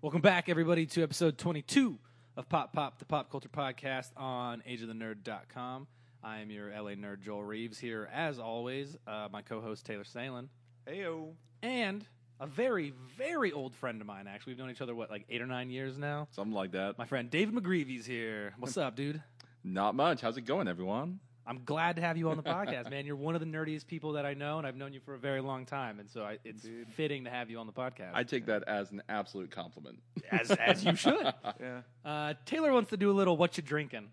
Welcome back, everybody, to episode 22 of Pop Pop, the pop culture podcast on ageofthenerd.com. I am your LA nerd, Joel Reeves, here as always, uh, my co host, Taylor Salen, Heyo. and a very, very old friend of mine, actually. We've known each other, what, like eight or nine years now? Something like that. My friend David McGreevy's here. What's up, dude? Not much. How's it going, everyone? I'm glad to have you on the podcast, man. You're one of the nerdiest people that I know, and I've known you for a very long time. And so I, it's fitting to have you on the podcast, I take that as an absolute compliment. as, as you should. Yeah. Uh, Taylor wants to do a little what you drinking.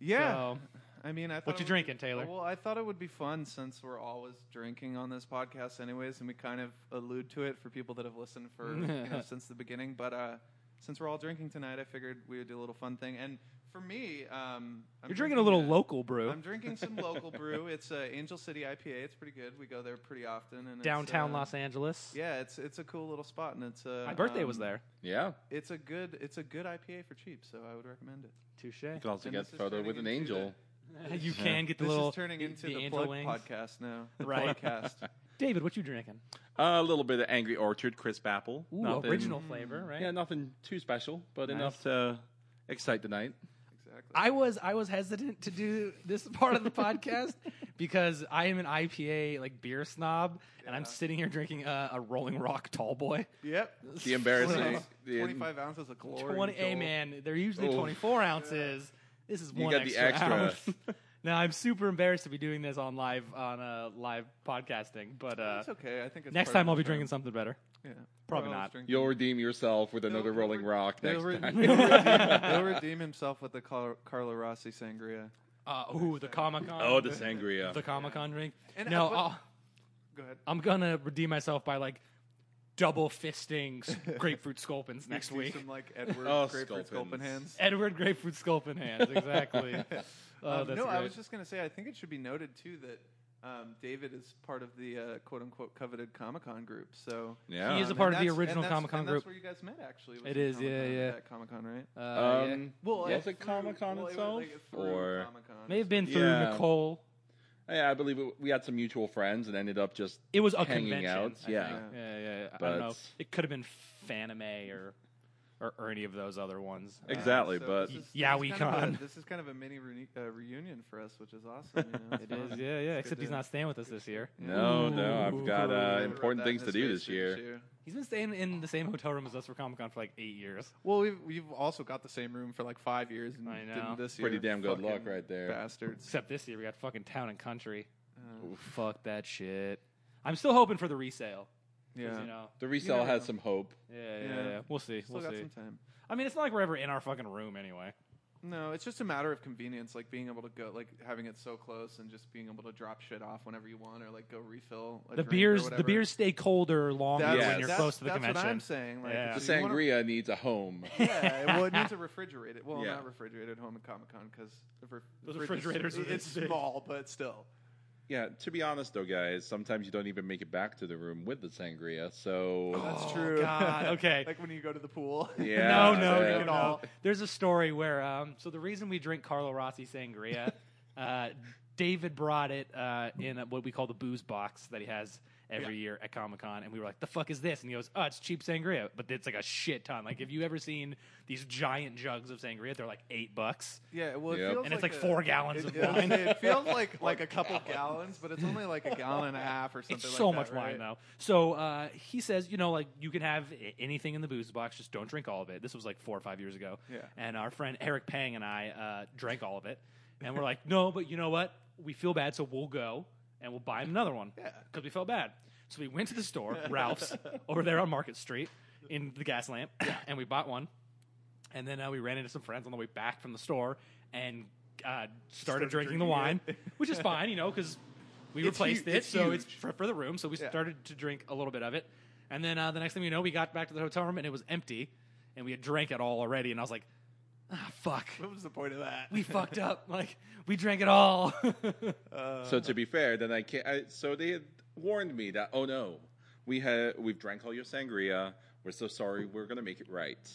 Yeah. So- I mean, I thought What it you would- drinking, Taylor? Well, I thought it would be fun since we're always drinking on this podcast, anyways, and we kind of allude to it for people that have listened for you know, since the beginning. But uh, since we're all drinking tonight, I figured we would do a little fun thing. And for me, um, I'm You're drinking a little local. local brew. I'm drinking some local brew. It's uh, Angel City IPA. It's pretty good. We go there pretty often. And Downtown it's, uh, Los Angeles. Yeah, it's it's a cool little spot, and it's uh, My birthday um, was there. Yeah. It's a good it's a good IPA for cheap, so I would recommend it. Touche. You can also And get this is photo turning with an into angel. you can get the This little is turning the- into the the, angel plug wings. podcast now. The Right. podcast. David, what you drinking? A little bit of Angry Orchard, crisp apple. Ooh, Nothing- Mm. original flavor, right? Yeah, nothing too special, but Nice. enough to excite the night. exactly. I was I was hesitant to do this part of the podcast because I am an IPA like beer snob, and I'm Yeah. sitting here drinking a, a Rolling Rock Tall Boy. yep. The embarrassing. the- Twenty-five ounces of glory. Twenty, hey Joel. man, they're usually Oof. 24 ounces. This is You one got the extra. extra. ounce. now I'm super embarrassed to be doing this on live on uh, live podcasting, but uh, It's okay. I think it's next part time of I'll be the drinking charm. something better. Yeah. Probably We're always not. drinking. You'll redeem yourself with another They'll Rolling re- Rock They'll, next re- time. they'll, redeem, they'll redeem himself with the Car- Carlo Rossi sangria. Uh, ooh, the Comic Con. oh, the sangria. the Comic Con drink. And no, I put- I'll, Go ahead. I'm gonna redeem myself by like double fisting s- grapefruit sculpins next Do week. Some like Edward Oh, grapefruit sculpin sculpins. hands. Edward grapefruit sculpin hands, exactly. oh, Um, that's no, I great. was just going to say, I think it should be noted too that um, David is part of the uh, quote unquote coveted Comic Con group. So Yeah. He is a and part of the that's- and original that's- Comic Con and group. That's where you guys met, actually. was It through is, Comic-Con, yeah, yeah. At Comic Con, right? Uh, yeah. um, Well, was I- it Comic Con well, it was, itself? like, through or. Comic-Con may have been through Yeah. Nicole. Yeah, I believe it, we had some mutual friends and ended up just It was a Hanging convention. out, I yeah. think. yeah, yeah. yeah. I But- don't know. It could have been Fanime or or, or any of those other ones. Uh, Exact- Exactly, so but- this is- this Yeah, is we kind of a- con. This is kind of a mini reuni- uh, reunion for us, which is awesome. You know? It is, Uh, yeah, yeah. It's Except good he's to- not staying with us this year. No, no, I've got uh, Remember important that things to do mystery this suit year. shoe. He's been staying in the same hotel room as us for Comic Con for like eight years. Well, we've, we've also got the same room for like five years, and I didn't know. this year. Pretty damn good luck Fucking right there. bastards. Except this year we got fucking town and country. Uh, Fuck that shit. I'm still hoping for the resale. 'cause, yeah, You know. The resale never has know. some hope. Yeah, yeah, yeah. Yeah. We'll see. still we'll got see. some time. I mean, it's not like we're ever in our fucking room anyway. No, it's just a matter of convenience, like being able to go, like having it so close, and just being able to drop shit off whenever you want, or like go refill. A The drink or beers, the whatever. beers stay colder longer That's, when Yes. you're that's- close to the that's convention. what I'm saying. Like, Yeah. if The you wanna- sangria needs a home. yeah, well, it needs a refrigerator. Well, Yeah. not refrigerated home at Comic Con because the ref- Those fridge is- refrigerators are It's this big. small, but still. Yeah, to be honest though, guys, sometimes you don't even make it back to the room with the sangria. So That's Oh, true. God, okay. like when you go to the pool. Yeah. no, no, yeah. no, At no. all. There's a story where um, so the reason we drink Carlo Rossi sangria, uh, David brought it uh, in a, what we call the booze box that he has every year at Comic Con, and we were like, "The fuck is this?" And he goes, "Oh, it's cheap sangria, but it's like a shit ton. Like, have you ever seen these giant jugs of sangria? They're like eight bucks, Yeah, well, Yep. it feels and it's like, a- four gallons It, of it- I was wine. gonna say, it feels like like a couple gallons, but it's only like a gallon and a half or something. It's like so that, much wine right? though. So uh, he says, you know, like you can have a- anything in the booze box, just don't drink all of it. This was like four or five years ago. Yeah. And our friend Eric Pang and I uh, drank all of it, and we're like, no, but you know what? We feel bad, so we'll go and we'll buy him another one because we felt bad. So we went to the store, Ralph's, over there on Market Street in the gas lamp, and we bought one. And then uh, we ran into some friends on the way back from the store and uh, started, drinking, the drinking wine, it. which is fine, you know, because we It's replaced hu- it, it's so it's huge. for, for the room. So we Yeah. started to drink a little bit of it, and then uh, the next thing we know, we got back to the hotel room and it was empty, and we had drank it all already. And I was like, ah, "Fuck, What was the point of that? we fucked up. Like we drank it all." so to be fair, then I can't. I, so they had warned me that oh no, we had we've drank all your sangria. We're so sorry. We're gonna make it right.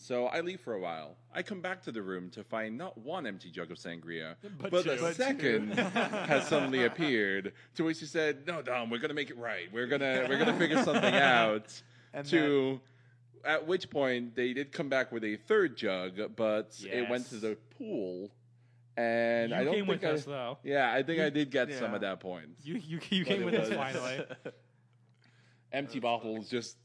So I leave for a while. I come back to the room to find not one empty jug of sangria, But but, a two. But two. second has suddenly appeared. To which she said, "No, Dom, we're gonna make it right. We're gonna we're gonna figure something out." And to at which point they did come back with a third jug, but it went to Yes. the pool. And you I don't came think with I, us though. Yeah, I think I did get some Yeah. at that point. You you, you it came with us was- finally. Empty bottles just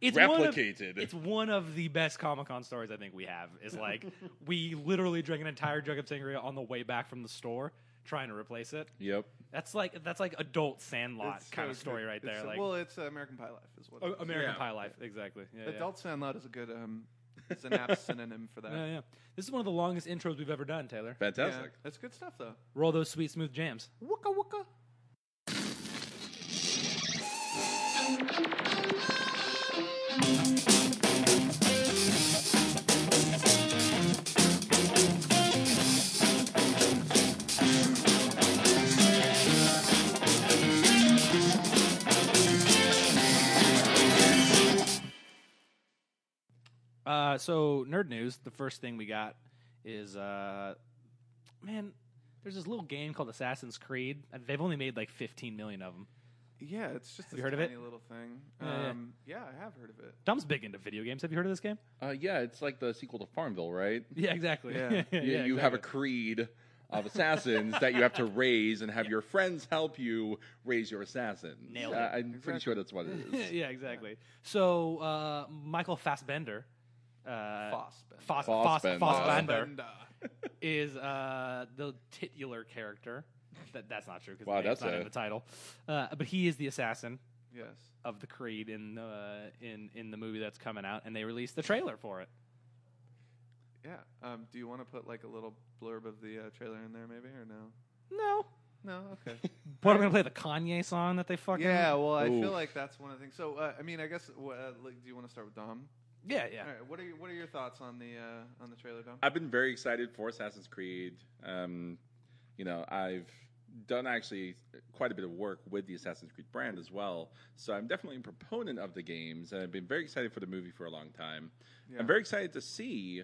It's one of- replicated. It's one of the best Comic Con stories I think we have. Is like we literally drank an entire jug of sangria on the way back from the store trying to replace it. yep. That's like that's like adult Sandlot It's kind so of story good. right It's there. so- like well, it's uh, American Pie Life is what. A- it is. American Yeah. Pie Life, exactly. Yeah, yeah. Adult Sandlot is a good um, is an apt synonym for that. Yeah, yeah. This is one of the longest intros we've ever done, Taylor. Yeah, Fantastic. that's good stuff though. Roll those sweet smooth jams. Wooka wooka. Uh, so nerd news. The first thing we got is, uh, man, there's this little game called Assassin's Creed. Uh, They've only made like 15 million of them. Yeah, it's just Have this you heard of tiny it? little thing. Yeah, yeah. Um, yeah, I have heard of it. Dom's big into video games. Have you heard of this game? Uh, yeah, it's like the sequel to Farmville, right? Yeah, exactly. Yeah. You, you have a creed of assassins that you have to raise and have your friends help you raise your assassins. Nailed Uh, it. I'm pretty Exactly. sure that's what it is. yeah, exactly. So uh, Michael Fassbender, uh, Fossbender. Foss, Foss, Fassbender. Fassbender is uh, the titular character. That, that's not true because Wow, that's that's not a- in the title. Uh, but he is the assassin. Yes. of the Creed in uh, in in the movie that's coming out, and they released the trailer for it. Yeah. Um, do you want to put like a little blurb of the uh, trailer in there, maybe, or no? No, No. Okay. but I'm gonna play the Kanye song that they fucking yeah. Well, I Ooh. feel like that's one of the things. So, uh, I mean, I guess. wh- Uh, like, do you want to start with Dom? yeah, yeah. All right. What are your, What are your thoughts on the uh, on the trailer, Dom? I've been very excited for Assassin's Creed. Um, you know, I've done actually quite a bit of work with the Assassin's Creed brand as well. So I'm definitely a proponent of the games, and I've been very excited for the movie for a long time. Yeah. I'm very excited to see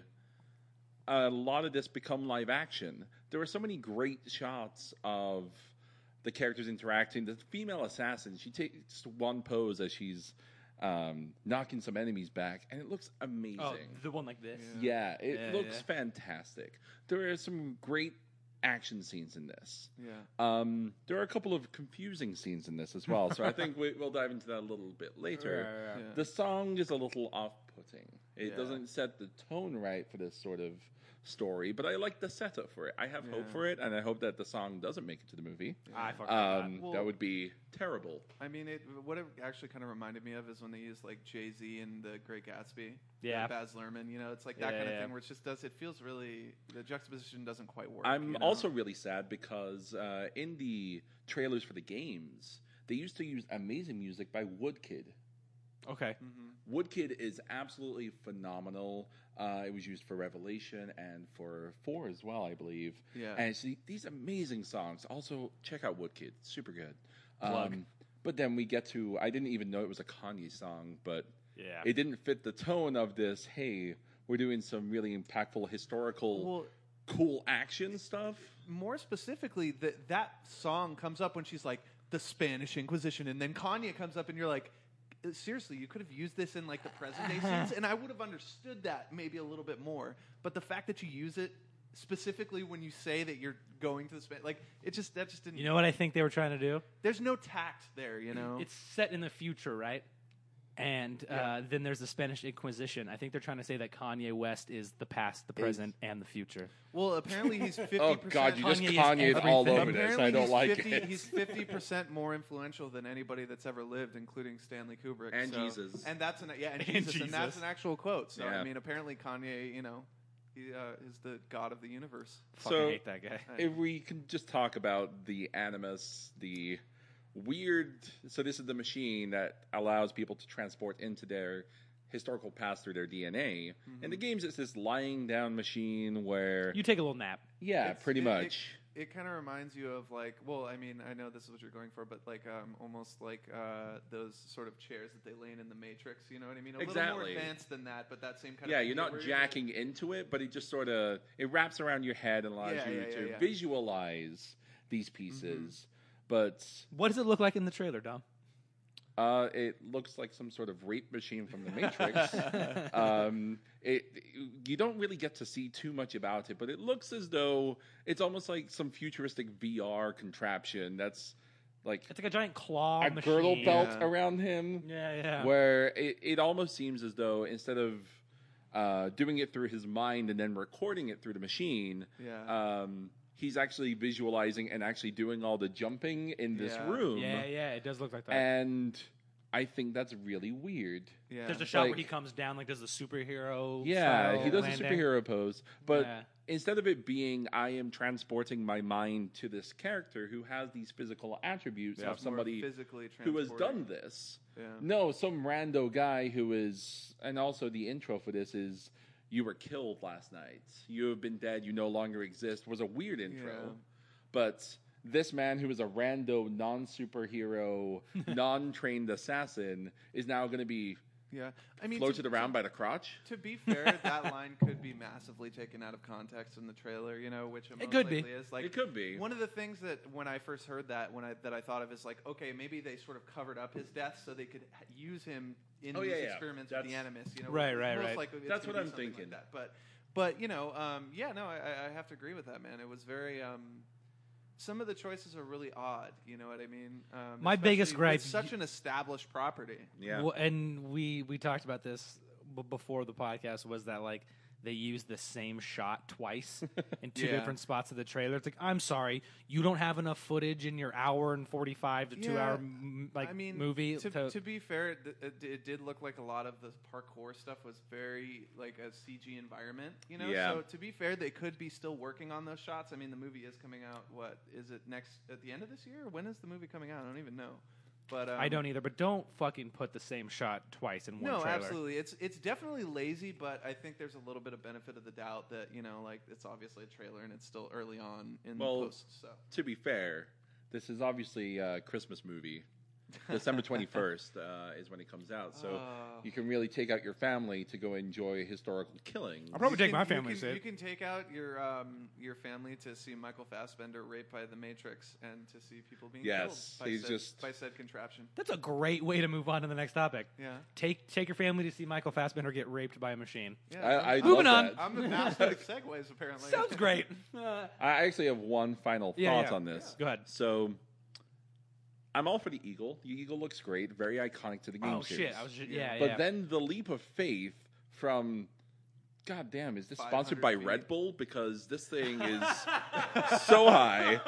a lot of this become live action. There were so many great shots of the characters interacting. The female assassin, she takes one pose as she's um, knocking some enemies back, and it looks amazing. Oh, the one like this. Yeah. Yeah, it Yeah, looks yeah. fantastic. There are some great action scenes in this. Yeah. Um, there are a couple of confusing scenes in this as well, so I think we, we'll dive into that a little bit later. Yeah. Yeah. The song is a little off-putting. It Yeah. doesn't set the tone right for this sort of story, but I like the setup for it. I have hope Yeah. for it, and I hope that the song doesn't make it to the movie. I fucking love Um, that. that Well- would be terrible. I mean, it. What it actually kind of reminded me of is when they used like Jay Z and The Great Gatsby. Yeah. Like Baz Luhrmann. You know, it's like that Yeah, kind of yeah. thing where it just does. It feels really. The juxtaposition doesn't quite work. I'm you know? also really sad because uh, in the trailers for the games, they used to use amazing music by Woodkid. Okay. Mhm. Woodkid is absolutely phenomenal. Uh, it was used for Revelation and for Four as well, I believe. Yeah. And it's the- these amazing songs. Also, check out Woodkid; super good. Um, Plug. but then we get to I didn't even know it was a Kanye song, but Yeah. it didn't fit the tone of this. Hey, we're doing some really impactful historical, Well, cool action stuff. more specifically, that that song comes up when she's like the Spanish Inquisition, and then Kanye comes up, and you're like, "Uh, seriously, you could have used this in like the present day sense, and I would have understood that maybe a little bit more. But the fact that you use it specifically when you say that you're going to the Spanish, like it just that just didn't. you know what I think they were trying to do? there's no tact there. You know, It's set in the future, right? And uh, then there's the Spanish Inquisition. I think they're trying to say that Kanye West is the past, the present, and the future. well, apparently he's fifty. Oh God, you just Kanye is Kanye'd all everything. over this. Apparently I don't he's like 50, it. He's fifty percent more influential than anybody that's ever lived, including Stanley Kubrick And so- Jesus. And that's an yeah, and, And Jesus, and Jesus. that's an actual quote. So Yeah. I mean, apparently Kanye, you know, he uh, is the god of the universe. Fucking So- hate that guy. if we can just talk about the animus, the weird. So this is the machine that allows people to transport into their historical past through their DNA. In the Mm-hmm. games, it's this lying down machine where, You take a little nap. yeah, It's- pretty it- it- much. It, kind of reminds you of like, well, I mean, I know this is what you're going for, but like, um, almost like uh, those sort of chairs that they lay in in the Matrix. You know what I mean? A little more Exactly. advanced than that, but that same kind yeah, of you're idea not where jacking into it, but it just sort of it wraps around your head and allows Yeah, you yeah, yeah, to yeah. Mm-hmm. visualize these pieces. But What does it look like in the trailer, Dom? Uh, it looks like some sort of rape machine from the Matrix. um, it, you don't really get to see too much about it, but it looks as though it's almost like some futuristic VR contraption that's like It's like a giant claw a machine. girdle belt Yeah. around him Yeah, yeah. where it, it almost seems as though instead of uh, doing it through his mind and then recording it through the machine, Yeah. Uh. um, he's actually visualizing and actually doing all the jumping in this Yeah. room. yeah, yeah. It does look like that. And I think that's really weird. yeah. There's a shot where like- he comes down, like does the superhero. Yeah, style he does landing. a superhero pose, but Yeah. instead of it being I am transporting my mind to this character who has these physical attributes It's of more somebody physically who has done transporting. this. Yeah. No, some rando guy who is, and also the intro for this is, you were killed last night. You have been dead. You no longer exist. Was a weird intro, Yeah. but this man who is a rando, non superhero, non trained assassin is now going to be Yeah, I mean, floated to, around by the crotch. To be fair, that line could be massively taken out of context in the trailer. You know, which it, most could be. likely is like it could be. One of the things that when I first heard that, when I that I thought of is like, okay, maybe they sort of covered up his death so they could h- use him in Oh, these yeah, yeah. experiments with the That's- animus. You know, Right, which is right, most right. likely it's That's gonna what be I'm something like thinking. that. But but you know, um, yeah, no, I, I- I have to agree with that, man. It was very. Um, some of the choices are really odd. You know what I mean? Um, My biggest especially with gripe- such an established property. yeah. Well, and we we talked about this b- before the podcast was that like they used the same shot twice in two Yeah. different spots of the trailer. It's like I'm sorry, you don't have enough footage in your hour and 45 to 2 Yeah. hour m- like I mean, movie To, to- to be fair, it, it, it did look like a lot of the parkour stuff was very like a CG environment, you know. Yeah. So to be fair, they could be still working on those shots. I mean, the movie is coming out. What is it next at the end of this year? When is the movie coming out? I don't even know. But um, I don't either, but don't fucking put the same shot twice in one No, trailer. absolutely. It's it's definitely lazy, but I think there's a little bit of benefit of the doubt that you know, like it's obviously a trailer and it's still early on in Well, the post. So to be fair, this is obviously a Christmas movie. December 21st uh, is when it comes out. So Oh. you can really take out your family to go enjoy historical killing. I'll probably You take can- my family. You Sid. can, you can take out your um, your family to see Michael Fassbender raped by the Matrix and to see people being Yes, killed by, he's said, just- by said contraption. That's a great way to move on to the next topic. Yeah. Take take your family to see Michael Fassbender get raped by a machine. Yeah, I, I I'm, Moving love on. that. I'm the master of segues apparently. Sounds great. Uh, I actually have one final Yeah, thought yeah. on this. go ahead. So I'm all for the eagle. The eagle looks great, very iconic to the game Oh series. shit! I was just, yeah, yeah. but then the leap of faith from God damn, is this sponsored 500 by feet. Red Bull? Because this thing is so high,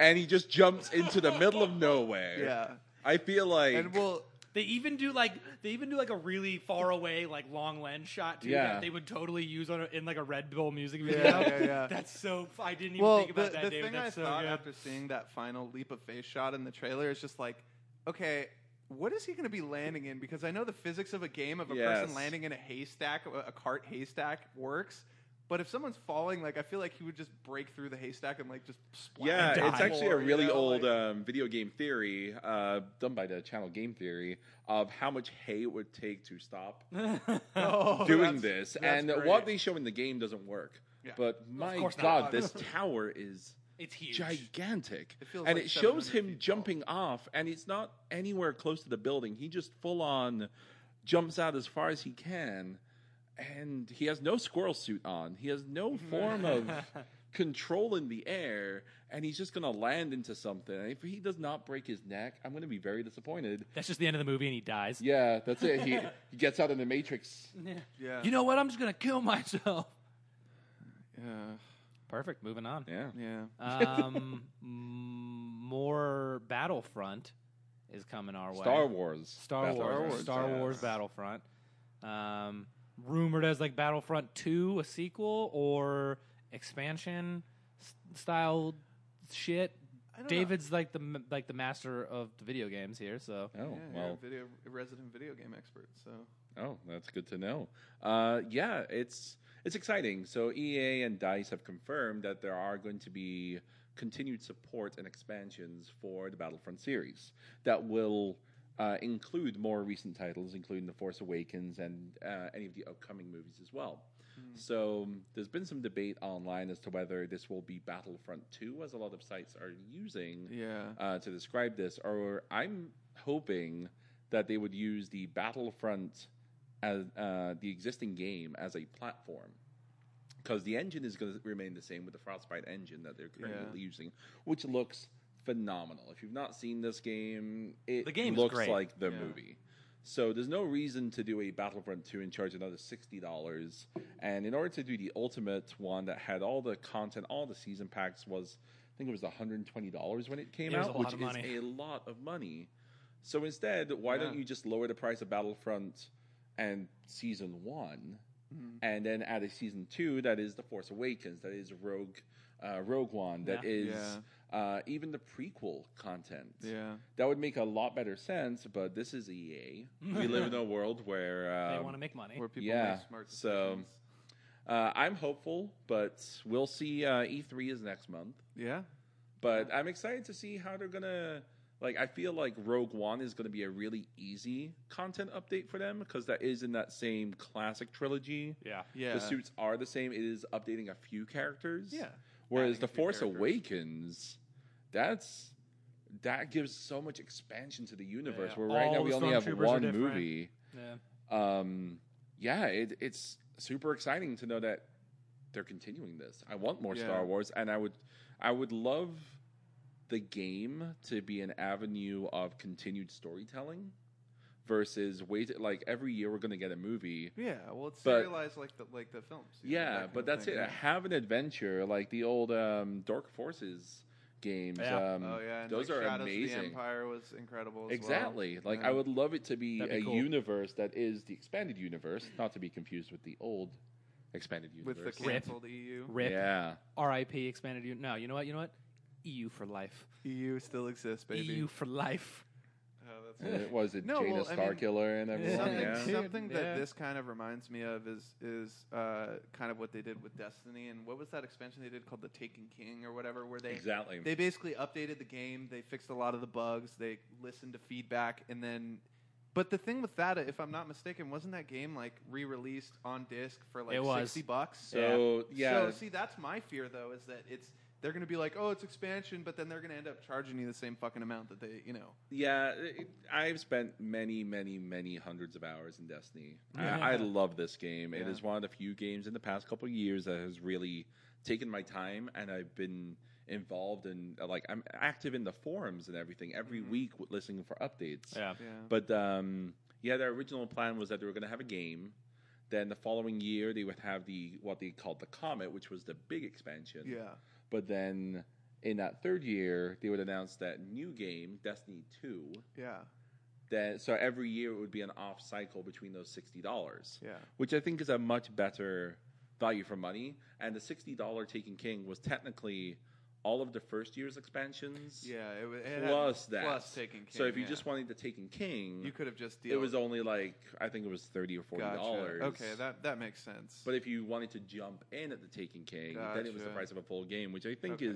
and he just jumps into the middle of nowhere. Yeah, I feel like and well, They even do like they even do like a really far away like long lens shot too Yeah. that they would totally use on a, in like a Red Bull music video. Yeah, yeah, yeah. That's so. f- I didn't even well, think the, about that, the David. thing I That's so thought good. after seeing that final leap of faith shot in the trailer is just like, okay. What is he going to be landing in? Because I know the physics of a game of a Yes. person landing in a haystack, a a cart haystack, works. But if someone's falling, like I feel like he would just break through the haystack and like just splash. Yeah, die it's actually a more, you really know, old like- um, video game theory uh, done by the channel Game Theory of how much hay it would take to stop Oh, doing that's- this, that's and great. what they show in the game doesn't work. Yeah. But my course not. God, this tower is It's huge. gigantic, It feels and like it shows 700 him feet jumping off, and it's not anywhere close to the building. He just full on jumps out as far as he can, and he has no squirrel suit on. He has no form of control in the air, and he's just gonna land into something. And if he does not break his neck, I'm gonna be very disappointed. That's just the end of the movie, and he dies. Yeah, that's it. He he gets out of the matrix. Yeah. You know what? I'm just gonna kill myself. Yeah. Perfect. Moving on. Yeah. Yeah. Um, m- more Battlefront is coming our way. Star Wars. Star Battlefront. Wars, Wars, Star yes. Wars Battlefront. Um, rumored as like Battlefront Two, a sequel or expansion s- style shit. don't know. David's like the m- like the master of the video games here, so Oh yeah, well. you're a video, a resident video game expert. So Oh, that's good to know. Uh, yeah, it's it's exciting. So EA and Dice have confirmed that there are going to be continued support and expansions for the Battlefront series that will uh, include more recent titles, including The Force Awakens and uh, any of the upcoming movies as well. So um, there's been some debate online as to whether this will be Battlefront 2, as a lot of sites are using yeah, uh, to describe this, or I'm hoping that they would use the Battlefront as uh, the existing game as a platform. Because the engine is going to remain the same with the Frostbite engine that they're currently using, which looks phenomenal. If you've not seen this game, it The game's looks great. like the Yeah. movie. So there's no reason to do a Battlefront 2 and charge another $60. And in order to do the ultimate one that had all the content, all the season packs was I think it was $120 when it came It was a out, lot which of is money. a lot of money. So instead, why don't Yeah. you just lower the price of Battlefront and season 1 mm, and then add a season 2 that is The Force Awakens, that is Rogue uh, Rogue One, that Yeah. is Yeah. uh, even the prequel content. Yeah. That would make a lot better sense, but this is EA. we live in a world where They um, want to make money. Where people yeah, make smart so- decisions. uh, I'm hopeful, but we'll see. Uh, E3 is next month, yeah. but I'm excited to see how they're gonna. Like, I feel like Rogue One is gonna be a really easy content update for them because that is in that same classic trilogy. Yeah. Yeah. The suits are the same. It is updating a few characters. Yeah. Whereas Adding The a few Force characters. Awakens, that's that gives so much expansion to the universe. Yeah. Where right All now the we only have stormtroopers are one different. movie. Yeah. Um, yeah, it, it's super exciting to know that they're continuing this. I want more Yeah. Star Wars, and I would I would love the game to be an avenue of continued storytelling versus wait like every year we're going to get a movie Yeah. Well, it's But- serialized like the like the films. you know, that yeah, kind but of that's thing, it. yeah. Have an adventure like the old um, Dark Forces games. Yeah. Um, oh yeah. And those like are Shadows Of the amazing. Empire was incredible. As Exactly. Well. Like Yeah. I would love it to be That'd a be cool. universe that is the expanded universe, not to be confused with the old expanded universe. with the Rip. canceled E EU. Rip. Yeah. R.I.P. Expanded U. No, you know what? You know what? EU for life. EU E still exists, baby. EU for life. Oh, that's And it was it No, Jaina well, I mean, Starkiller and everyone. Something, Yeah. Dude, something that yeah. this kind of reminds me of is is uh, kind of what they did with Destiny and what was that expansion they did called the Taken King or whatever, where they Exactly. they basically updated the game, they fixed a lot of the bugs, they listened to feedback, and then. But the thing with that, if I'm not mistaken, wasn't that game like re-released on disc for like It was. sixty bucks? So yeah, So see, that's my fear though, is that it's they're going to be like, oh, it's expansion, but then they're going to end up charging you the same fucking amount that they, you know. yeah. it- I've spent many, many, many hundreds of hours in Destiny. I, I love this game. It Yeah. is one of the few games in the past couple of years that has really taken my time, and I've been involved in like I'm active in the forums and everything every week, with listening for updates. Yeah. Mm-hmm. Yeah. But um, yeah, their original plan was that they were going to have a game. Then the following year, they would have the what they called the Comet, which was the big expansion. Yeah. But then in that third year, they would announce that new game, Destiny 2. Yeah. That, so every year it would be an off cycle between those $60, Yeah. which I think is a much better value for money. And the $60 Taken King was technically all of the first year's expansions. Yeah, it was Plus that. plus taking. King. so if you yeah. just wanted the Taken King, you could have just it dealt. was only like I think it was thirty or forty Gotcha. dollars. Okay, that that makes sense. But if you wanted to jump in at the Taken King, then it was the Gotcha. price of a full game, which I think Okay. is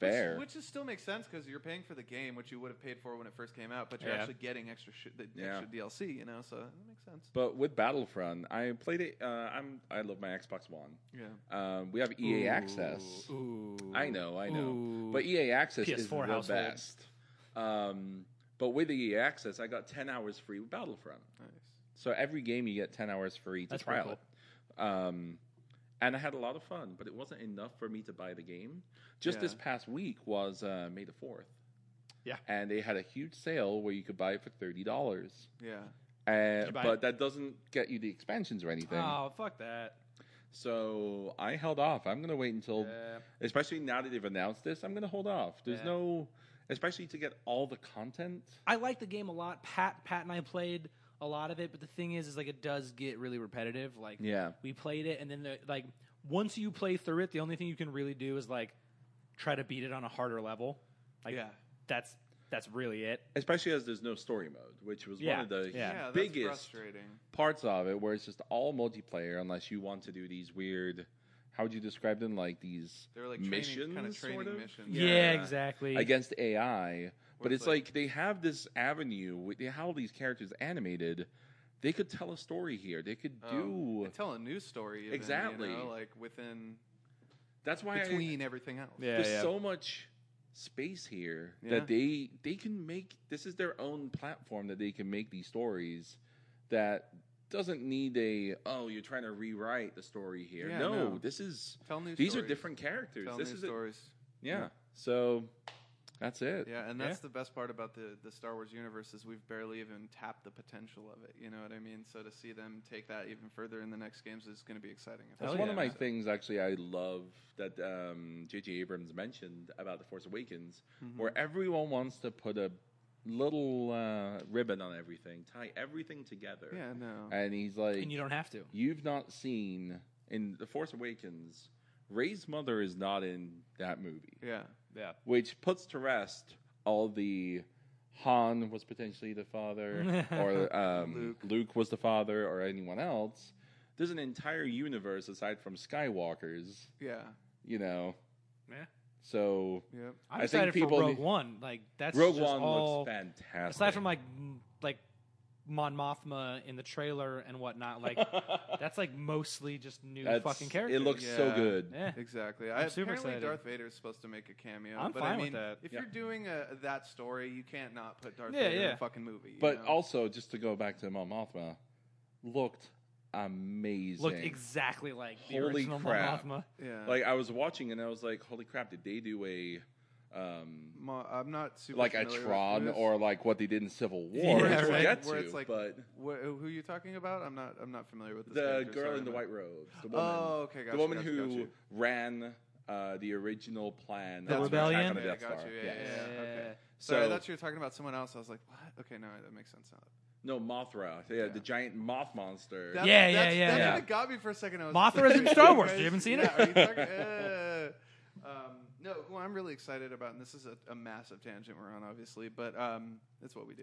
Which- fair. which, is still makes sense because you're paying for the game, which you would have paid for when it first came out, but you're Yeah. actually getting extra shit, the Yeah. extra DLC, you know. So that makes sense. but with Battlefront, I played it. Uh, I'm I love my Xbox One. Yeah, Um, we have EA Ooh. Access. Ooh. I know, I know. Ooh. But e EA Access is the PS4 household. best. Um, but with EA Access, I got ten hours free with Battlefront. nice. So every game you get ten hours free to That's trial pretty it. Um, and I had a lot of fun, but it wasn't enough for me to buy the game. Just Yeah. this past week was uh, May the fourth. Yeah. and they had a huge sale where you could buy it for thirty dollars. Yeah, you And buy but it? that doesn't get you the expansions or anything. Oh, fuck that. So I held off. I'm gonna wait until, Yeah. especially now that they've announced this, I'm gonna hold off. There's Yeah. no, especially to get all the content. I like the game a lot. Pat, Pat, and I played a lot of it, but the thing is, is like it does get really repetitive. Like, Yeah. we played it, and then the, like once you play through it, the only thing you can really do is like try to beat it on a harder level. Like, Yeah. that's that's really it. Especially as there's no story mode, which was Yeah. one of the Yeah, yeah, that's biggest frustrating. parts of it where it's just all multiplayer unless you want to do these weird how would you describe them like these They were like missions training, kind of training sort of? missions. Yeah, Yeah. exactly. against AI but it's it's like, they have this avenue with they have all these characters animated they could tell a story here they could Um, do and tell a news story even, you Exactly. know, like within that's why I, between everything else. Yeah, there's yeah. so much space here Yeah. that they they can make this is their own platform that they can make these stories that doesn't need a oh you're trying to rewrite the story here. Yeah, no, no. this is Tell new these stories. are different characters. Tell this new is a, stories. yeah. So that's it. Yeah, and that's the best part about the the Star Wars universe is we've barely even tapped the potential of it. You know what I mean? So to see them take that even further in the next games is going to be exciting. If That's Hell one of yeah. my things, actually, I love that um, J.J. Abrams mentioned about The Force Awakens, Mm-hmm. where everyone wants to put a little uh, ribbon on everything, tie everything together. Yeah, no. And he's like, and you don't have to. You've not seen in The Force Awakens, Ray's mother is not in that movie, Yeah, Yeah. which puts to rest all the Han was potentially the father, or um, Luke. Luke. was the father, or anyone else. There's an entire universe aside from Skywalkers, yeah, you know. Yeah. So yep. I'm I think excited people for Rogue need- One. Like that's Rogue just One all, looks fantastic. aside from like m- like Mon Mothma in the trailer and whatnot. Like that's like mostly just new That's- fucking characters. it looks so Yeah. good. Yeah. Exactly. i super apparently, excited. Darth Vader is supposed to make a cameo. I'm but I fine mean, with that. If Yeah. you're doing a, that story, you can't not put Darth Yeah, Vader in yeah. a fucking movie. you But know? also, just to go back to Mon Mothma, looked amazing. Looked exactly like the Holy original crap. Mon Mothma. yeah, like I was watching and I was like, "Holy crap! Did they do a um, Mo- I'm not super like a familiar with Tron who's- or like what they did in Civil War?" Yeah, which we'll right. get Where to, it's like- but Wh- who are you talking about? I'm not. I'm not familiar with this the character, girl sorry, in the man. white robes, the woman, Oh, okay, gotcha, the woman gotcha, who gotcha. ran uh, the original plan, The of That's the attack rebellion? on the Yeah, Death I got Star. you, yeah, Yes. yeah, yeah. Yeah. Okay. Sorry, So- I thought you were talking about someone else. I was like, what? Okay, no, that makes sense now. No, Mothra. Yeah, the giant moth monster. That- Yeah, yeah, that's, yeah, That yeah. kind of got me for a second. I was Mothra is in Star Wars. You haven't seen it? yeah, Are you talking, uh, um, no, who I'm really excited about, and this is a, a massive tangent we're on, obviously, but um, that's what we do.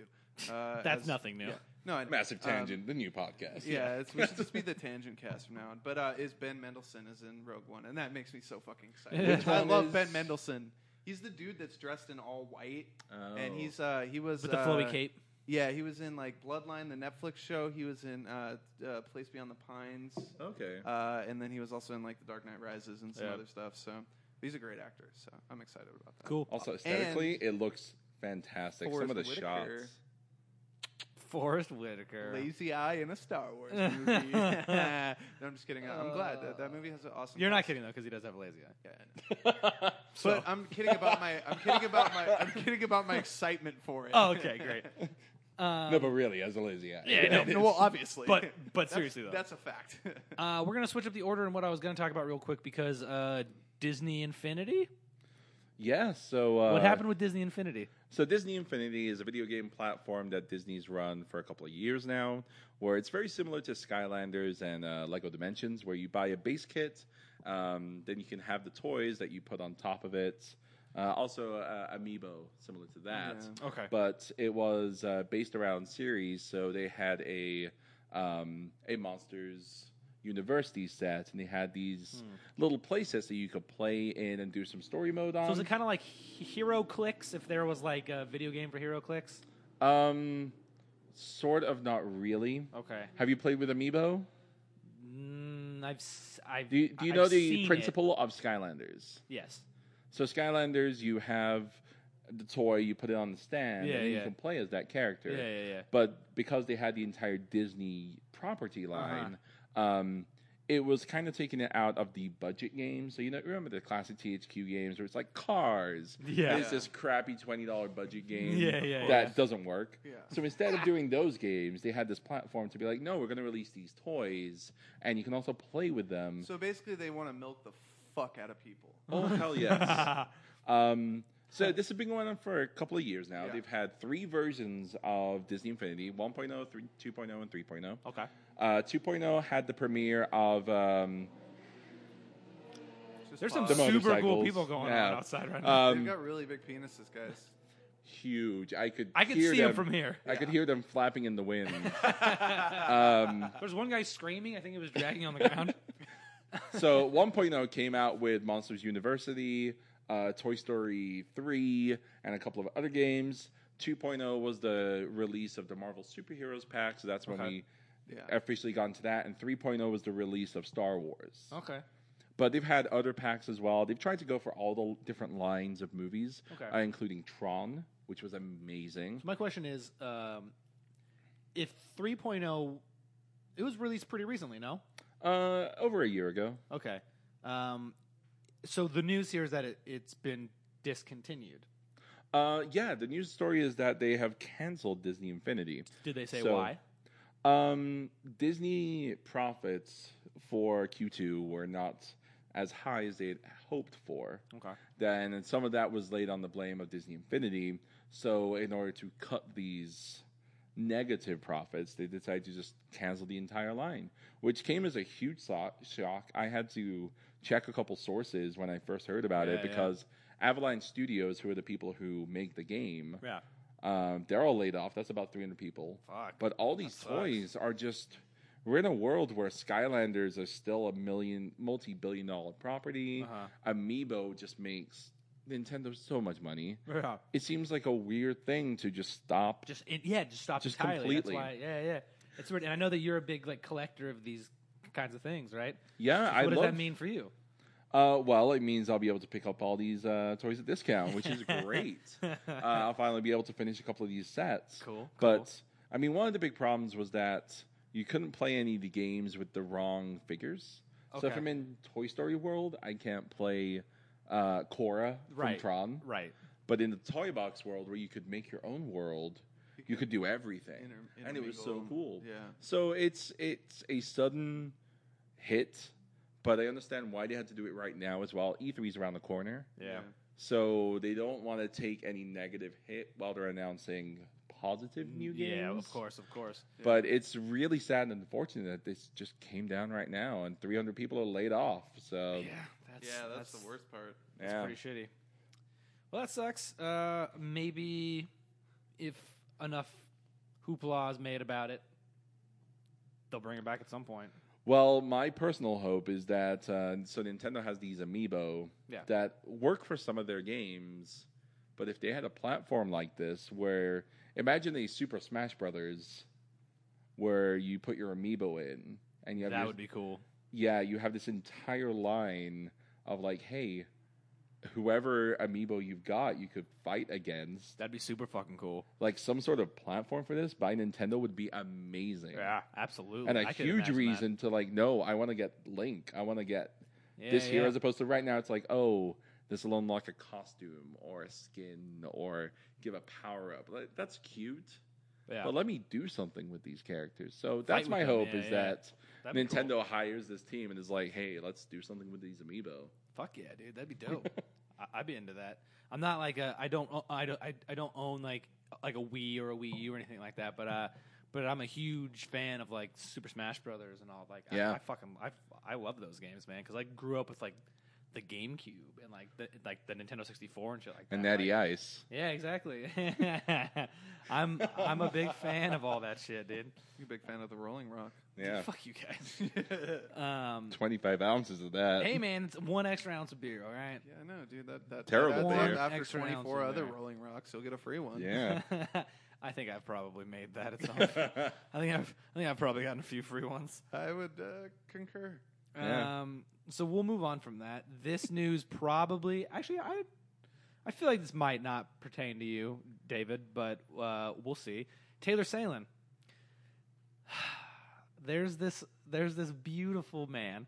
Uh, That's as- nothing new. yeah. No, I know. Massive Um, tangent. the new podcast. yeah, it's, we should just be the tangent cast from now on. But uh, is Ben Mendelsohn is in Rogue One, and that makes me so fucking excited. Which I one love is- Ben Mendelsohn. He's the dude that's dressed in all white, and Oh. he's uh, he was With the uh, flowy cape. Yeah, he was in like Bloodline, the Netflix show. He was in uh, uh, Place Beyond the Pines, Oh, Okay. uh, and then he was also in like The Dark Knight Rises and some Yeah. other stuff. So he's a great actor. So I'm excited about that. Cool. Also, aesthetically, it looks fantastic. Some of the Forrest Whitaker. shots. Forrest Whitaker. Lazy eye in a Star Wars movie. no, I'm just kidding. I'm glad that that movie has an awesome. You're not cast. kidding though, because he does have a lazy eye. Yeah, I know. But I'm kidding about my I'm kidding about my I'm kidding about my excitement for it. Oh, okay, great. Um, no, but really, as a lazy eye. Yeah, no, well, obviously. But but That's- seriously though, that's a fact. uh, we're gonna switch up the order and what I was gonna talk about real quick because uh, Disney Infinity. Yeah, so. Uh, What happened with Disney Infinity? So, Disney Infinity is a video game platform that Disney's run for a couple of years now, where it's very similar to Skylanders and uh, Lego Dimensions, where you buy a base kit, um, then you can have the toys that you put on top of it. Uh, also, uh, Amiibo, similar to that. Yeah. Okay. but it was uh, based around series, so they had a um, a monsters university set, and they had these little playsets that you could play in and do some story mode Hmm. So on. is it kind of like Hero Clicks if there was like a video game for Hero Clicks? um, sort of, not really. Okay. Have you played with Amiibo? Mm, I've s- I've Do you, do you I've know the seen principle of Skylanders? It. Yes. So Skylanders, you have the toy, you put it on the stand, Yeah, and you yeah. can play as that character. Yeah, yeah, yeah. But because they had the entire Disney property Uh-huh. line, um, it was kind of taking it out of the budget games. So you know, remember the classic THQ games where it's like Cars. Yeah. It's this crappy twenty dollar budget game Yeah, yeah, that yeah. doesn't work. Yeah. So instead of doing those games, they had this platform to be like, no, we're going to release these toys, and you can also play with them. so basically, they want to milk the fuck out of people. oh hell yes! Um, so this has been going on for a couple of years now. Yeah. They've had three versions of Disney Infinity oh, 1.0, 3, 2.0, and 3.0. okay. Uh, 2.0 had the premiere of. Um, Just There's some The pause. super cool motorcycles. people going Yeah. on outside right now. They've um, got really big penises, guys. huge. I could I can hear see them, him from here. I could hear them flapping in the wind. Um, There's one guy screaming. I think he was dragging on the ground. so 1.0 came out with Monsters University, uh, Toy Story 3, and a couple of other games. 2.0 was the release of the Marvel Superheroes pack, so that's when Okay. oh Oh. we officially got into that. And 3.0 was the release of Star Wars. okay. But they've had other packs as well. They've tried to go for all the different lines of movies, Okay. uh, including Tron, which was amazing. So my question is, um, if 3.0, it was released pretty recently, no? Uh, over a year ago. Okay. Um, so the news here is that it, it's been discontinued. Uh, yeah, the news story is that they have canceled Disney Infinity. Did they say So- why? Um, Disney profits for Q2 were not as high as they had hoped for. Okay. Then and some of that was laid on the blame of Disney Infinity. So in order to cut these negative profits, they decided to just cancel the entire line, which came as a huge so- shock. I had to check a couple sources when I first heard about it Yeah, yeah. because Avalanche Studios, who are the people who make the game, Yeah. um, they're all laid off. That's about 300 people. Fuck. But all these sucks. toys are just. We're in a world where Skylanders are still a million, multi-billion dollar property. Uh-huh. Amiibo just makes Nintendo so much money. Yeah. It seems like a weird thing to just stop. Just it, yeah, just stop Just entirely. completely. That's why. Yeah, yeah. It's weird. And I know that you're a big like collector of these kinds of things, right? yeah, So I what does love. that mean for you? Uh, well, it means I'll be able to pick up all these uh, toys at discount, which is great. uh, I'll finally be able to finish a couple of these sets. Cool, But cool. I mean, one of the big problems was that you couldn't play any of the games with the wrong figures. So if Okay. I'm in Toy Story World, I can't play uh, Cora Right. from Tron. Right. But in the Toy Box world, where you could make your own world, you could do everything, Inter- and it was so intermingle. cool. Yeah. So it's it's a sudden hit, but I understand why they had to do it right now as well. E3 is around the corner, Yeah. so they don't want to take any negative hit while they're announcing positive new games. Mm, Yeah, of course, of course. But it's really sad and unfortunate that this just came down right now, and 300 people are laid off. So yeah, Yeah, that's that's, the worst part. That's Um, yeah. pretty shitty. Well, that sucks. Uh, maybe if enough hoopla is made about it, they'll bring it back at some point. Well, my personal hope is that uh, so Nintendo has these amiibo Yeah. that work for some of their games, but if they had a platform like this, where imagine a Super Smash Brothers, where you put your amiibo in and you have that your- would be cool. yeah, you have this entire line of like, hey, whoever amiibo you've got, you could fight against. That'd be super fucking cool. Like some sort of platform for this by Nintendo would be amazing. Yeah, absolutely. And a I could huge imagine that. reason to like, no, I want to get Link. I want to get Yeah, this year yeah. as opposed to right now it's like oh this will unlock a costume or a skin or give a power up Like, that's cute Yeah. but let me do something with these characters so that's with my them, hope yeah, is yeah. that That'd be nintendo hires this team and is like hey let's do something with these amiibo Fuck yeah, dude. That'd be dope. I, I'd be into that. I'm not like a, I don't o- I don't I, I don't own like like a Wii or a Wii U or anything like that. But uh, but I'm a huge fan of like Super Smash Brothers and all. Like Yeah. I, I fucking I I love those games, man. Because I grew up with like the GameCube and like the like the Nintendo 64 and shit like that. and E Like, natty ice yeah, exactly. I'm I'm a big fan of all that shit, dude. You're a big fan of the Rolling Rock. yeah Fuck you guys. um, 25 ounces of that hey man, it's one extra ounce of beer. All right. Yeah, I know, dude. That, that Terrible that- that- beer. after Extra ounce 24 in other there. Rolling Rocks, you'll get a free one. yeah I think I've probably made that at some. I think I've I think I've probably gotten a few free ones. I would uh, concur. Yeah. Um, so we'll move on from that. This news probably actually I I feel like this might not pertain to you, David, but uh, we'll see. Taylor Salen. There's this there's this beautiful man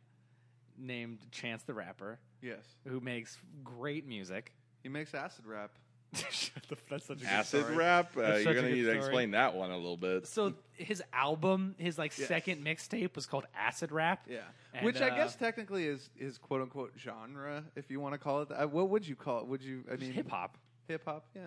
named Chance the Rapper Yes. who makes great music. He makes acid rap. Shut the- That's such a good acid story. wrap uh, That's you're such a gonna good need to story. explain that one a little bit So his album, his like Yes. second mixtape was called Acid Rap. Yeah. And, Which I uh, guess technically is is quote unquote genre, if you want to call it that. Uh, What would you call it? Would you? I mean, hip hop. Hip hop. Yeah.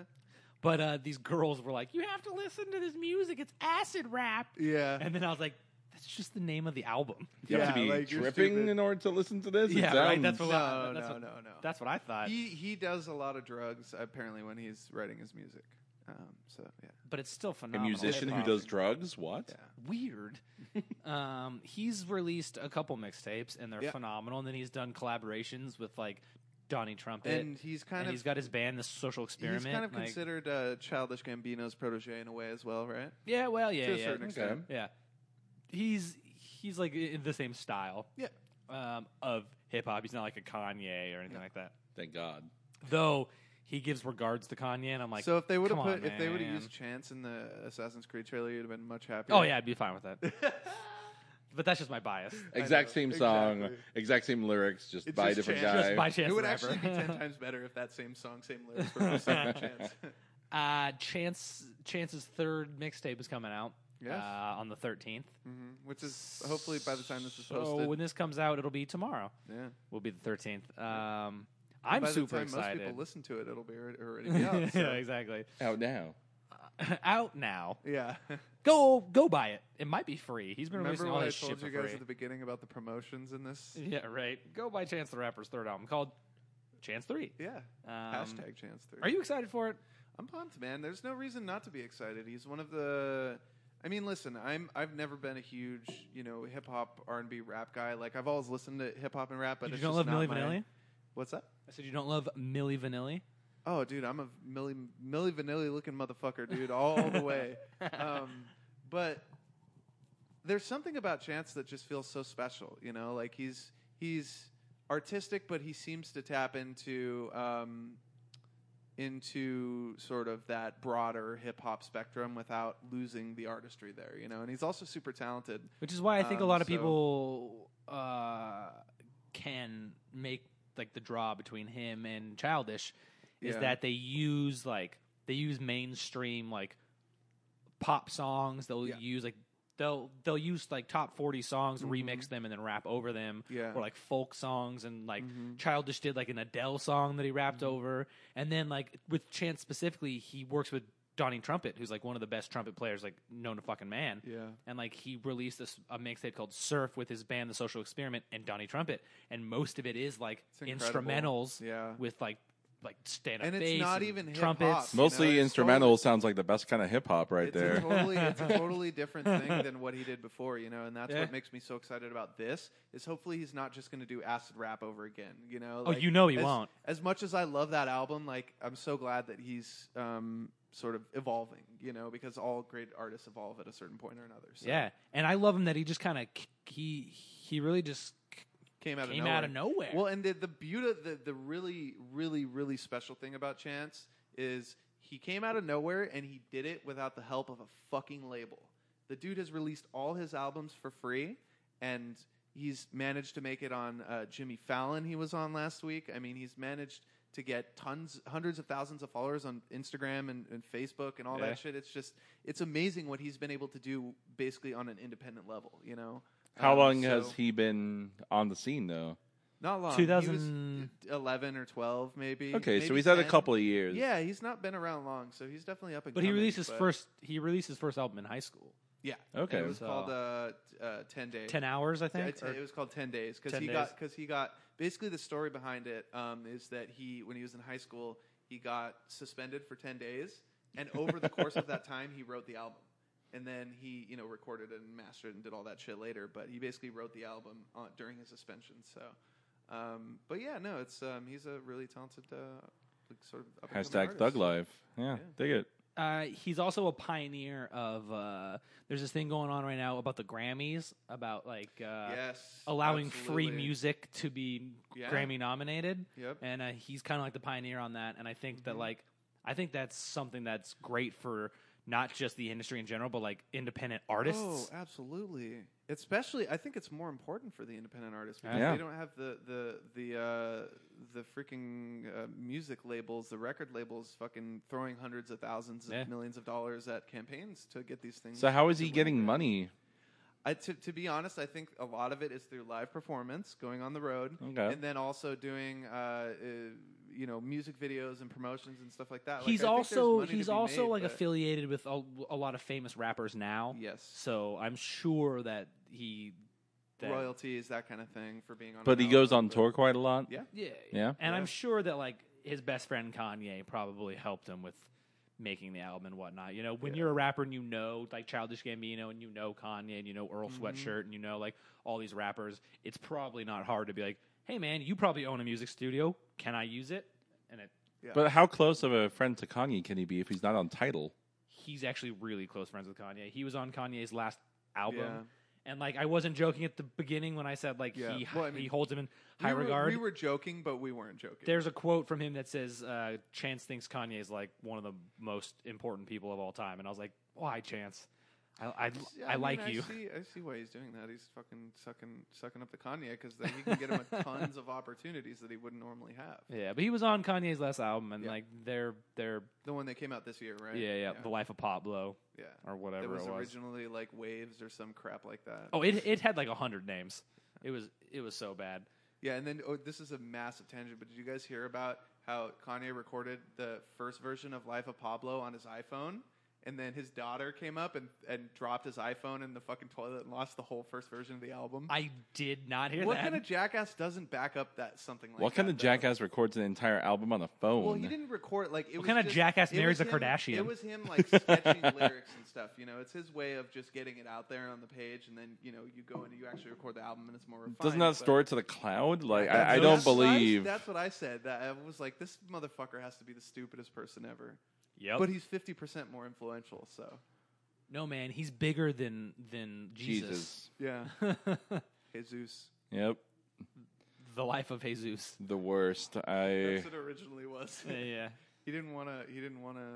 But uh, these girls were like, "You have to listen to this music. It's acid rap." Yeah. And then I was like, "That's just the name of the album." you have to yeah, be like, you're tripping stupid. in order to listen to this It Yeah, right, sounds- that's what- no, Well, that's no, what- no, no. That's what I thought. he he does a lot of drugs apparently when he's writing his music. Um, so yeah. but it's still a phenomenal. musician who Hip-hop. does drugs what Yeah. weird. um, he's released a couple mixtapes and they're Yeah. phenomenal. And then he's done collaborations with like Donnie Trumpet, And he's kind and of he's got his band, The Social Experiment. he's kind of like- considered uh, Childish Gambino's protege in a way as well, right? yeah, well, yeah, to a yeah, certain okay. extent. yeah. He's he's like in the same style. Yeah. um, of hip hop. He's not like a Kanye or anything like that. Thank God. Though he gives regards to Kanye, and I'm like, so if they would have "Come on, put, if they would have man." used Chance in the Assassin's Creed trailer, you'd have been much happier. oh yeah, I'd be fine with that. but that's just my bias. Exact know, same song, exactly. exact same lyrics, just It's by a just different changed. Just guy. by chance, it would the actually be rapper. ten times better if that same song, same lyrics were from Chance. Uh, Chance Chance's third mixtape is coming out. Yes. Uh, on the 13th. Mhm. Which is hopefully by the time this is So posted. when this comes out, it'll be tomorrow. yeah. Will be the 13th. Um, I'm by super the time Most excited. people listen to it; it'll be already, already be out. so- yeah, exactly. Out now. out now. yeah. Go go buy it. It might be free. He's been Remember releasing all what I his shit told for you free. guys Mm. at the beginning about the promotions in this? Yeah, right. Go buy Chance the Rapper's third album called Chance Three. Yeah. Um, Hashtag Chance Three. Are you excited for it? I'm pumped, man. There's no reason not to be excited. He's one of the. I mean, listen. I'm. I've never been a huge, you know, hip hop R and B rap guy. Like I've always listened to hip hop and rap, but you it's don't love just not Milli my- Vanilli? What's that? I said you don't love Milli Vanilli. Oh, dude, I'm a Millie Millie Vanilli looking motherfucker, dude, all the way. Um, but there's something about Chance that just feels so special, you know. Like he's he's artistic, but he seems to tap into um, into sort of that broader hip hop spectrum without losing the artistry there, you know. And he's also super talented. Which is why I think a Um, lot of so- people uh, can make like the draw between him and Childish is Yeah. that they use like they use mainstream like pop songs. They'll Yeah. Mm-hmm. use like they'll they'll use like top forty songs, remix them, and then rap over them. Yeah. or like folk songs and like Mhm. Childish did like an Adele song that he rapped Mm-hmm. over, and then like with Chance specifically, he works with Donnie Trumpet, who's like one of the best trumpet players like known to fucking man Yeah. and like he released this a mixtape called Surf with his band The Social Experiment and Donnie Trumpet, and most of it is like It's incredible. instrumentals Yeah. with like like stand up And it's bass not and even hip-hop. trumpets. Mo- Mostly it's instrumental totally- sounds like the best kind of hip hop right it's there. A totally, it's a totally different thing than what he did before, you know, and that's Yeah. what makes me so excited about this. Is hopefully he's not just going to do acid rap over again, you know. Oh, you know he as- won't. As much as I love that album, like I'm so glad that he's um, sort of evolving, you know, because all great artists evolve at a certain point or another. So Yeah, and I love him that he just kind of he he really just came out Came of nowhere. out of nowhere. Well, and the the beauty, the the really really really special thing about Chance is he came out of nowhere and he did it without the help of a fucking label. The dude has released all his albums for free, and he's managed to make it on uh, Jimmy Fallon. He was on last week. I mean, he's managed to get tons, hundreds of thousands of followers on Instagram and, and Facebook and all Yeah. that shit. It's just, it's amazing what he's been able to do basically on an independent level. You know, How Um, long has so- he been on the scene though? not long. 2000 He was 11 or 12, maybe. Okay, so maybe he's had a 10. couple of years. Yeah, he's not been around long, so he's definitely up and but he coming, released his but- first he released his first album in high school, Yeah. Okay. And it was So- called uh, t- uh, 10 Days. ten hours I Yeah, think. it's- it was called 10 Days 'cause 10 he Days. got cuz he got basically the story behind it um, is that he when he was in high school, he got suspended for 10 days and over the course of that time he wrote the album. And then he, you know, recorded and mastered and did all that shit later, but he basically wrote the album on, during his suspension. So um, but yeah, no, it's um, he's a really talented uh, like sort of Mm-hmm. up-and-coming Hashtag Thug artist. Life. Yeah, dig it. uh, he's also a pioneer of uh, there's this thing going on right now about the Grammys about like uh, Yes. allowing free absolutely. music to be Yeah. Grammy nominated. Yep. Mm-hmm. And uh, he's kind of like the pioneer on that. And I think that like I think that's something that's great for not just the industry in general, but like independent artists. Oh, absolutely. Especially, I think it's more important for the independent artists because Yeah. they don't have the the the uh, the freaking uh, music labels, the record labels, fucking throwing hundreds of thousands of Yeah. millions of dollars at campaigns to get these things. So how is to he win getting Grammys. money? I, to, to be honest, I think a lot of it is through live performance, going on the road, Okay. and then also doing, uh, uh, you know, music videos and promotions and stuff like that. Like, he's I think there's also money to he's be also made, like but- affiliated with a, a lot of famous rappers now. yes, So I'm sure that he that, royalties, that kind of thing for being on. But an he goes album, on but- tour quite a lot. Yeah. Yeah. Yeah? And I'm Yeah. sure that like his best friend Kanye probably helped him with making the album and whatnot. You know, when you're a rapper and you know like Childish Gambino and you know Kanye and you know Earl Mm-hmm. Sweatshirt and you know like all these rappers, it's probably not hard to be like, hey man, you probably own a music studio. Can I use it? And it, But how close of a friend to Kanye can he be if he's not on title? he's actually really close friends with Kanye. He was on Kanye's last album. Yeah. And like I wasn't joking at the beginning when I said like Yeah. he Well, I mean, he holds him in high we were- regard. We were joking, but we weren't joking. There's a quote from him that says uh, Chance thinks Kanye is like one of the most important people of all time, and I was like, why Chance? I I, Yeah, I, mean, like you. I see, I see why he's doing that. He's fucking sucking sucking up the Kanye because he can get him a tons of opportunities that he wouldn't normally have. Yeah, but he was on Kanye's last album, and Yeah. like they're they're The one that came out this year, right? yeah, yeah the life of Pablo yeah. or whatever That was, it was. originally like waves or some crap like that. Oh, it it had like a hundred names. It was it was so bad. Yeah, and then oh, this is a massive tangent, but did you guys hear about how Kanye recorded the first version of Life of Pablo on his iPhone? And then his daughter came up and, and dropped his iPhone in the fucking toilet and lost the whole first version of the album. I did not hear what that. kind of jackass doesn't back up that something like What that? kind of though? jackass records an entire album on a phone? Well, he didn't record like it What was kind of just- jackass it marries was a him- Kardashian? It was him like sketching lyrics and stuff. You know, it's his way of just getting it out there on the page, and then you know you go and you actually record the album, and it's more refined. Doesn't that but- store it to the cloud? Like, That's- I, I what- don't that's what I- believe. that's what I said. That I was like, this motherfucker has to be the stupidest person ever. yep. But he's fifty percent more influential. So no man, he's bigger than than Jesus. Jesus. yeah, the Jesus. Yep. life of Jesus. The worst. I. That's what it originally was. Yeah, yeah. he didn't want to. He didn't want to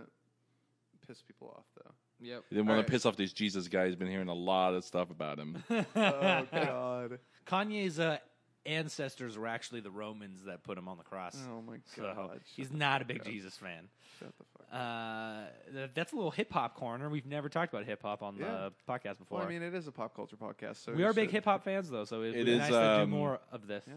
piss people off though. Yep. Didn't want Alright. to piss off these Jesus guys. Been hearing a lot of stuff about him. Oh god. Kanye's uh, ancestors were actually the Romans that put him on the cross. Oh my so god. he's Shut not a big up. Jesus fan. the fuck up. Uh, th- that's a little hip hop corner. We've never talked about hip hop on Yeah. the podcast before. Well, I mean, it is a pop culture podcast, so we you are big should- hip hop fans though, so it'd It be is, nice to do um, more of this. Yeah.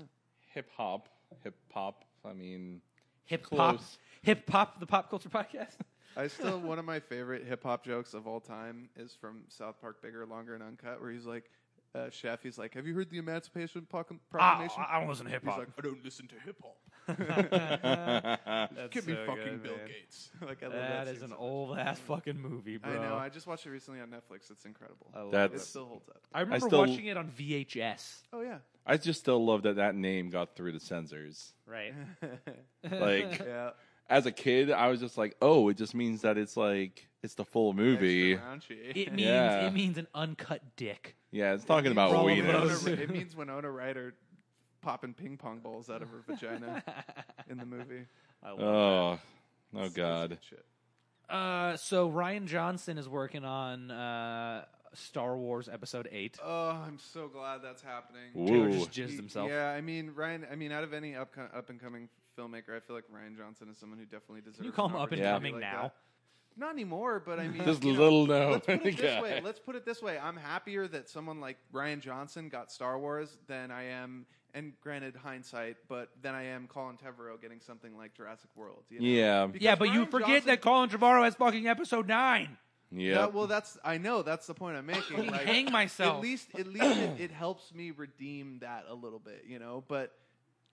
Hip hop. Hip hop. I mean, Hip hop, Close. hip hop, the pop culture podcast. I still one of my favorite hip hop jokes of all time is from South Park: Bigger, Longer, and Uncut, where he's like, uh, "Chef, he's like, have you heard the Emancipation Procl- Ah, Proclamation?" I don't listen to hip he's hop. like, "I don't listen to hip hop. That's Give me so fucking good, Bill man. Gates." like, Oh, I love that. That is scene an so old ass fucking movie, much. bro. I know. I just watched it recently on Netflix. It's incredible. I love That's- it it. still holds up. I remember still- watching it on VHS. Oh yeah. I just still love that that name got through the censors. Right. Like, yeah. as a kid, I was just like, oh, it just means that it's like it's the full movie. Extra raunchy. It means Yeah. it means an uncut dick. Yeah, it's talking means about Roll Winona- those. weenus. It means Winona Ryder popping ping pong balls out of her vagina in the movie. I love Oh, oh It's- it's God. good shit. Uh, so Ryan Johnson is working on uh, Star Wars Episode Eight. Oh, I'm so glad that's happening. Taylor Ooh. just jizzed himself. Yeah, I mean Ryan. I mean, out of any up up and coming filmmaker, I feel like Ryan Johnson is someone who definitely deserves. you call an him up and opportunity coming like now? that. Not anymore, but I mean, This Mm, you know, little known Let's put it this guy. way. Let's put it this way. I'm happier that someone like Ryan Johnson got Star Wars than I am. And granted, hindsight, but then I am Colin Trevorrow getting something like Jurassic World. You know? Yeah. Because Yeah, but you Ryan forget Johnson- that Colin Trevorrow has fucking Episode Nine. Yeah. That- well, that's I know that's the point I'm making. Fucking Like, hang myself. At least, at least it, it helps me redeem that a little bit, you know. But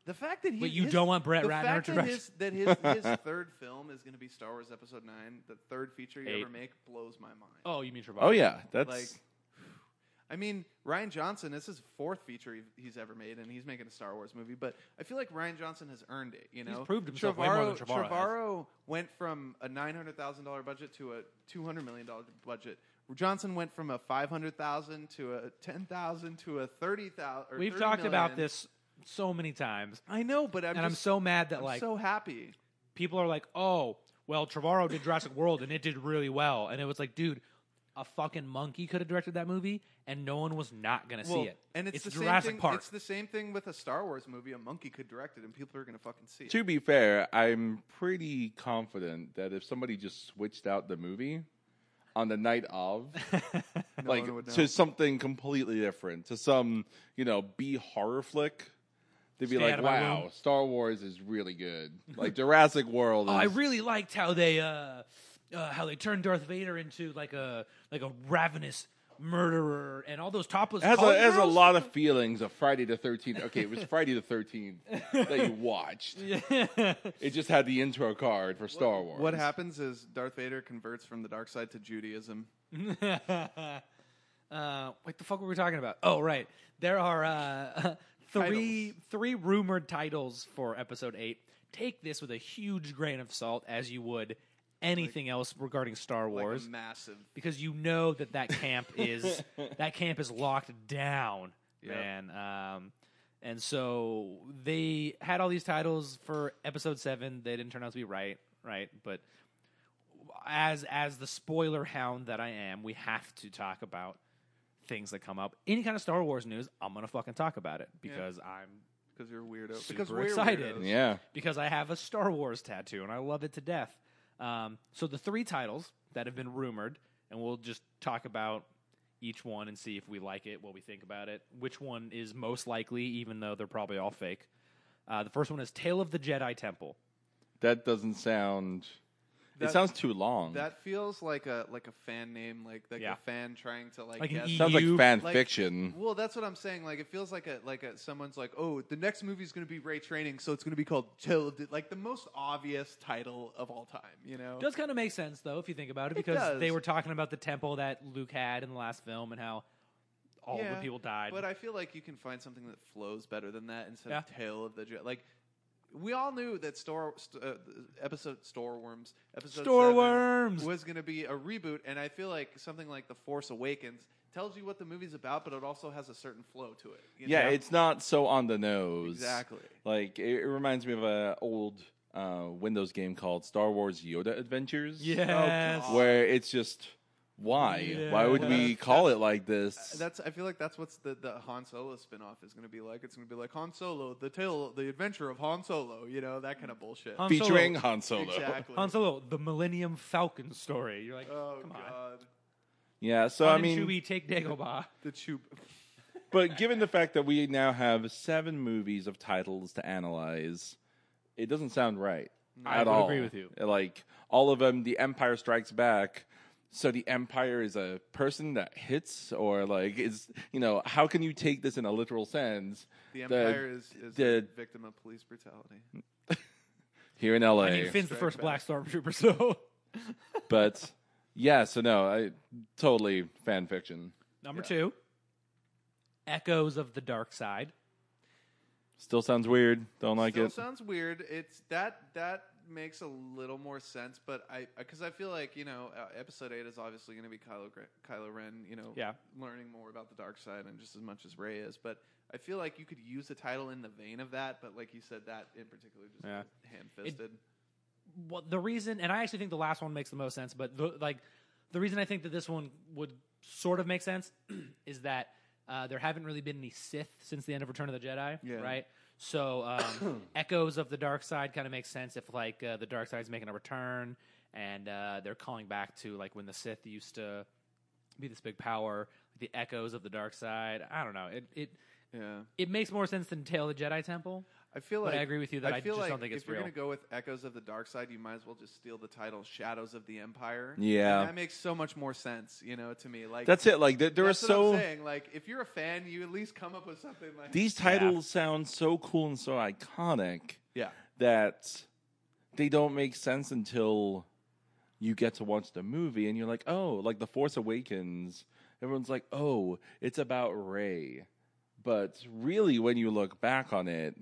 the fact that he, But you his- don't want Brett the Ratner fact to that direct- his, that his, his third film is going to be Star Wars Episode Nine, the third feature you Eight. ever make, blows my mind. Oh, you mean Trevorrow? oh yeah. That's Like, I mean, Ryan Johnson, this is fourth feature he- he's ever made, and he's making a Star Wars movie. But I feel like Ryan Johnson has earned it. You know, proved himself way more than Trevorrow has. Trevorrow went from a nine hundred thousand dollar budget to a two hundred million dollar budget. Johnson went from a five hundred thousand to a ten thousand to a thirty thousand. We've talked about this so many times, I know, but I'm and I'm just- so mad that I'm like so happy. people are like, oh, well, Trevorrow did Jurassic World and it did really well, and it was like, dude, a fucking monkey could have directed that movie, and no one was not gonna Well, see it. and it's, the Jurassic same thing, Park. It's the same thing with a Star Wars movie. A monkey could direct it, and people are going to fucking see it. to be fair, I'm pretty confident that if somebody just switched out the movie on the night of, No like one would know. to something completely different, to some you know B horror flick, they'd be Stay out like, of my "Wow, room." Star Wars is really good." Like Jurassic World. Is, Oh, I really liked how they uh, uh, how they turned Darth Vader into like a like a ravenous murderer, and all those topless. It has, a, college it has a girls? lot of feelings of Friday the 13th. Okay, it was Friday the 13th that you watched. It just had the intro card for Star Wars. What happens is Darth Vader converts from the dark side to Judaism. uh, what the fuck were we talking about? Oh, right. There are uh, three three rumored titles for episode eight. Take this with a huge grain of salt, as you would anything else regarding Star like Wars a massive. because you know that that camp is that camp is locked down, Yep. man. Um, and so they had all these titles for episode seven. They didn't turn out to be right, right? But as as the spoiler hound that I am, we have to talk about things that come up. Any kind of Star Wars news, I'm gonna fucking talk about it because I'm Because you're a weirdo. Super because we're excited. weirdos. Yeah. because I have a Star Wars tattoo and I love it to death. Um, so the three titles that have been rumored, and we'll just talk about each one and see if we like it, what we think about it, which one is most likely, even though they're probably all fake. Uh, the first one is Tale of the Jedi Temple. That doesn't sound. That- it sounds too long. That feels like a like a fan name, like like Yeah. a fan trying to like, Like an guess. E. sounds like you- fan like- fiction. Well, that's what I'm saying. Like it feels like a like a someone's like, oh, the next movie's going to be Ray Training, so it's going to be called Till D-" like the most obvious title of all time. You know, Does kind of make sense though, if you think about it, Oh. It because does. they were talking about the temple that Luke had in the last film and how all Yeah, the people died. But I feel like you can find something that flows better than that instead of Yeah. Tale of the Jedi. Like we all knew that Star st- uh, episode Storworms episode seven Storworms. was going to be a reboot, and I feel like something like The Force Awakens tells you what the movie's about, but it also has a certain flow to it. you yeah, know? it's not so on the nose. exactly. Like it, it reminds me of a old uh, Windows game called Star Wars Yoda Adventures. yes. Oh, God. Where it's just why? Why would Yeah. we That's- call that's- it like this? That's I feel like that's what's the, the Han Solo spinoff is going to be like. It's going to be like Han Solo, the tale, the adventure of Han Solo. You know that kind of bullshit. Han Solo. Featuring Han Solo. Exactly. Han Solo, the Millennium Falcon story. You're like, Oh come on. God, Yeah, so Han I and mean, Chewie take Dagobah. the Chew. but given the fact that we now have seven movies of titles to analyze, it doesn't sound right I at would all. agree with you. Like all of them, the Empire Strikes Back. So the Empire is a person that hits, or like is you know how can you take this in a literal sense? The Empire is, is a the- victim of police brutality. here in LA. I mean, Finn's the Strike first back. black stormtrooper, so. but yeah, so no, I totally fan fiction. Number Yeah. two, Echoes of the Dark Side. Still sounds weird. Don't like Still it. sounds weird. It's that that makes a little more sense, but I because I feel like you know uh, episode eight is obviously going to be Kylo Gre- Kylo Ren. You know, Yeah. learning more about the dark side and just as much as Ray is, but. I feel like you could use the title in the vein of that, but like you said, that in particular just Yeah. ham fisted. What the reason, and I actually think the last one makes the most sense, but the, like the reason I think that this one would sort of make sense is that uh, there haven't really been any Sith since the end of Return of the Jedi, Yeah. right? So um, Echoes of the Dark Side kind of makes sense if like uh, the Dark Side's making a return and uh, they're calling back to like when the Sith used to be this big power, the echoes of the Dark Side. I don't know. It it Yeah, it makes more sense than Tale of the Jedi Temple. I feel But like I agree with you that I feel just like don't think it's if you're real. gonna go with Echoes of the Dark Side, you might as well just steal the title Shadows of the Empire. Yeah. and that makes so much more sense, you know, to me. Like That's it. Like th- there are that's what I'm so saying. Like if you're a fan, you at least come up with something like these titles sound so cool and so iconic yeah, that they don't make sense until you get to watch the movie and you're like, oh, like The Force Awakens. Everyone's like, oh, it's about Ray. But really, when you look back on it,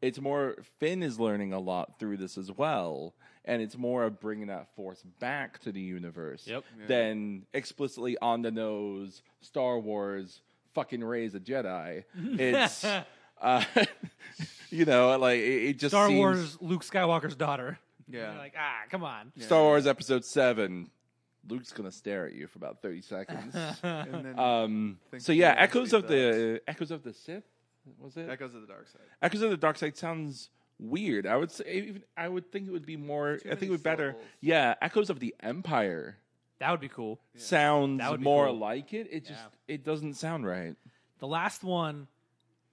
it's more Finn is learning a lot through this as well, and it's more of bringing that force back to the universe Yep. Yeah. than explicitly on the nose Star Wars fucking Ray's a Jedi. It's uh, you know like it, it just Star seems- Wars Luke Skywalker's daughter. yeah. You're like, ah, come on. Star Wars Episode Seven. Luke's gonna stare at you for about thirty seconds. and then um, Think so yeah, you Echoes actually of the Echoes of the Sith was it? Echoes of the Dark Side. Echoes of the Dark Side sounds weird. I would say even I would think it would be more. Too I think it many would be better. syllables. Yeah, Echoes of the Empire That would be cool. sounds That would be more cool. like it. It just it doesn't sound right. The last one,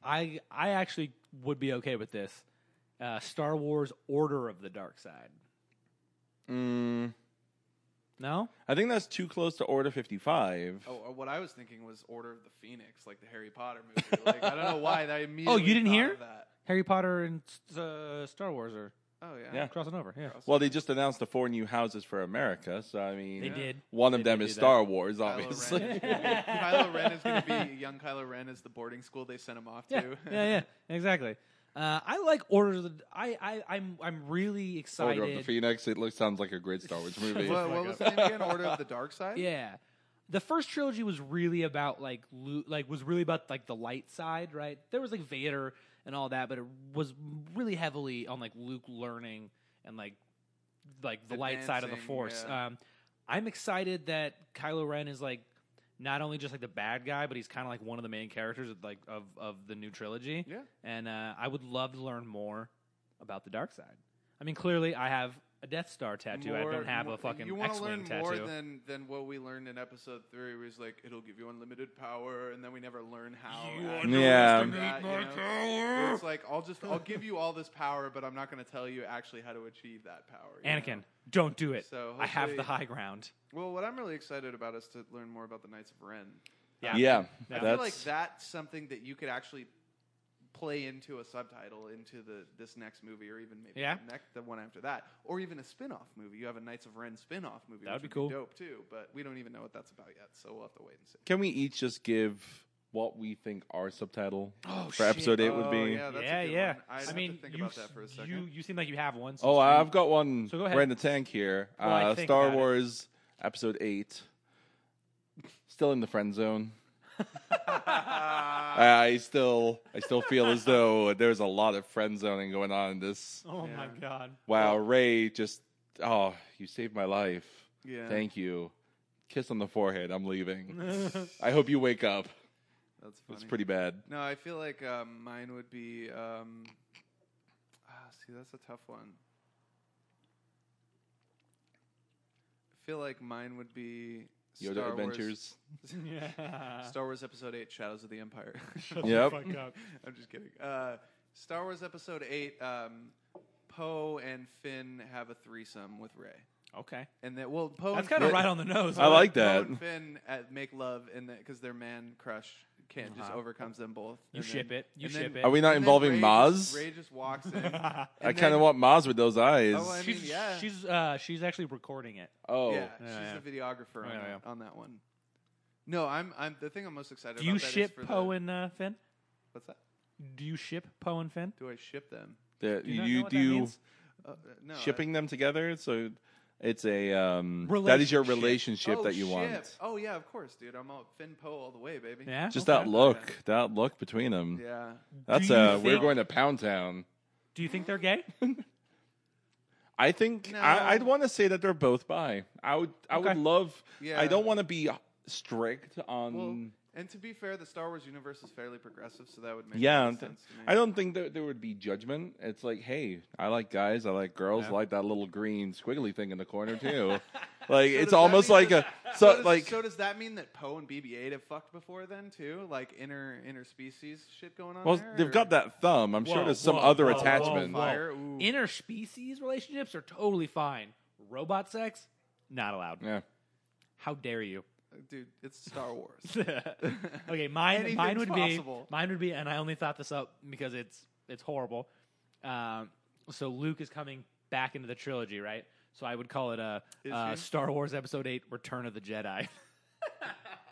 I I actually would be okay with this. Uh, Star Wars Order of the Dark Side. Mm, No, I think that's too close to Order Fifty Five. Oh, or what I was thinking was Order of the Phoenix, like the Harry Potter movie. Like I don't know why that immediately. didn't thought hear? of that. Harry Potter and uh, Star Wars are Oh yeah. Yeah. crossing over. Yeah, Cross- Well, they just announced the four new houses for America, so I mean, they Yeah. did. one of They them did do is that. Star Wars, Kylo Ren. obviously. Kylo Ren is going to be young. Kylo Ren is the boarding school they sent him off to. Yeah, yeah, yeah, exactly. Uh, I like Order of the. I, I I'm I'm really excited. Order of the Phoenix. It looks sounds like a great Star Wars movie. what, what was the name again? Order of the Dark Side. Yeah. The first trilogy was really about like lo- like was really about like the light side, right? There was like Vader and all that, but it was really heavily on like Luke learning and like like the light side of the Advancing, Force. yeah. Um, I'm excited that Kylo Ren is like not only just like the bad guy, but he's kind of like one of the main characters of, like of of the new trilogy. Yeah. And uh, I would love to learn more about the dark side. I mean, clearly I have a Death Star tattoo. I More- don't have more- a fucking You wanna X-wing learn tattoo. more than than what we learned in episode three, where he's like, "It'll give you unlimited power," and then we never learn how. actually Yeah. do that, you know? Where It's like I'll just I'll give you all this power, but I'm not going to tell you actually how to achieve that power. you know? Anakin, don't do it. So I have the hopefully- high ground. Well, what I'm really excited about is to learn more about the Knights of Ren. Yeah. yeah, I I feel like that's something that you could actually play into a subtitle into the this next movie, or even maybe Yeah. the, next, the one after that, or even a spin-off movie. You have a Knights of Ren spin-off movie. That'd which be would cool. dope too. But we don't even know what that's about yet, so we'll have to wait and see. Can we each just give what we think our subtitle Oh, for shit. episode eight Oh, would be? yeah, that's yeah, a good yeah. One. I'd have mean, to think you, about that for a s- second. You, you seem like you have one. So Oh, it's pretty- I've got one So go right ahead. in the tank here. Well, I uh, think Star about it. Wars Episode Eight, still in the friend zone. Uh, I still, I still feel as though there's a lot of friend zoning going on in this. Oh my Yeah. god. Wow, Ray, just oh, you saved my life. yeah, Thank you. Kiss on the forehead. I'm leaving. I hope you wake up. that's funny. It's pretty bad. No, I feel like um, mine would be. Um, ah, see, that's a tough one. I feel like mine would be Yoda Star Wars, Adventures. yeah. Star Wars Episode Eight: Shadows of the Empire. Shut the Yep. fuck up. I'm just kidding. Uh, Star Wars Episode Eight: um, Poe and Finn have a threesome with Ray, Okay. and that well, Poe. That's and kind of Finn- right on the nose. I like Poe that. and Finn uh make love, and because their man crush can't just Uh-huh. overcomes them both. You and then- ship it. You and then- ship it. Are we not and then involving Ray Maz? Just, Ray just walks in. and I then- kind of want Maz with those eyes. Oh, I mean, she's yeah. she's uh, she's actually recording it. oh. Yeah, she's Yeah, Oh, the videographer on, Yeah, that, on that one. No, I'm. I'm the thing I'm most excited Do about. you that is ship for the- Poe and uh, Finn? what's that? Do you ship Poe and Finn? Do I ship them? The- you not you know what that do means? Uh, no, I- shipping them together. So it's a um, that is your Relationship. relationship oh, that you want. ship. Oh yeah, of course, dude. I'm all Finn Poe all the way, baby. Yeah. Just Okay. that look, that look between them. Oh, Yeah. That's Do you uh, we're think- going to Pound Town. Do you think they're gay? I think No. I, I'd want to say that they're both bi. I would, I would Okay. love. Yeah. I don't want to be strict on. Well, and to be fair, the Star Wars universe is fairly progressive, so that would make yeah, a lot of th- sense to me. I don't think that there would be judgment. It's like, hey, I like guys, I like girls, I Yeah. like that little green squiggly thing in the corner too. like So does it's that almost mean like that- a so does, like so does that mean that Poe and BB-8 have fucked before then too? Like inner interspecies shit going on. well there, they've or- got that thumb. I'm Whoa, sure there's some whoa, other whoa, whoa, attachment. whoa. Fire, ooh. Interspecies relationships are totally fine. Robot sex, not allowed. Yeah. How dare you? dude. It's Star Wars. okay, mine Anything's mine would possible. be mine would be, and I only thought this up because it's it's horrible. Um, so Luke is coming back into the trilogy, right? So I would call it a, Is uh he? Star Wars Episode Eight: Return of the Jedi.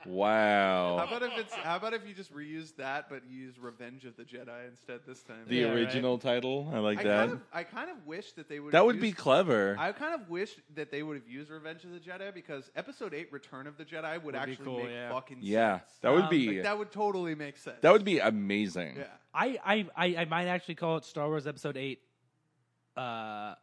Wow. how about if it's? How about if you just reuse that, but you use Revenge of the Jedi instead this time? the Yeah, right. original title? I like I that. kind of, I kind of wish that they would. that would use- be clever. I kind of wish that they would have used Revenge of the Jedi because Episode Eight: Return of the Jedi would, be actually cool, make yeah. fucking yeah. sense. That would Um, be Like, that would totally make sense. that would be amazing. yeah. I, I I I might actually call it Star Wars Episode Eight: uh,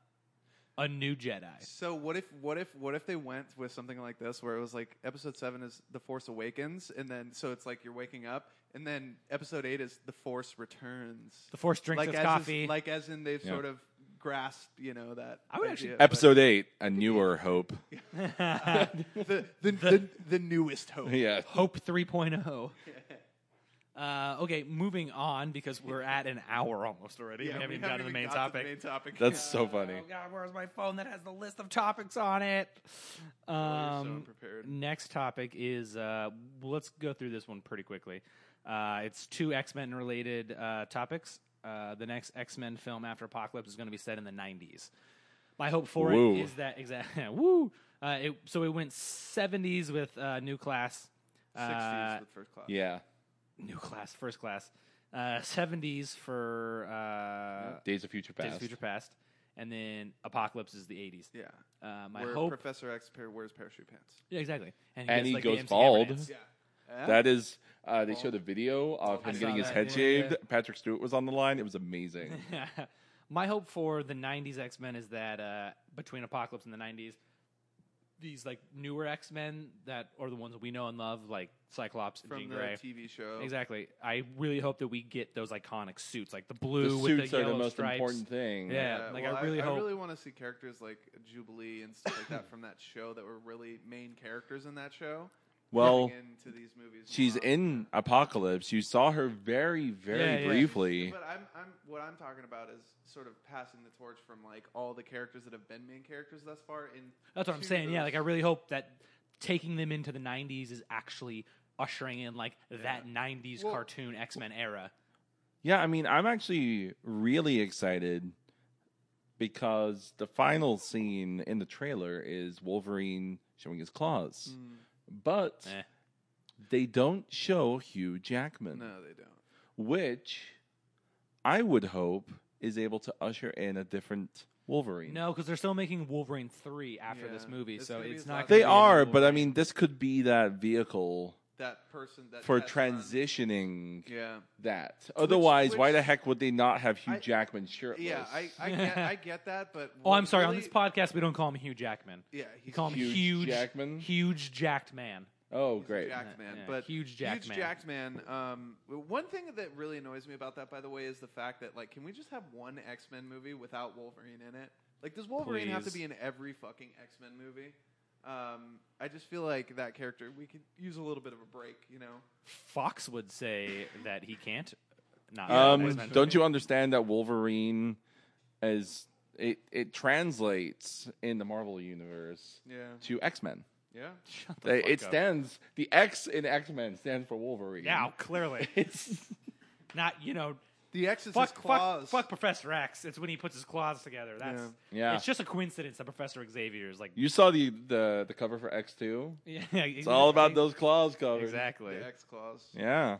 A New Jedi. So what if what if what if they went with something like this where it was like Episode Seven is the Force Awakens and then so it's like you're waking up and then Episode Eight is the Force returns. The Force drinks like its as coffee. Is, like as in they've Yeah. sort of grasped you know that. I would actually- idea, but Episode 8, A Newer Hope. uh, the the, the the newest hope. yeah. Hope 3.0. Uh, okay, moving on because we're at an hour almost already. we haven't even gotten to the main got topic. main topic. That's so funny. Oh God, where's my phone that has the list of topics on it? Um, unprepared. next topic is uh, well, let's go through this one pretty quickly. Uh, it's two X Men related uh, topics. Uh, the next X Men film after Apocalypse is going to be set in the '90s. My hope for Woo. it is that exactly. woo! Uh, it, so it went '70s with uh, New Class, Sixties uh, with first class. Yeah. New Class, First Class, uh, 70s for uh, Days of Future Past. Days of Future Past, and then Apocalypse is the 80s. Yeah. Uh, my Where hope, Professor X pair wears parachute pants. yeah, exactly, And gets, he like, the goes MCM bald. rants. Yeah. That is, uh, they showed a video of I him saw getting his that, head yeah, shaved. yeah. Patrick Stewart was on the line. It was amazing. my hope for the 90s x-men is that uh, between apocalypse and the 90s these like newer x-men that are the ones that we know and love like cyclops and From jean the gray TV show. exactly i really hope that we get those iconic suits like the the blue with suits the are yellow the most stripes important thing. Yeah. like, I well, really I, hope- really want to see characters like Jubilee and stuff like that from that show that were really main characters in that show. Well, coming into these movies, she's more. in Apocalypse. You saw her very, Yeah, very yeah. briefly. But I'm, I'm, what I'm talking about is sort of passing the torch from like all the characters that have been main characters thus far. In that's what i'm to saying yeah those- like i really hope that taking them into the 90s is actually ushering in like that 90s Well- cartoon x-men era Yeah, I mean, I'm actually really excited because the final scene in the trailer is Wolverine showing his claws, Mm, but Eh. they don't show Hugh Jackman, no, they don't. which I would hope is able to usher in a different Wolverine. no because they're still making wolverine 3 after Yeah. this movie It's so gonna be it's his not gonna last They be Yeah. a are, new but I Wolverine. mean, this could be that vehicle That person that for test run- transitioning Yeah, that. Otherwise, why which- the heck would they not have Hugh I- Jackman shirtless? yeah, I, I get, I get that, but Oh, what I'm sorry. On really- this podcast, we don't call him Hugh Jackman. yeah, We he's call him Hugh huge, Jackman? huge jacked man. Oh, He's a great. jacked man, Yeah, but huge jacked man. Huge jacked man. Um, w- one thing that really annoys me about that, by the way, is the fact that like, can we just have one X Men movie without Wolverine in it? Like, does Wolverine have to Please. be in every fucking X Men movie? Um, I just feel like that character we could use a little bit of a break, you know. Fox would say that he can't. Not Yeah, Um, that's don't you understand that Wolverine is it it translates in the Marvel universe Yeah, to X Men. yeah. Shut the fuck It up. stands the X in X Men stands for Wolverine. Yeah, clearly. It's Not you know. The X is his Fuck, fuck, claws. fuck Professor X. It's when he puts his claws together. That's Yeah. Yeah. It's just a coincidence that Professor Xavier is like. you saw the the, the cover for X two. Yeah, It's all about those claws covered. Exactly. The X claws. Yeah.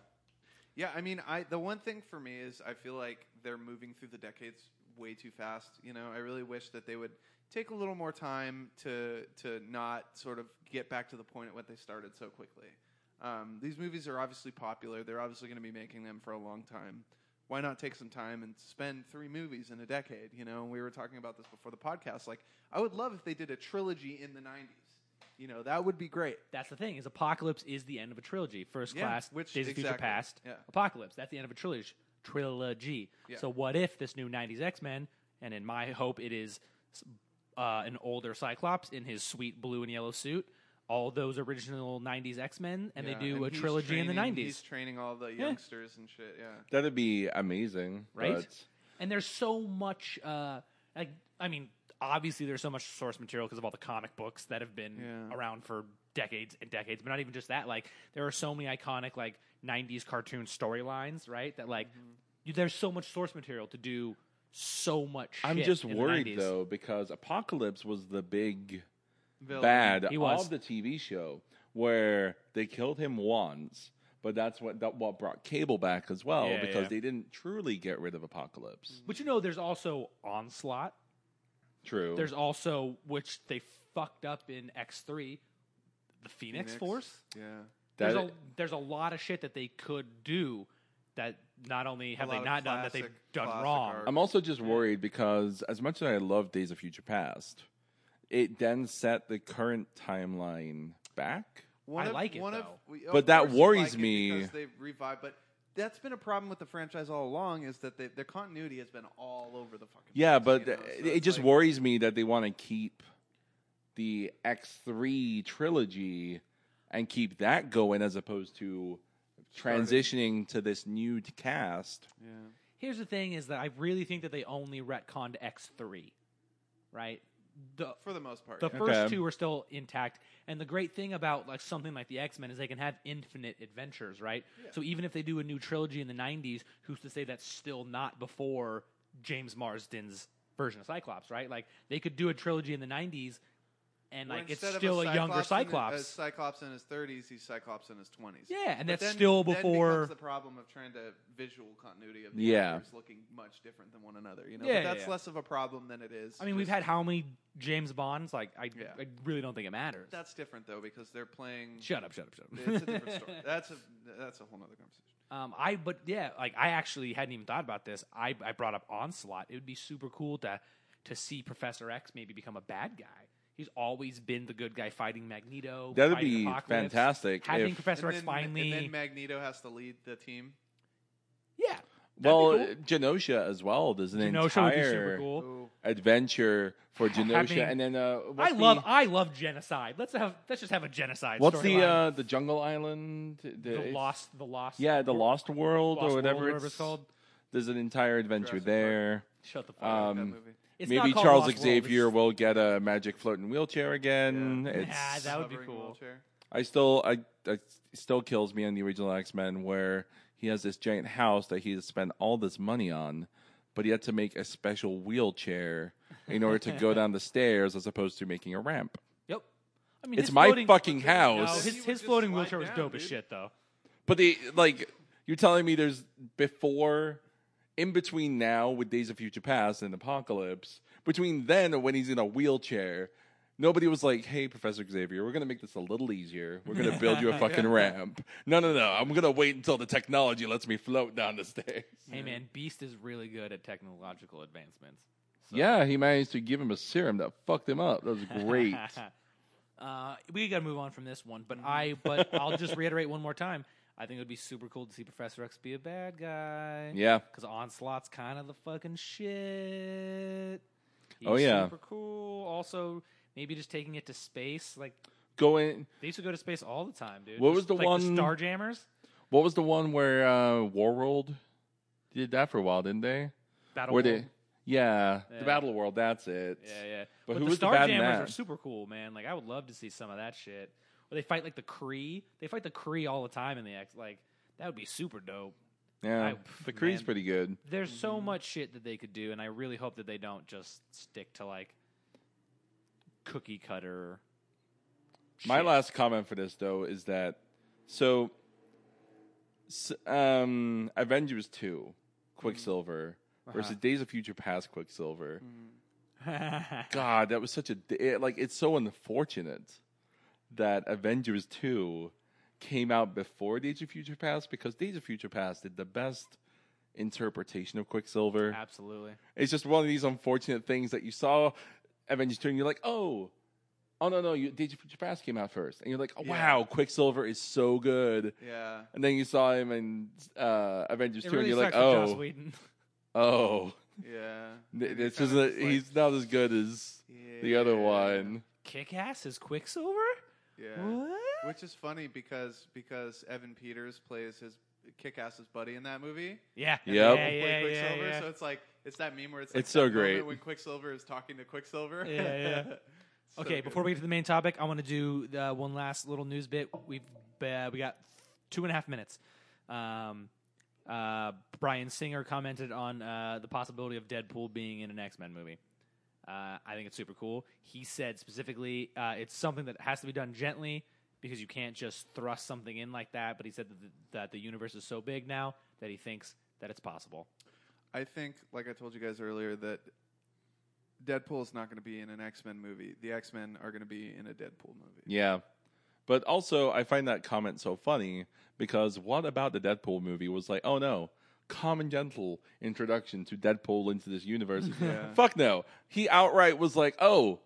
Yeah, I mean, I the one thing for me is I feel like they're moving through the decades way too fast. You know, I really wish that they would take a little more time to to not sort of get back to the point at what they started so quickly. Um, these movies are obviously popular. They're obviously going to be making them for a long time. Why not take some time and spend three movies in a decade? You know, we were talking about this before the podcast. Like, I would love if they did a trilogy in the '90s. You know, that would be great. That's the thing. Is Apocalypse is the end of a trilogy. First Yeah, Class, which- Days of Future exactly. Past, Yeah. Apocalypse. That's the end of a trilogy. Trilogy. Yeah. So what if this new '90s X-Men, and in my hope it is uh, an older Cyclops in his sweet blue and yellow suit. All those original '90s X-Men, and Yeah, they do a he's trilogy in the training- '90s. He's training all the youngsters and shit. Yeah. That'd be amazing. Right? but- and there's so much uh like i mean obviously there's so much source material because of all the comic books that have been Yeah. around for decades and decades but not even just that like there are so many iconic like 90s cartoon storylines right that like Mm-hmm. you, there's so much source material to do so much I'm shit just in the worried 90s. though because Apocalypse was the big Villain. bad He was. of the TV show where they killed him once, but that's what that what brought Cable back as well Yeah, because yeah. they didn't truly get rid of Apocalypse. but you know there's also onslaught True. Mm. there's also which they fucked up in x3 the phoenix, force Yeah. there's That- a there's a lot of shit that they could do that not only have they lot of not done that they've classic- done classic wrong. art. I'm also just worried because as much as I love Days of Future Past, it then set the current timeline back. One I of- like it, one of- though. we- of But that course you worries like it me. because they revived, but that's been a problem with the franchise all along. Is that they, their continuity has been all over the fucking. Yeah, place, but you know? it- So it it's just like- worries me that they want to keep the X3 trilogy and keep that going as opposed to transitioning to this new t- cast. Yeah. Here's the thing: is that I really think that they only retconned X three, right? The For the most part. the yeah. first Okay. two are still intact, and the great thing about like something like the X Men is they can have infinite adventures, right? So even if they do a new trilogy in the '90s, who's to say that's still not before James Marsden's version of Cyclops, right? Like they could do a trilogy in the '90s and Where like it's instead of still a, younger In, a Cyclops. Cyclops in his 30s, he's Cyclops in his 20s. yeah, and But that's then- still then before. becomes the problem of trying to visual continuity of the Yeah. actors looking much different than one another. You know, Yeah, but that's yeah. less of a problem than it is. I mean, we've just- had how many James Bonds? Like, I, Yeah. I really don't think it matters. that's different though because they're playing. shut up, shut up, shut up. It's a different story. That's a that's a whole other conversation. Um, I but yeah, like I actually hadn't even thought about this. I, I brought up Onslaught. It would be super cool to to see Professor X maybe become a bad guy. He's always been the good guy fighting Magneto. That'd fighting be Apocalypse. fantastic. Having if- Professor and, X then, finally, and then Magneto has to lead the team. yeah, well, cool. Genosha as well. There's an Genosha would be super entire cool. Ooh. adventure for Genosha, Having- and then uh, I what's love The, I love genocide. Let's have let's just have a genocide. what's the storyline. uh, the Jungle Island? The, the it's- lost the lost Yeah, the Lost World Lost or World, whatever, whatever it's, it's called. There's an entire adventure Jurassic Park. there. Shut the fuck I up. like Um, that movie. It's not Maybe called Charles Lost World, Xavier it's- will get a magic floating wheelchair again. Yeah. Nah, It's Ah, that would be Hovering cool. wheelchair. I still I, I still kills me on the original X Men where he has this giant house that he has spent all this money on, but he had to make a special wheelchair in order to go down the stairs as opposed to making a ramp. Yep. I mean, It's his my floating- fucking No, house. You his would his just floating slide wheelchair was down, dope as dude. shit though. But the like you're telling me there's before in between now with Days of Future Past and Apocalypse, between then and when he's in a wheelchair, nobody was like, Hey Professor Xavier, we're gonna make this a little easier. We're gonna build you a fucking ramp. No no no, I'm gonna wait until the technology lets me float down the stairs. Hey man, Beast is really good at technological advancements. So- Yeah, he managed to give him a serum that fucked him up. That was great. uh, we got to move on from this one, but I but I'll just reiterate one more time. I think it would be super cool to see Professor X be a bad guy. yeah. Because Onslaught's kind of the fucking shit. He's Oh, yeah. super cool. Also, maybe just taking it to space. Like Going they used to go to space all the time, dude. What Just was the like one- The Star Jammers. what was the one where uh Warworld did that for a while, didn't they? Battle Where World. they, yeah, Yeah. the Battle World. That's it. Yeah, yeah. But, But who the was the Star bad in Jammers that? are super cool, man. Like I would love to see some of that shit. Where they fight like the Kree. They fight the Kree all the time in the X. Like that would be super dope. Yeah, I- the Kree's man. pretty good. There's so Mm-hmm. much shit that they could do, and I really hope that they don't just stick to like cookie cutter. My shit. last comment for this though is that so, s- um, Avengers Two, Quicksilver Mm-hmm. Uh-huh. versus Days of Future Past Quicksilver. Mm. God, that was such a d- it, like. It's so unfortunate that Avengers Two came out before Days of Future Past because Days of Future Past did the best interpretation of Quicksilver. Absolutely. It's just one of these unfortunate things that you saw Avengers 2 and you're like, oh, oh no, no, you, Days of Future Past came out first. And you're like, oh, Yeah. wow, Quicksilver is so good. Yeah. And then you saw him in uh, Avengers It 2 really and you're like, sucks for Joss oh, Whedon. oh, Yeah. th- And you're this is kinda a, just like, he's not as good as the other "Yeah." one. Kick ass is Quicksilver. Yeah. What? Which is funny because because Evan Peters plays his kick-ass's buddy in that movie. Yeah. Yep. Yeah. Play Yeah. Yeah. Quicksilver, yeah. So it's like it's that meme where it's like It's so that moment great. when Quicksilver is talking to Quicksilver. Yeah, yeah. So okay, good. before we get to the main topic, I want to do the one last little news bit. We've uh, we got two and a half minutes. Um, uh, Brian Singer commented on uh, the possibility of Deadpool being in an X Men movie. Uh, I think it's super cool. He said specifically, uh, it's something that has to be done gently because you can't just thrust something in like that. But he said that the, that the universe is so big now that he thinks that it's possible. I think, like I told you guys earlier, that Deadpool is not going to be in an X-Men movie. The X-Men are going to be in a Deadpool movie. Yeah. But also, I find that comment so funny because what about the Deadpool movie was like, oh no, calm and gentle introduction to Deadpool into this universe? Yeah. Fuck no. He outright was like, oh,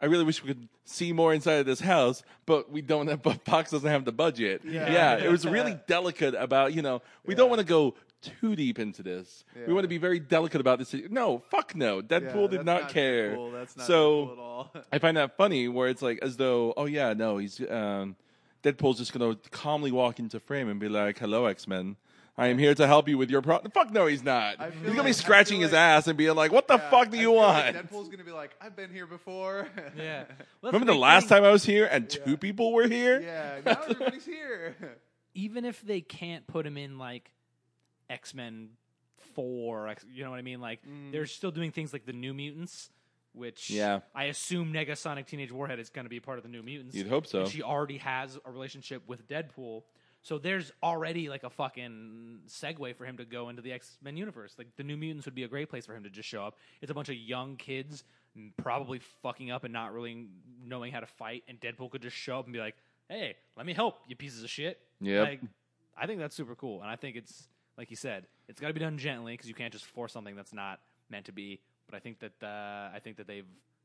I really wish we could see more inside of this house, but we don't have, but Fox doesn't have the budget. Yeah. it was really delicate about, you know, we don't Yeah. want to go too deep into this. Yeah. We want to be very delicate about this. No, fuck no. Deadpool Yeah, did that's not, care. Deadpool. That's not so, Deadpool at all. I find that funny where it's like as though, oh yeah, no, he's um, Deadpool's just gonna calmly walk into frame and be like, "Hello, X Men, I am here to help you with your problem." Fuck no, he's not. I He's feel gonna like- be I scratching feel his like- ass and being like, "What the Yeah, fuck do I you feel want?" like Deadpool's going to be like, I've been here before. Yeah. Remember the last time I was here and two people were here? yeah. Now everybody's here. even if they can't put him in like X Men Four, X- you know what I mean? Like they're still doing things like the New Mutants, which Mm. Yeah. I assume Negasonic Teenage Warhead is going to be part of the New Mutants. You'd hope so. And she already has a relationship with Deadpool. So there's already like a fucking segue for him to go into the X Men universe. Like the New Mutants would be a great place for him to just show up. It's a bunch of young kids mm, probably fucking up and not really knowing how to fight, and Deadpool could just show up and be like, "Hey, let me help you pieces of shit." Yep. Like, I think that's super cool, and I think it's like you said, it's got to be done gently because you can't just force something that's not meant to be. But I think that uh, I think that they've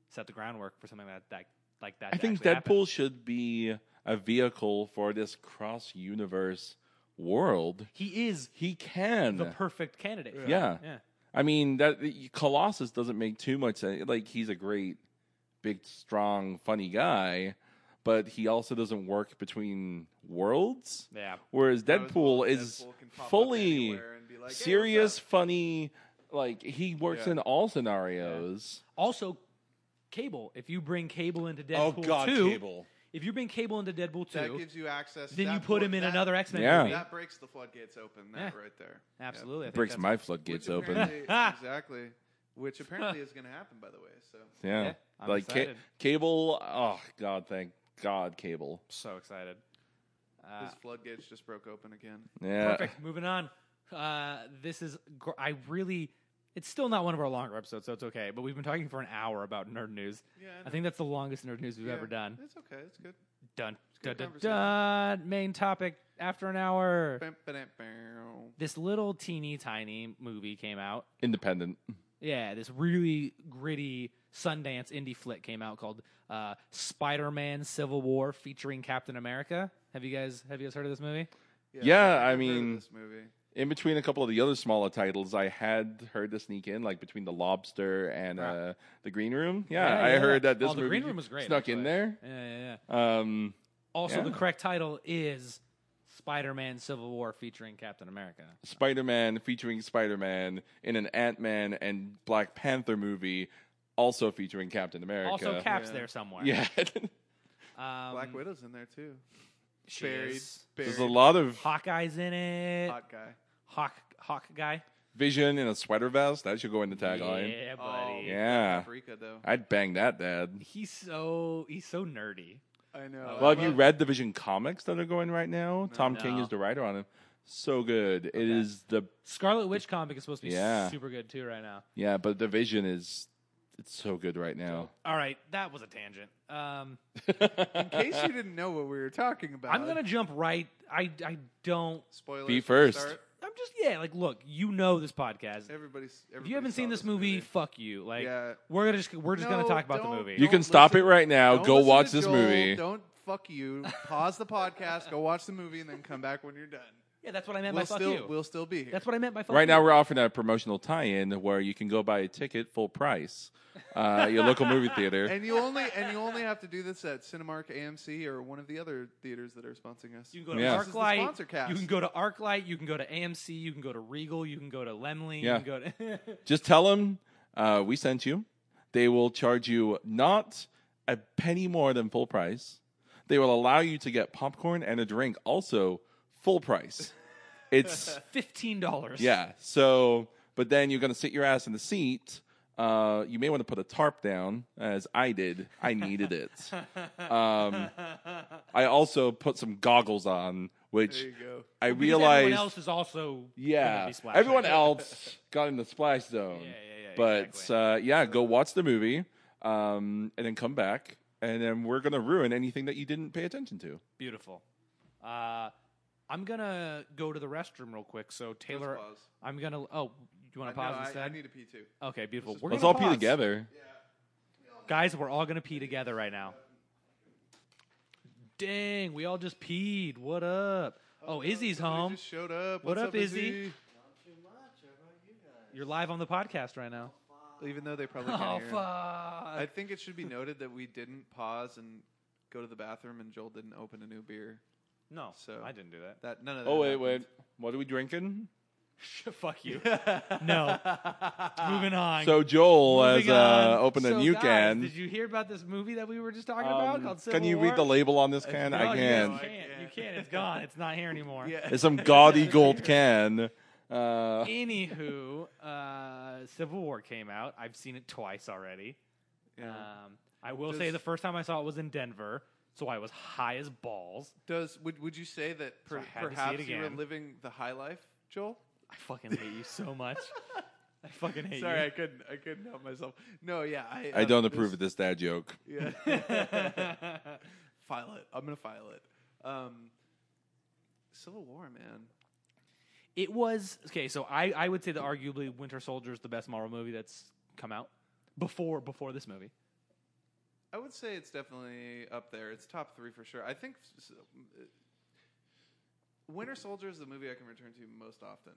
set the groundwork for something that that like that. I to think actually Deadpool happen. should be a vehicle for this cross universe world. he is He can. the perfect candidate. For Yeah. that. yeah. I mean that Colossus doesn't make too much sense. Like he's a great, big, strong, funny guy, but he also doesn't work between worlds. Yeah. Whereas That was Deadpool Deadpool is can pop up fully anywhere and be like, "Hey, what's serious, up?" funny. Like he works Yeah. in all scenarios. Also, Cable. If you bring Cable into Oh, Deadpool two, if you bring Cable into Deadpool That two, gives you access. then that you put put- him in that- another X Men Yeah. movie. That breaks the floodgates open. That Yeah. right there. Yep. Absolutely, I think Breaks that's- my Which floodgates open. apparently- apparently- exactly. Which apparently is going to happen, by the way. So Yeah, Yeah, I'm like ca- excited. cable. Oh God, thank God, cable. So excited. Uh, his floodgates just broke open again. Yeah, Perfect. Moving on. Uh, this is gr- I really. It's still not one of our longer episodes, so it's okay. But we've been talking for an hour about nerd news. Yeah, I I think that's the longest nerd news we've Yeah. ever done. It's okay. It's good. Done. Dun, dun, good dun. Main topic after an hour. Bam, ba-dam, bow. This little teeny tiny movie came out. independent. Yeah, this really gritty Sundance indie flick came out called uh, Spider-Man: Civil War featuring Captain America. Have you guys have you guys heard of this movie? Yeah, I've I heard of mean- this movie. In between a couple of the other smaller titles, I had heard to sneak in, like between the Lobster and uh, the Green Room. Yeah, Yeah, I yeah. heard that this Oh, The movie Green Room was great, snuck in actually. there. Yeah, yeah, yeah. Um, Also, Yeah. the correct title is Spider-Man: Civil War featuring Captain America. Spider-Man featuring Spider-Man in an Ant-Man and Black Panther movie, also featuring Captain America. Also, Cap's Yeah. there somewhere. yeah, um, Black Widow's in there too. she Buried, is. there's buried. a lot of Hawkeye's in it. hot guy. Hawk, Hawk guy. vision in a sweater vest. That should go in the tagline. Yeah, Oh, buddy. Yeah. Paprika though. I'd bang that, Dad. He's so he's so nerdy. I know. Well, Well, I have you love- read the Vision comics that are going right now? Tom King No. is the writer on it. So good. It is the Scarlet Witch comic is supposed to be Yeah. super good too right now. yeah, but the Vision is it's so good right now. All right, that was a tangent. Um, In case you didn't know what we were talking about, I'm gonna jump right. I I don't. spoiler. Be from the first. start. I'm just yeah. Like, look, you know this podcast. Everybody's. If you haven't everybody seen saw this movie, fuck you. Like, Yeah. we're gonna just we're just gonna No, talk about the don't- movie. You Don't can stop listen- it right now. Don't Go listen watch to this Joel. movie. Don't fuck you. Pause the podcast. go watch the movie and then come back when you're done. Yeah, that's what I meant We'll by fuck still you. we'll still be here. That's what I meant by fuck Right you. now, we're offering a promotional tie-in where you can go buy a ticket full price uh, at your local movie theater. and you only and you only have to do this at Cinemark, AMC, or one of the other theaters that are sponsoring us. You can go to Yeah. This is the sponsor ArcLight. cast. You can go to ArcLight. You can go to AMC. You can go to Regal. You can go to Lemley. Yeah. You can go to. Just tell them uh, we sent you. They will charge you not a penny more than full price. They will allow you to get popcorn and a drink, also full price. It's Fifteen dollars. Yeah. So, but then you're going to sit your ass in the seat. Uh, you may want to put a tarp down, as I did. I needed it. Um, I also put some goggles on, which There you go. I Everyone realized. else is also. gonna yeah, be splashing. everyone else got in the splash zone. Yeah, yeah, yeah, But exactly. uh, yeah, go watch the movie, um, and then come back, and then we're going to ruin anything that you didn't pay attention to. Beautiful. Uh, I'm gonna go to the restroom real quick. So Taylor, pause. I'm gonna. Oh, you want to I know, pause I- instead? I, need to pee too. okay, beautiful. is We're Let's gonna all pee pause. together. guys. We're all gonna pee together right now. Dang, we all just peed. What up? Oh, Izzy's Somebody home. Just showed up. What What's up, Izzy? Too much. How about you guys? You're live on the podcast right now. Even though they probably can't Oh hear. fuck! I think it should be noted that we didn't pause and go to the bathroom, and Joel didn't open a new beer. no, So- I didn't do that. That none of that. Oh wait, happened. wait. What are we drinking? Fuck you. no. Moving on. So Joel has Moving uh, on. opened a So, new guys, can. Did you hear about this movie that we were just talking Um, about called Civil can you War? read the label on this can? No, I You can. guys can't. can't. You can't. It's gone. It's not here anymore. Yeah. It's some gaudy gold can. Uh, Anywho, uh, Civil War came out. I've seen it twice already. Yeah. Um, I will say Does- the first time I saw it was in Denver, so I was high as balls. Does would would you say that So I had per, to see it perhaps you were again. living the high life, Joel? I fucking hate you so much. I fucking hate Sorry, I you. couldn't. I couldn't help myself. No, yeah, I. I um, don't approve this- of this dad joke. Yeah. file it. I'm gonna file it. Um, Civil War, man. It was okay. So I, I would say that arguably Winter Soldier is the best Marvel movie that's come out before before this movie. I would say it's definitely up there. It's top three for sure. I think s- s- uh, Winter Soldier is the movie I can return to most often.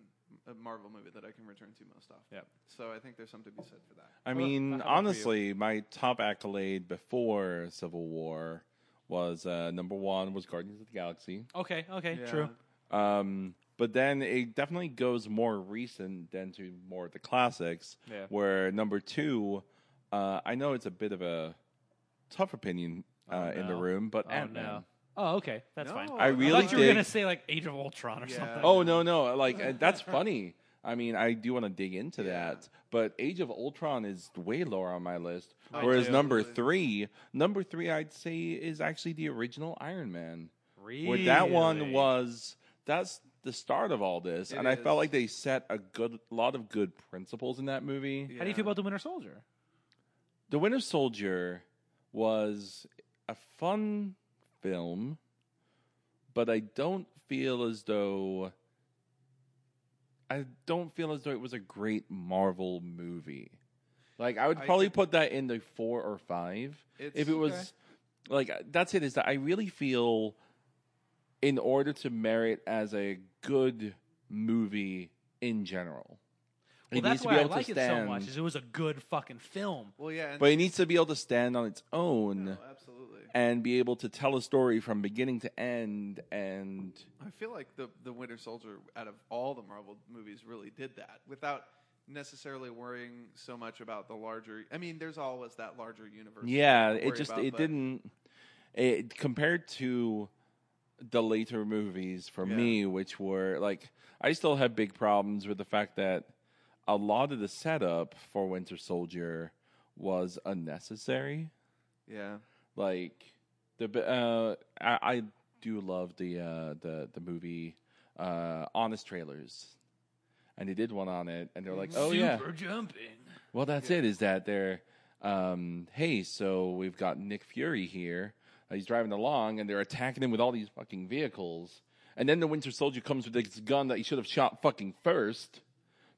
A Marvel movie that I can return to most often. Yep. So I think there's something to be said for that. I How about- how mean, about for you? honestly, my top accolade before Civil War was uh, number one was Guardians of the Galaxy. Okay. Okay. Yeah. True. Um, but then it definitely goes more recent than to more of the classics. Yeah. Where number two, uh, I know it's a bit of a tough opinion uh, in the no. room, but Oh Ant Man. no. Oh okay. That's fine. No, I I thought really you were dig- gonna say like Age of Ultron or Yeah. something. Oh no, no, like uh, that's funny. I mean, I do want to dig into Yeah. that, but Age of Ultron is way lower on my list. I Whereas do. number Absolutely. three, number three, I'd say is actually the original Iron Man. Where that one Really? was, that's the start of all this, It and I felt is. like they set a good lot of good principles in that movie. How do you feel about the Winter Soldier? The Winter Soldier was a fun film, but I don't feel as though I don't feel as though it was a great Marvel movie. Like I would I probably think- put that in the four or five. It's- if it was okay. like that's it, is that I really feel in order to merit as a good movie in general. Well, it that's needs to why be I able like to it stand so much. Is it was a good fucking film. Well, yeah. And but it needs to be able to stand on its own no, absolutely. and be able to tell a story from beginning to end and I feel like the the Winter Soldier, out of all the Marvel movies, really did that without necessarily worrying so much about the larger. I mean, there's always that larger universe. yeah to it worry just about, it but- didn't it compared to the later movies for Yeah. me which were like i still have big problems with the fact that a lot of the setup for winter soldier was unnecessary Yeah, like the b- uh I, I do love the uh the the movie uh honest trailers and they did one on it and they're like oh Super yeah jumping. well that's it is that they're um hey so we've got nick fury here uh, he's driving along and they're attacking him with all these fucking vehicles and then the winter soldier comes with this gun that he should have shot fucking first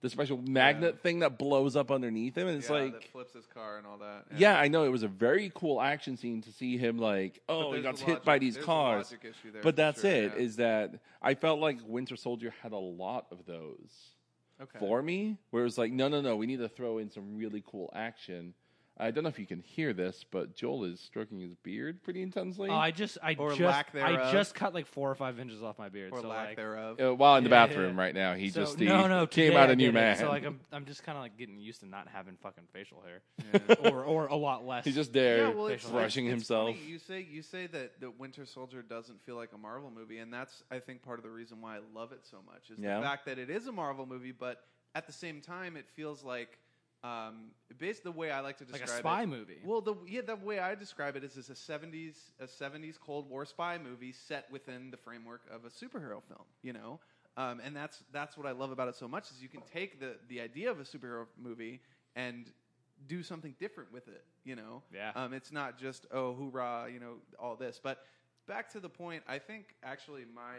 the special magnet thing that blows up underneath him and it's Yeah, like that flips his car and all that. yeah, I know it was a very cool action scene to see him like, But oh, he there's got a hit by logic- these there's a cars. logic issue there But for that's sure, it. Is yeah. that I felt like Winter Soldier had a lot of those Okay. for me, where it was like, no, no, no, we need to throw in some really cool action. I don't know if you can hear this, but Joel is stroking his beard pretty intensely. Oh, I just, I Or just, lack I thereof. just cut like four or five inches off my beard. or so lack like, thereof. Uh, while in the Yeah. bathroom right now, he so, just he no, no, came today out I a new did man. it. So like, I'm, I'm just kind of like getting used to not having fucking facial hair, Yeah. or, or a lot less. He's just there, well, it's- it's- brushing it's himself. funny. You say you say that the Winter Soldier doesn't feel like a Marvel movie, and that's I think part of the reason why I love it so much is Yeah. the fact that it is a Marvel movie, but at the same time, it feels like um, based the way I like to Like a describe spy it, movie. Well, the yeah the way I describe it is is a seventies a seventies Cold War spy movie set within the framework of a superhero film. You know. Um, and that's that's what I love about it so much is you can take the, the idea of a superhero movie and do something different with it, you know. Yeah. Um, it's not just oh hoorah, you know, all this. But back to the point, I think actually my,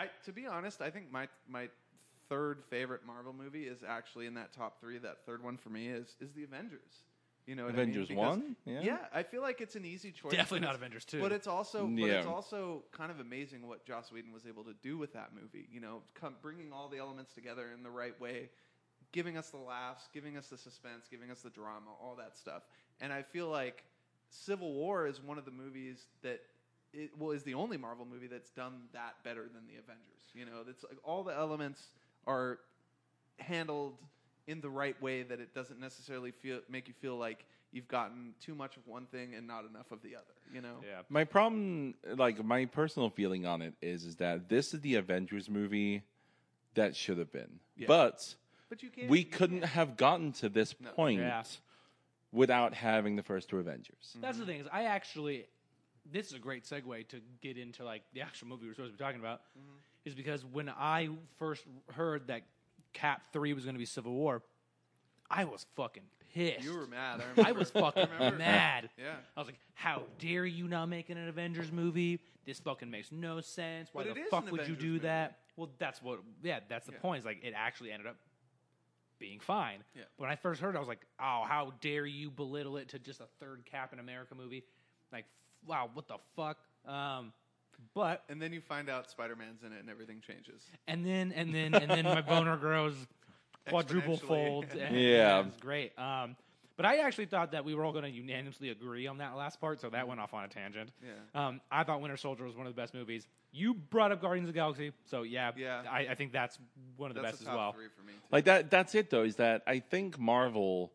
I to be honest, I think my my third favorite Marvel movie is actually in that top three. That third one for me is is the Avengers. You know, what I mean? Avengers Because- 1? Yeah. I feel like it's an easy choice. Definitely but not it's- Avengers 2. But it's also, but it's Yeah. also kind of amazing what Joss Whedon was able to do with that movie. You know, come, bringing all the elements together in the right way, giving us the laughs, giving us the suspense, giving us the drama, all that stuff. And I feel like Civil War is one of the movies that. It, well, is the only Marvel movie that's done that better than the Avengers. You know, that's like all the elements are handled in the right way that it doesn't necessarily feel make you feel like you've gotten too much of one thing and not enough of the other. You know? yeah, My problem, like my personal feeling on it, is is that this is the Avengers movie that should have been, Yeah. but But you can't. we you couldn't can't- have gotten to this No. point Yeah. without having the first two Avengers. That's the thing is I actually this is a great segue to get into like the actual movie we're supposed to be talking about Mm-hmm. is because when I first heard that Cap three was going to be Civil War, I was fucking pissed. You were mad. I, I remember. was fucking remember. mad. Yeah. I was like, "How dare you not making an Avengers movie? This fucking makes no sense. Why But it the is fuck an would you Avengers do movie. that?" Well, that's what. Yeah, that's the Yeah. point. Is like it actually ended up being fine. Yeah. But when I first heard, it, I was like, "Oh, how dare you belittle it to just a third Captain America movie? Like, wow, what the fuck?" Um, but And then you find out Spider Man's in it, and everything changes. and then and then and then my boner grows quadruple Exponentially. folds. and- Yeah. it was great. Um, but I actually thought that we were all going to unanimously agree on that last part, so that went off on a tangent. Yeah. Um, I thought Winter Soldier was one of the best movies. You brought up Guardians of the Galaxy, so yeah, Yeah. I, I think that's one of the That's best a as top well. three for me. Too. Like that that's it though, is that I think Marvel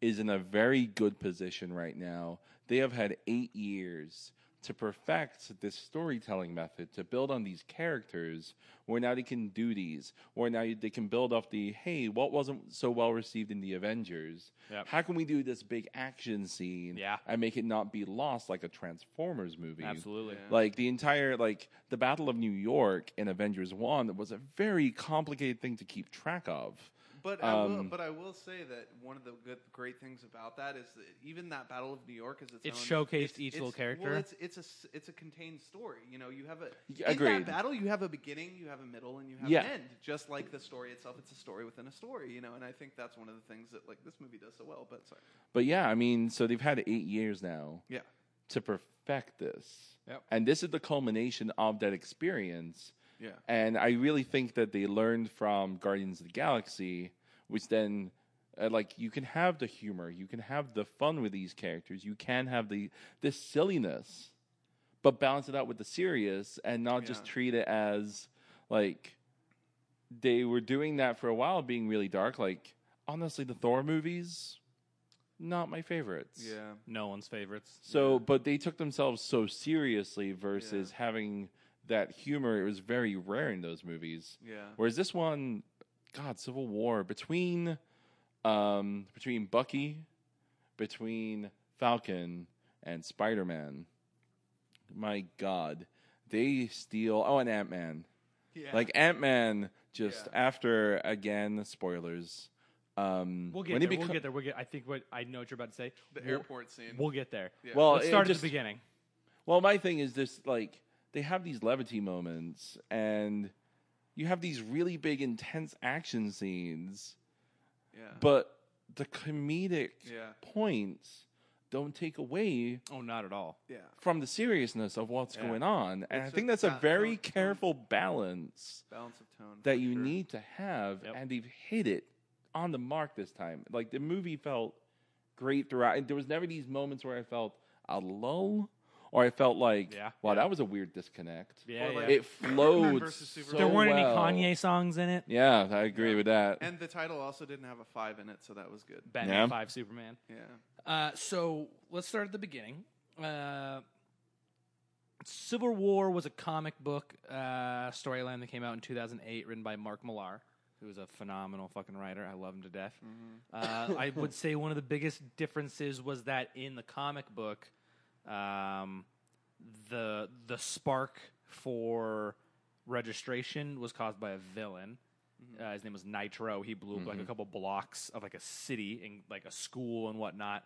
is in a very good position right now. They have had eight years to perfect this storytelling method, to build on these characters, where now they can do these, where now they can build off the hey, what wasn't so well received in the Avengers? Yep. How can we do this big action scene Yeah. and make it not be lost like a Transformers movie? Absolutely. Yeah. Like the entire like the Battle of New York in Avengers One was a very complicated thing to keep track of. But I will, Um, but I will say that one of the good, great things about that is that even that Battle of New York is its. It own, showcased each little character. Well, it's it's a s- it's a contained story. You know, you have a Yeah, In agreed. that battle, you have a beginning, you have a middle, and you have Yeah. an end. Just like the story itself, it's a story within a story. You know, and I think that's one of the things that like this movie does so well. But sorry, But yeah, I mean, so they've had eight years now yeah, to perfect this, Yep. and this is the culmination of that experience. yeah, And I really think that they learned from Guardians of the Galaxy, which then, uh, like, you can have the humor, you can have the fun with these characters, you can have the the silliness, but balance it out with the serious, and not just Yeah. treat it as like they were doing that for a while, being really dark. Like, honestly, the Thor movies, not my favorites. No one's favorites. So, but they took themselves so seriously versus having that humor. It was very rare in those movies. yeah. Whereas this one, God, Civil War between, um, between Bucky, between Falcon and Spider Man. My God, they steal. Oh, and Ant Man. Yeah. Like Ant Man, just Yeah. after again spoilers. Um, We'll get when there. he we'll beco- get there. We'll get. I think what I know what you're about to say. the we'll, airport scene. We'll get there. Yeah. Well, Let's it start at just- the beginning. Well, my thing is this: like they have these levity moments, and you have these really big, intense action scenes, yeah, but the comedic Yeah. points don't take away Oh, not at all. yeah. from the seriousness of what's Yeah. going on. And I It's think just that's a that very tone- tone. careful balance Balance of tone that for you sure. need to have, Yep. and they've hit it on the mark this time. Like the movie felt great throughout. And there was never these moments where I felt a lull, or I felt like, Yeah. wow, that was a weird disconnect. Yeah. Or yeah. like- It flowed. versus so Superman. there weren't well. any Kanye songs in it. Yeah, I agree with that. And the title also didn't have a five in it, so that was good. Batman Yeah. Five, Superman. Yeah, Uh, so let's start at the beginning. Uh, Civil War was a comic book uh, storyline that came out in 2008, written by Mark Millar, who is a phenomenal fucking writer. I love him to death. Uh, I would say one of the biggest differences was that in the comic book, um, the the spark for registration was caused by a villain. Uh, his name was Nitro. He blew up like a couple blocks of like a city and like a school and whatnot,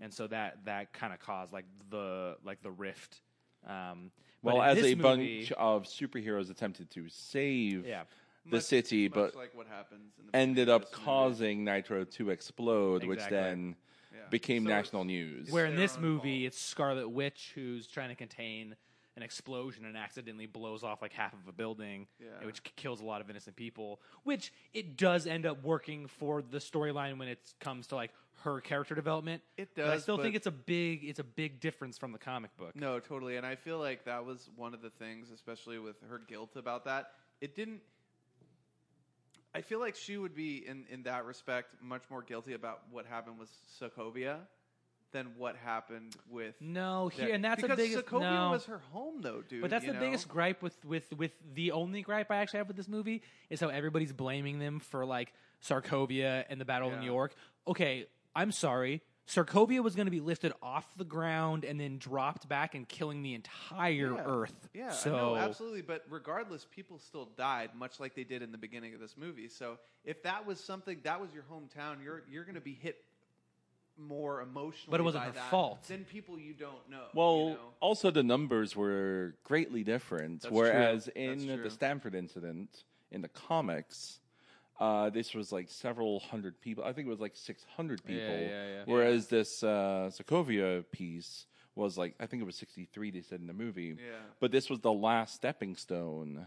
and so that that kind of caused like the like the rift. Um, but well, in as a this movie- bunch of superheroes attempted to save Yeah. the Much- city, much but like what happens in the ended beginning of up this movie. causing Nitro to explode, which Exactly. then Yeah. became So national it's- news. Where in their this own movie, fault. it's Scarlet Witch who's trying to contain an explosion and accidentally blows off like half of a building, Yeah. which k- kills a lot of innocent people. Which it does end up working for the storyline when it comes to like her character development. It But I does, still think but- it's a big it's a big difference from the comic book. No, totally. And I feel like that was one of the things, especially with her guilt about that. It didn't. I feel like she would be, in, in that respect, much more guilty about what happened with Sokovia than what happened with. No, that- here and that's because the biggest Sokovia no. was her home, though, dude. But that's you the know? biggest gripe with with with the only gripe I actually have with this movie is how everybody's blaming them for like Sarkovia and the Battle of Yeah. New York. Okay, I'm sorry. Sarkovia was going to be lifted off the ground and then dropped back and killing the entire Yeah. Earth. Yeah, so no, absolutely. But regardless, people still died, much like they did in the beginning of this movie. So if that was something that was your hometown, you're you're going to be hit more emotionally. But it wasn't by her that fault. Than people you don't know. Well, you know? also the numbers were greatly different. That's whereas true. That's in true. the Stanford incident in the comics, uh, this was like several hundred people. I think it was like six hundred people. yeah, yeah. Whereas this uh, Sokovia piece was like I think it was sixty three. They said in the movie. Yeah. But this was the last stepping stone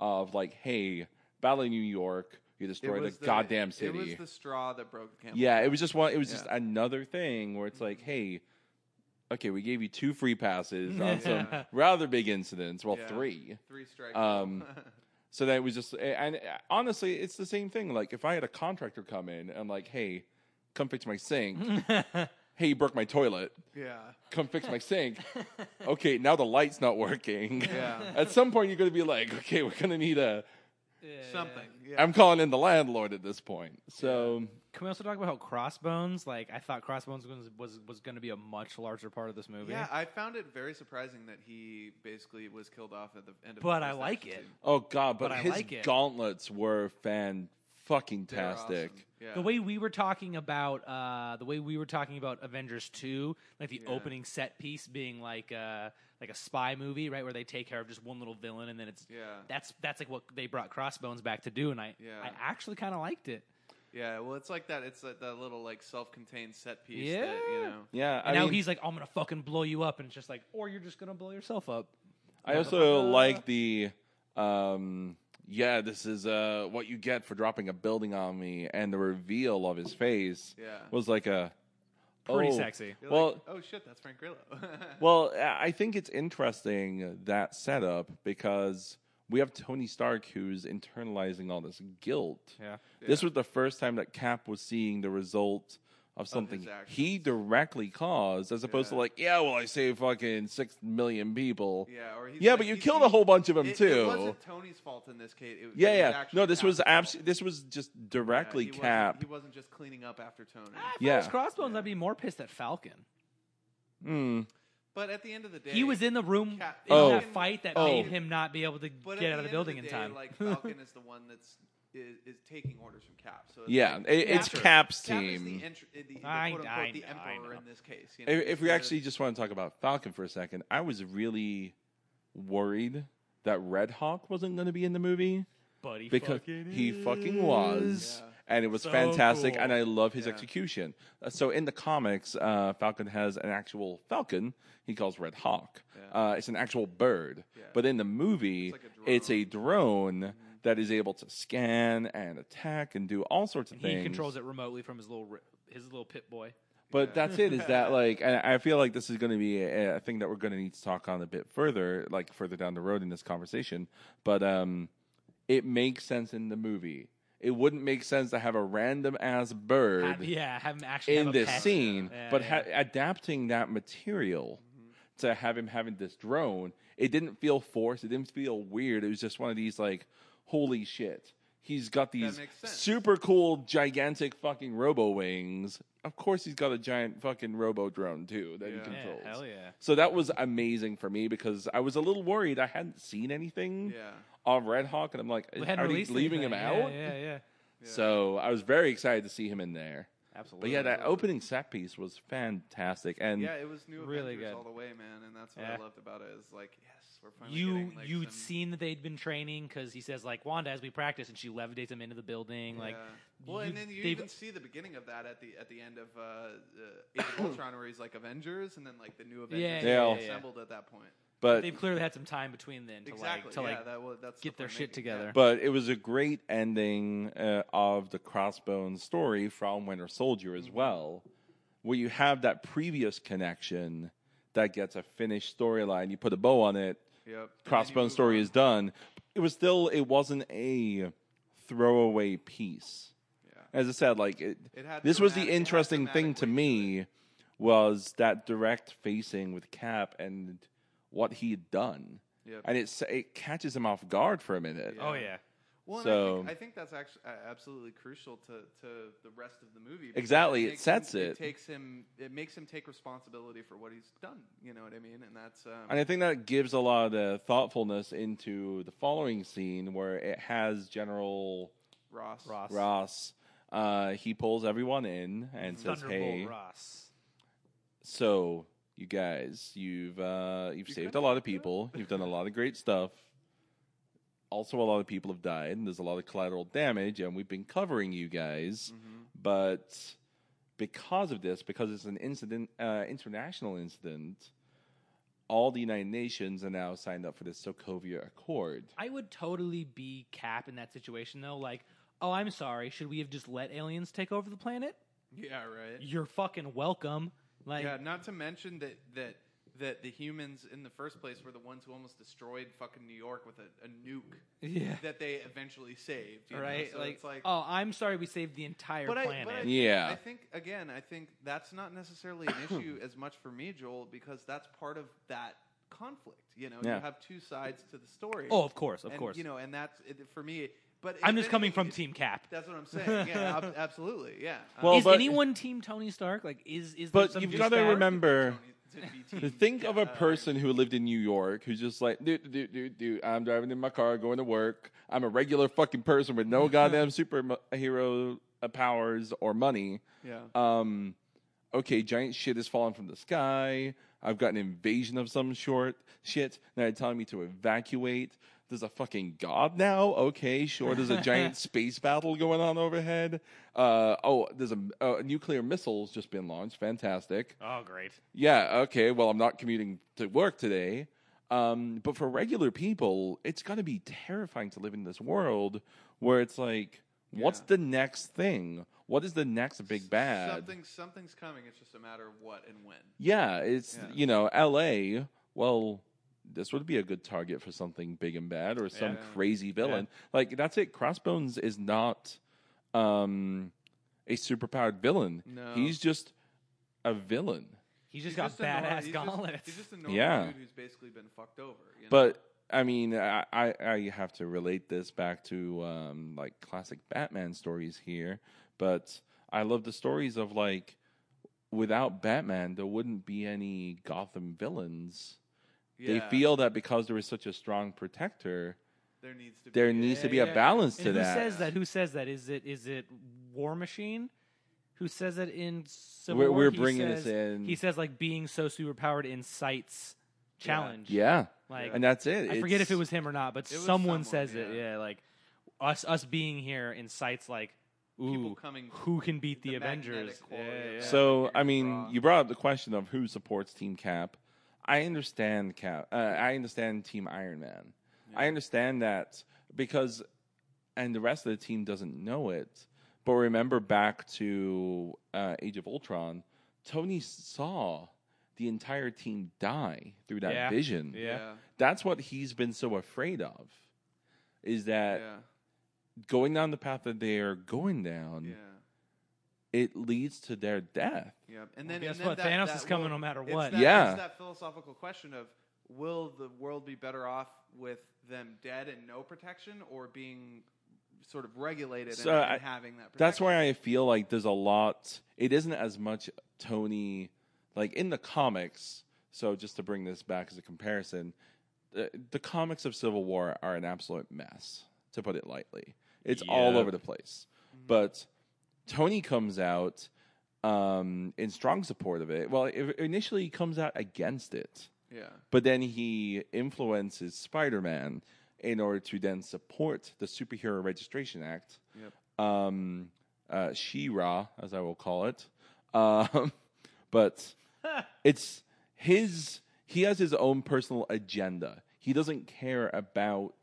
of like, hey, Battle of New York, you It destroyed a was goddamn It city. was the straw that broke the camel. Yeah, it was just one. It was just Yeah. another thing where it's like, hey, okay, we gave you two free passes on some Yeah. rather big incidents. Well, Yeah. three. Three strikes. Um, So that was just, and and honestly, it's the same thing. Like if I had a contractor come in and like, hey, come fix my sink. Mm-hmm. hey, you broke my toilet. yeah. Come fix my sink. okay, now the light's not working. Yeah. At some point, you're gonna be like, okay, we're gonna need a. Something. Yeah. I'm calling in the landlord at this point. So Can we also talk about how Crossbones? Like, I thought Crossbones was was, was going to be a much larger part of this movie. Yeah, I found it very surprising that he basically was killed off at the end of. but the I first like episode. it. Oh God, but, But I his like it. gauntlets were fan fucking They were tastic. awesome. Yeah. The way we were talking about uh, the way we were talking about Avengers two, like the opening set piece being like uh, like a spy movie, right, where they take care of just one little villain and then it's Yeah. that's that's like what they brought Crossbones back to do, and I Yeah. I actually kind of liked it. Yeah, well, it's like that. It's that, that little like self-contained set piece. Yeah. That, you know. Yeah, I And now mean, he's like, I'm gonna fucking blow you up, and it's just like, or you're just gonna blow yourself up. I also like the, um, yeah, this is uh what you get for dropping a building on me, and the reveal of his face Yeah. was like a Pretty oh. sexy. You're Well, like, oh shit, that's Frank Grillo. Well, I I think it's interesting that setup because we have Tony Stark who's internalizing all this guilt. Yeah. This Yeah. was the first time that Cap was seeing the result of something actions. he directly caused, as opposed to Yeah. like, yeah, well, I saved fucking six million people. yeah, or he's Yeah, like- but you he's- killed he's- a whole bunch of them it, too. It wasn't Tony's fault in this case. It, was- yeah, it was yeah. actually No, this was Cap's abs- fault. This was just Yeah, directly he wasn't- Cap. He wasn't just cleaning up after Tony. Ah, If I Yeah. was Crossbones, I'd be more pissed at Falcon. Mm. But at the end of the day, He was in the room Cap- in Oh. that fight that Oh. made him not be able to but at get out of the end building in day, time. Like Falcon is the one that's is, is taking orders from Cap. So it's Yeah, like, it- it's Cap's Cap's Cap team. is the, entr- the, the, the I- quote I unquote the know, I emperor know. in this case. You know, If, if we the- actually just want to talk about Falcon for a second, I was really worried that Red Hawk wasn't going to be in the movie but he because fucking he fucking was, and it was So fantastic, cool. and I love his Yeah. execution. Uh, so in the comics, uh, Falcon has an actual Falcon. He calls Red Hawk. Yeah. Uh, it's an actual bird, Yeah. but in the movie, It's like a Mm-hmm. it's a drone. that is able to scan and attack and do all sorts of he things. controls it remotely from his little ri- his little pit boy. But that's it. Is that like? And I feel like this is going to be a, a thing that we're going to need to talk on a bit further, like further down the road in this conversation. But um, it makes sense in the movie. It wouldn't make sense to have a random ass bird Have, yeah, have him actually in have a this pet. scene, Yeah, but yeah. ha- adapting that material to have him having this drone, it didn't feel forced. It didn't feel weird. It was just one of these like, holy shit. He's got these makes sense. super cool, gigantic fucking robo wings. Of course, he's got a giant fucking robo drone too that he Yeah. Yeah, controls. hell yeah. So that was amazing for me because I was a little worried. I hadn't seen anything Yeah. on Red Hawk, and I'm like, We hadn't are they released leaving him anything. out? Yeah, yeah, yeah. So I was very excited to see him in there. Absolutely. But yeah, that opening set piece was fantastic, and Yeah, it was new Really Avengers good. all the way, man, and that's what I Yeah. loved about it. Is like, yes, we're finally you getting, like, you'd some- seen that they'd been training because he says like Wanda as we practice and she levitates him into the building like Yeah. well, and then you they've- even see the beginning of that at the at the end of uh, uh, Age of Ultron, where he's like Avengers, and then like the new Avengers Yeah, is yeah, yeah, yeah. assembled at that point. but they've clearly had some time between then to exactly. like to yeah, like that, well, that's the get their point I'm shit making, yeah. together. but it was a great ending uh, of the Crossbones story from Winter Soldier Mm-hmm. as well, where you have that previous connection that gets a finished storyline. You put a bow on it. Yep. And then you Crossbones move story on. is done. It was still it wasn't a throwaway piece. Yeah. As I said, like it, It had this was the dramatic- it had interesting thing dramatic to weight to me was that direct facing with Cap and what he had done. Yep. and it's it catches him off guard for a minute. Yeah. oh yeah Well, So- and I, think, I think that's actually uh, absolutely crucial to, to the rest of the movie. because Exactly, it takes sets him, it. takes him. It makes him take responsibility for what he's done. You know what I mean? And that's. Um, And I think that gives a lot of the thoughtfulness into the following scene where it has General Ross. Ross. Ross. Uh, he pulls everyone in and says, Thunderbolt "Hey, Ross. so you guys, you've uh, you've You saved a couldn't lot of do it." people. You've done a lot of great stuff. Also, a lot of people have died, and there's a lot of collateral damage, and we've been covering you guys. Mm-hmm. But because of this, because it's an incident, uh, international incident, all the United Nations are now signed up for this Sokovia Accord. I would totally be Cap in that situation though. Like, oh, I'm sorry. Should we have just let aliens take over the planet? Yeah. Right. You're fucking welcome. Like, yeah. Not to mention that that that the humans in the first place were the ones who almost destroyed fucking New York with a, a nuke yeah, that they eventually saved. you know? right. So like, it's like. oh, I'm sorry. We saved the entire planet. I, I- Yeah. I think again, I think that's not necessarily an issue as much for me, Joel, because that's part of that conflict. You know, Yeah. you have two sides to the story. oh, of course, of and, course. You know, and that's it, for me. But I'm if just coming anything, from it- Team Cap. That's what I'm saying. Yeah, ab- absolutely. Yeah. Um, Well, is but- anyone Team Tony Stark? Like, is is there But some you've new got to Stark? remember. Tony- to be team- To think of a uh, person who lived in New York who's just like, dude, dude, dude, dude, I'm driving in my car, going to work. I'm a regular fucking person with no goddamn superhero uh, powers or money. Yeah. Um, okay, giant shit is falling from the sky. I've got an invasion of some short shit. Now they're telling me to evacuate. There's a fucking god now. Okay, sure. There's a giant space battle going on overhead. Uh, oh, there's a, a nuclear missile's just been launched. Fantastic Oh, great. yeah, okay, well, I'm not commuting to work today. Um, but for regular people, it's going to be terrifying to live in this world where it's like, what's Yeah. the next thing? What is the next big bad? Something. Something's coming. It's just a matter of what and when. Yeah, it's, Yeah. you know, LA, well, this would be a good target for something big and bad or some Yeah. crazy villain. Like, that's it. Crossbones is not um, a superpowered villain, No. he's just a villain. He's just got He's a nor- badass he's just- gauntlets. he's just a normal Yeah. dude who's basically been fucked over. you know? But I mean, I, I I have to relate this back to um, like classic Batman stories here. But I love the stories of like without Batman, there wouldn't be any Gotham villains. They Yeah, feel that because there is such a strong protector, there needs to be there needs to Yeah, be yeah. a balance And to who that. says that? Who says that? Is it is it War Machine? Who says that in Civil We're- War? we're He bringing says, this in. He says like being so superpowered incites challenge. Yeah, Like and that's it. I forget if it It's- was him or not, but It was someone someone, says it. yeah. Yeah, like us us being here incites like people ooh, coming who can beat the, the magnetic Avengers? quality of that. So- So I you're mean, wrong. you brought up the question of who supports Team Cap. I understand Cap. Uh, I understand Team Iron Man. I understand that because, and the rest of the team doesn't know it. But remember back to uh, Age of Ultron, Tony saw the entire team die through that Yeah. vision. Yeah. That's what he's been so afraid of. Is Yeah. that um, Yeah. going down the path that they are going down? yeah. It leads to their death. Yeah, Well, and then guess and then what? that- Thanos that is coming will- no matter it's what. that- Yeah. it's that philosophical question of will the world be better off with them dead and no protection, or being sort of regulated So and, I- and having that? Protection? That's why I feel like there's a lot. It isn't as much Tony, like in the comics. So just to bring this back as a comparison, the, the comics of Civil War are an absolute mess, to put it lightly. It's all Yep. over the place. But Tony comes out um, in strong support of it. Well, i initially he comes out against it, yeah, but then he influences Spider-Man in order to then support the Superhero Registration Act yep. um, uh, She-Ra, as I will call it. Um, but it's his. He has his own personal agenda. He doesn't care about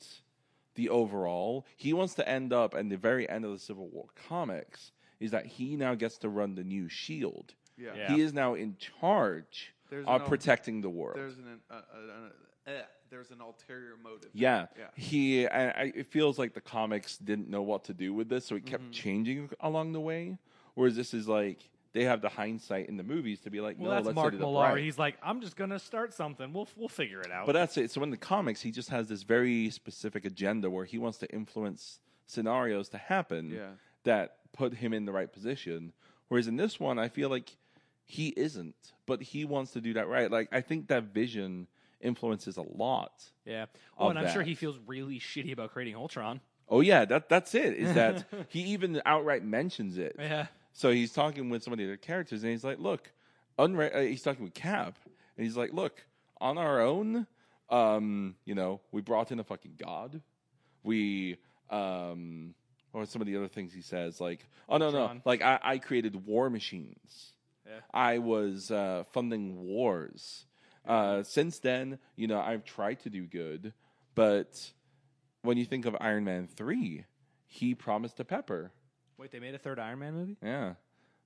the overall. He wants to end up, and the very end of the Civil War comics is that he now gets to run the new Shield. yeah. Yeah. E He is now in charge There's of no- protecting the world. There's an uh, uh, uh, uh, there's an ulterior motive. Yeah. Yeah. He, I, I, it feels like the comics didn't know what to do with this, so it Mm-hmm. kept changing along the way. Whereas this is like, they have the hindsight in the movies to be like, Well, no, that's let's Mark set it up Millar. right. He's like, I'm just gonna start something. We'll we'll uh, figure it out. But that's it. So in the comics, he just has this very specific agenda where he wants to influence scenarios to happen Yeah. that put him in the right position. Whereas in this one, I feel like he isn't, but he wants to do that right. Like I think that vision influences a lot. Yeah. Oh, Of and I'm sure that. he feels really shitty about creating Ultron. Oh yeah, that that's it. Is that he even outright mentions it? Yeah. So he's talking with some of the other characters, and he's like, "Look, unre- uh, he's talking with Cap, and he's like, "Look, on our own, um, you know, we brought in a fucking god. We, um, what are some of the other things he says? Like, oh no, no, Ultron. like I, I created war machines. Yeah. I was uh, funding wars. Uh, since then, you know, I've tried to do good, but when you think of Iron Man three, he promised to Pepper." Wait, they made a third Iron Man movie? Yeah.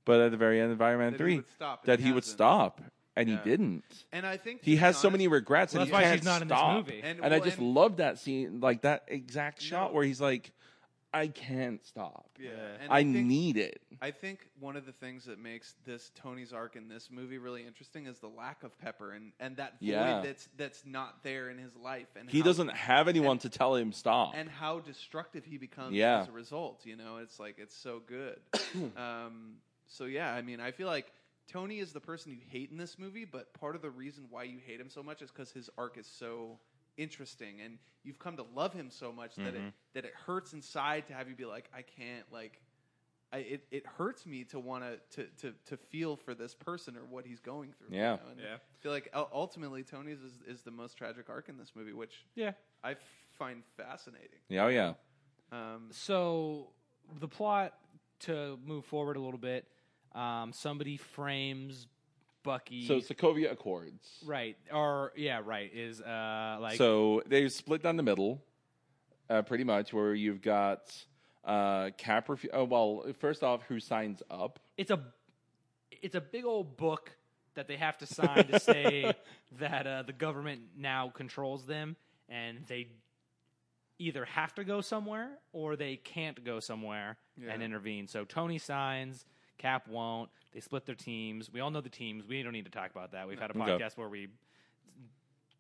But at the very end of Iron Man That he 3, would stop, and that he he would hasn't. stop. And Yeah. he didn't. And I think He to be has so honest- many regrets Well, and he that's why can't she's not in this stop. movie. And, I well, just love that scene, like that exact shot No. where he's like, I can't stop. yeah, Yeah. and I, think- need it. I think one of the things that makes this Tony's arc in this movie really interesting is the lack of Pepper and, and that Yeah. void that's that's not there in his life and He how- doesn't have anyone to tell him stop. and how destructive he becomes Yeah. as a result. You know, it's like it's so good. um, so yeah, I mean, I feel like Tony is the person you hate in this movie, but part of the reason why you hate him so much is because his arc is so interesting, and you've come to love him so much that Mm-hmm. it that it hurts inside to have you be like, I can't like. I, it, it hurts me to want to to to feel for this person or what he's going through. you Yeah. know? And Yeah. I feel like ul- ultimately Tony's is, is the most tragic arc in this movie, which Yeah. I find fascinating. yeah, oh, yeah. Um, So the plot to move forward a little bit, um, somebody frames Bucky. So Sokovia Accords. right or yeah, right is uh like so they split down the middle, uh, pretty much, where you've got uh, Cap. Refu- oh, well, first off, who signs up? it's a it's a big old book that they have to sign to say that uh, the government now controls them and they either have to go somewhere or they can't go somewhere and Yeah. intervene. So Tony signs, Cap won't. They split their teams. We all know the teams. We don't need to talk about that. We've had a Okay. podcast where we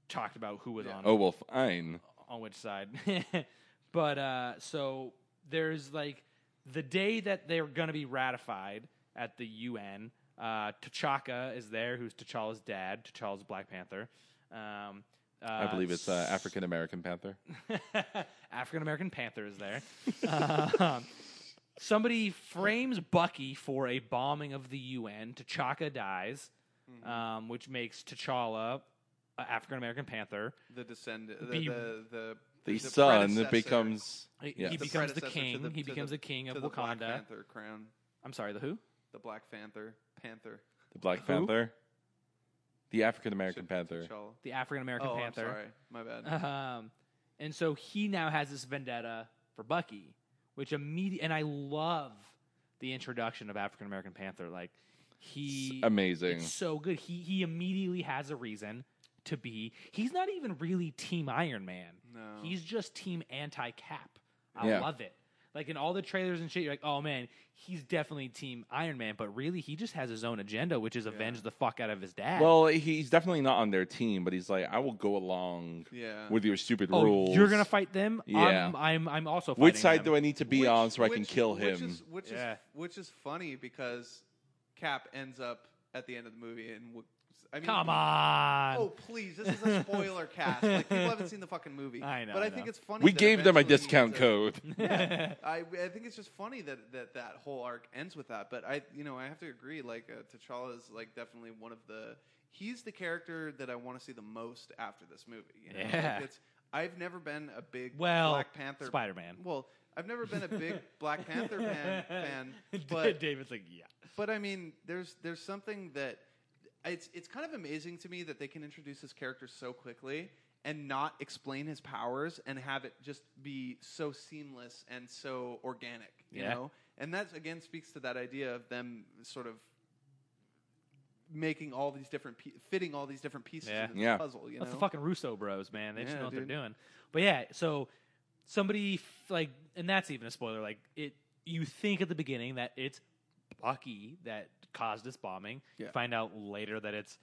talked about who was Yeah. on Oh, well, fine. on which side. but uh, so there's like the day that they're going to be ratified at the UN. Uh, T'Chaka is there, who's T'Challa's dad. T'Challa's Black Panther. Um, uh, I believe it's uh, African American Panther. African American Panther is there. Um, somebody frames Bucky for a bombing of the UN. T'Chaka dies, um, which makes T'Challa uh, African American Panther. the descendant, the Be- the, the, The, the son predecessor- becomes He- yeah. He the becomes the predecessor to king. he to becomes the, king of to Wakanda. the Black Panther crown, I'm sorry, the who? the Black Panther, Panther, the Black Panther, the African American T'Ch- Panther. T'Challa. The African American Oh, Panther. I'm sorry, my bad. Um, and so he now has this vendetta for Bucky, which immediate. And I love the introduction of African American Panther. Like he, It's amazing. it's so good. He he immediately has a reason to be. He's not even really Team Iron Man. No. he's just Team Anti Cap. I Yeah. love it. Like in all the trailers and shit, you're like, oh man, he's definitely Team Iron Man, but really he just has his own agenda, which is avenge the fuck out of his dad. Well, he's definitely not on their team, but he's like, I will go along yeah, with your stupid oh, rules. you're gonna fight them? Yeah. I'm, I'm, I'm also fighting Which side them. do I need to be Which- on so I can which- kill which him? is- which Yeah. is which is funny because Cap ends up at the end of the movie and w- I mean, Come on. Oh please! This is a spoiler cast. Like people haven't seen the fucking movie. I know, but I, I think know. it's funny. we that gave them a eventually he discount ends up- code. I, I think it's just funny that, that that whole arc ends with that. But I, you know, I have to agree. Like uh, T'Challa is like definitely one of the. He's the character that I want to see the most after this movie. You know? Like, Yeah. it's, I've never been a big Well, Black Panther Spider-Man. Well, I've never been a big Black Panther fan, fan but David's like, yeah. but I mean, there's there's something that it's it's kind of amazing to me that they can introduce this character so quickly and not explain his powers and have it just be so seamless and so organic, you Yeah. know. And that again speaks to that idea of them sort of making all these different pe- fitting all these different pieces Yeah. into the Yeah. puzzle. You That's know, the fucking Russo bros, man. They just Yeah, know what dude. they're doing. But yeah, so somebody f- like, and that's even a spoiler. Like it, you think at the beginning that it's Bucky that caused this bombing. Yeah. You find out later that it's